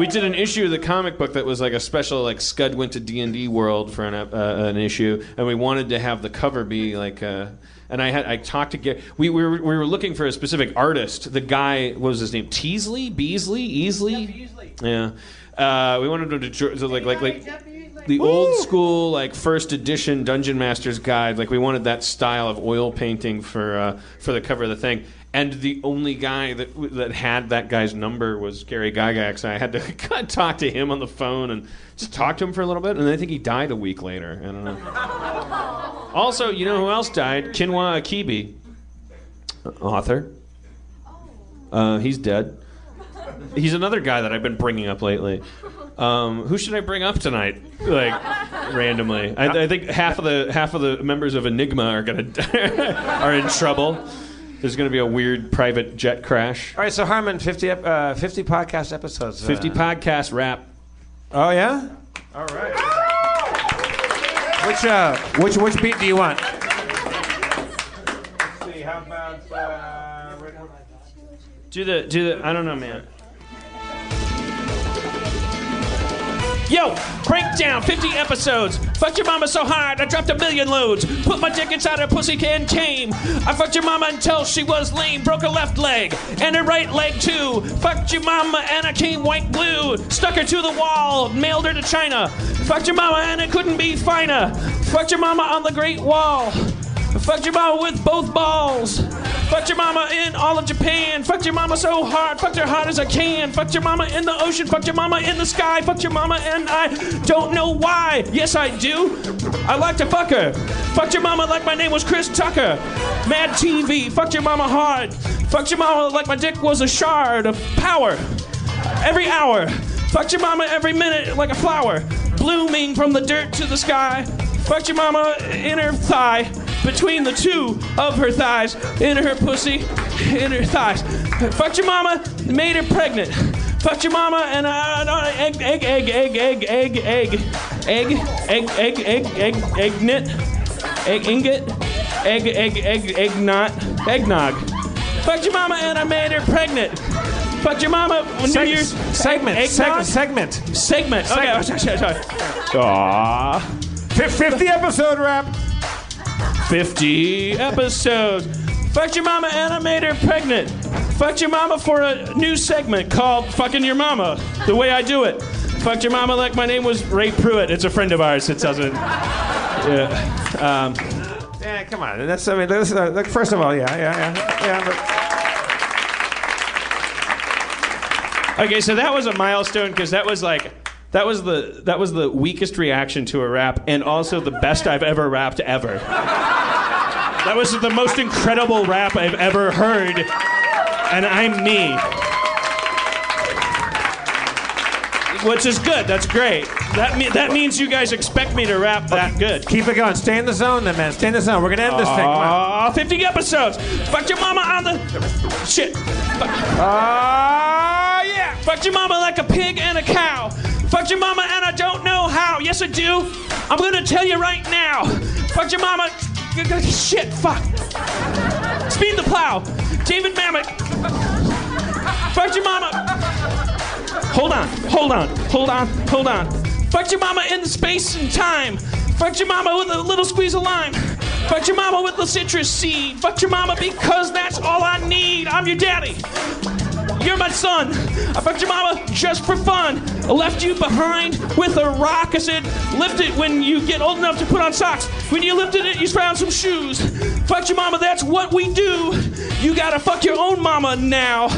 Speaker 7: we did an issue of the comic book that was like a special like Scud went to D and D world for an ep- uh, an issue, and we wanted to have the cover be like. Uh, and I had I talked to Gary. We, we were we were looking for a specific artist. The guy what was his name Teasley Beasley Easley. Yeah, Uh, we wanted him to, dr- to like like like the old school like first edition Dungeon Master's Guide. Like we wanted that style of oil painting for uh, for the cover of the thing. And the only guy that that had that guy's number was Gary Gygax. I had to kind of talk to him on the phone and just talk to him for a little bit. And I think he died a week later. I don't know. Also, you know who else died? Kinwa Akibe, author. Uh, he's dead. He's another guy that I've been bringing up lately. Um, who should I bring up tonight? Like randomly, I, I think half of the half of the members of Enigma are gonna are in trouble. There's gonna be a weird private jet crash.
Speaker 1: All right, so Harmon, 50, ep- uh, 50 podcast episodes. uh,
Speaker 7: Fifty podcast wrap.
Speaker 1: Oh yeah. All right. Which uh, which which beat do you want? see. How about uh,
Speaker 7: Do the do the. I don't know, man. Yo, crank down 50 episodes. Fucked your mama so hard, I dropped a million loads. Put my dick inside her pussy can tame. I fucked your mama until she was lame. Broke her left leg and her right leg too. Fucked your mama and I came white blue. Stuck her to the wall, mailed her to China. Fucked your mama and it couldn't be finer. Fucked your mama on the Great Wall. Fucked your mama with both balls. Fucked your mama in all of Japan. Fucked your mama so hard. Fucked her hard as I can. Fucked your mama in the ocean. Fucked your mama in the sky. Fucked your mama and I don't know why. Yes, I do. I like to fuck her. Fucked your mama like my name was Chris Tucker. Mad TV. Fucked your mama hard. Fucked your mama like my dick was a shard of power. Every hour. Fucked your mama every minute like a flower. Blooming from the dirt to the sky. Fucked your mama in her thigh. Between the two of her thighs. In her pussy. In her thighs. Fucked your mama. Made her pregnant. Fucked your mama and uh, egg, egg, egg, egg, egg, egg, egg, egg, egg, egg, egg, egg, egg, knit, egg ingot, egg, egg, egg, egg knot, eggnog. Fucked your mama and I made her pregnant. Fucked your mama New Year's
Speaker 1: segment,
Speaker 7: egg,
Speaker 1: seg-
Speaker 7: eggnog?
Speaker 1: segment.
Speaker 7: segment. Okay, oh, sorry, sorry, sorry. Aw.
Speaker 1: Fif- 50 episode wrap.
Speaker 7: 50 episodes. Fucked your mama and I made her pregnant. Fucked your mama for a new segment called Fucking Your Mama, the way I do it. Fucked your mama like my name was Ray Pruitt. It's a friend of ours that doesn't. Yeah. Um,
Speaker 1: Yeah, come on. That's I mean, that's, uh, look, first of all, yeah, yeah, yeah, yeah. But
Speaker 7: Okay, so that was a milestone because that was like that was the that was the weakest reaction to a rap, and also the best I've ever rapped ever. That was the most incredible rap I've ever heard, and I'm me. Which is good. That's great. That me- that means you guys expect me to rap that good.
Speaker 1: keep it going. Stay in the zone, then, man. Stay in the zone. We're gonna end this thing. Come on.
Speaker 7: Aw, 50 Ah, episodes. Fuck your mama on the shit. Ah, yeah. Fuck your mama like a pig and a cow. Fuck your mama and I don't know how. Yes, I do. I'm gonna tell you right now. Fuck your mama. Shit. Fuck. Speed the plow. David Mamet. Fuck your mama. Hold on, hold on, hold on, hold on. Fuck your mama in the space and time. Fuck your mama with a little squeeze of lime. Fuck your mama with the citrus seed. Fuck your mama because that's all I need. I'm your daddy. You're my son. I fucked your mama just for fun. I left you behind with a rock. I said, lift it when you get old enough to put on socks. When you lifted it, you found some shoes. Fuck your mama, that's what we do. You gotta fuck your own mama now.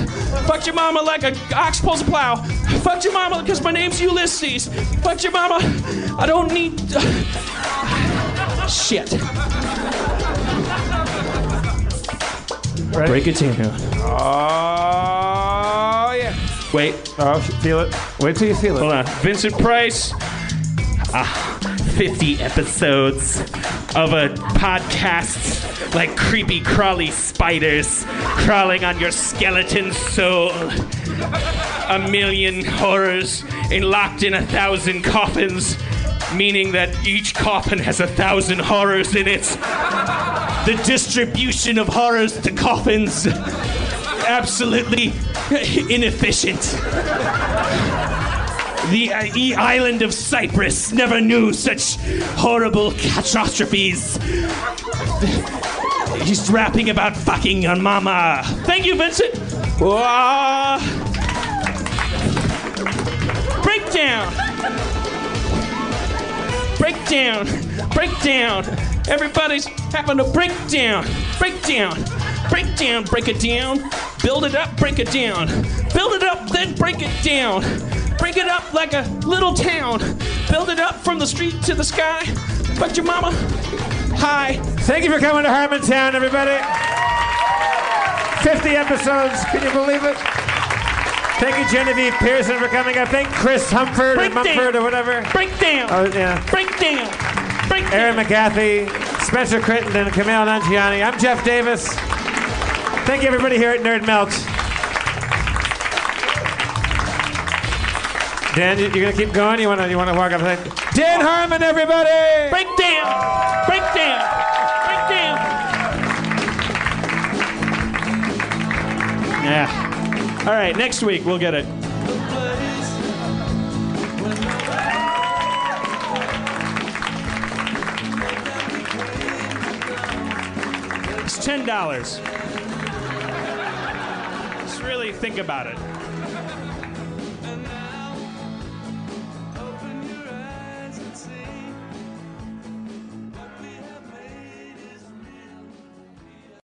Speaker 7: Fuck your mama like an ox pulls a plow. Fuck your mama because my name's Ulysses. Fuck your mama. I don't need. Shit. Break it to you.
Speaker 1: Oh yeah.
Speaker 7: Wait,
Speaker 1: Oh, feel it. Wait till you feel it.
Speaker 7: hold on. Vincent Price.
Speaker 2: 50 Ah, episodes of a podcast like creepy crawly spiders crawling on your skeleton soul. A million horrors in locked in a thousand coffins, meaning that each coffin has a thousand horrors in it. The distribution of horrors to coffins absolutely inefficient. The uh, e- island of Cyprus never knew such horrible catastrophes. He's rapping about fucking your mama. Thank you, Vincent. Wah. Breakdown. Breakdown. Breakdown. Everybody's having a breakdown. Breakdown. Breakdown. Break it down. Build it up. Break it down. Build it up. Then break it down. Break it up like a little town. Build it up from the street to the sky. But your mama. Hi.
Speaker 1: Thank you for coming to Harmontown, everybody. 50 episodes. Can you believe it? Thank you, Genevieve Pearson, for coming up. Thank Chris Humford or
Speaker 2: Breakdown.
Speaker 1: Mumford or whatever.
Speaker 2: Breakdown.
Speaker 1: Oh, yeah.
Speaker 2: Breakdown. Breakdown.
Speaker 1: Aaron McGathy, Spencer Crittenden, Camille Nangiani. I'm Jeff Davis. Thank you, everybody here at Nerd Melt. Dan, you- you're gonna keep going. You wanna you wanna walk up? and say, Dan Harmon, everybody.
Speaker 2: Breakdown. Breakdown. Breakdown. Yeah. All right, next week we'll get it. It's ten dollars. Just really think about it.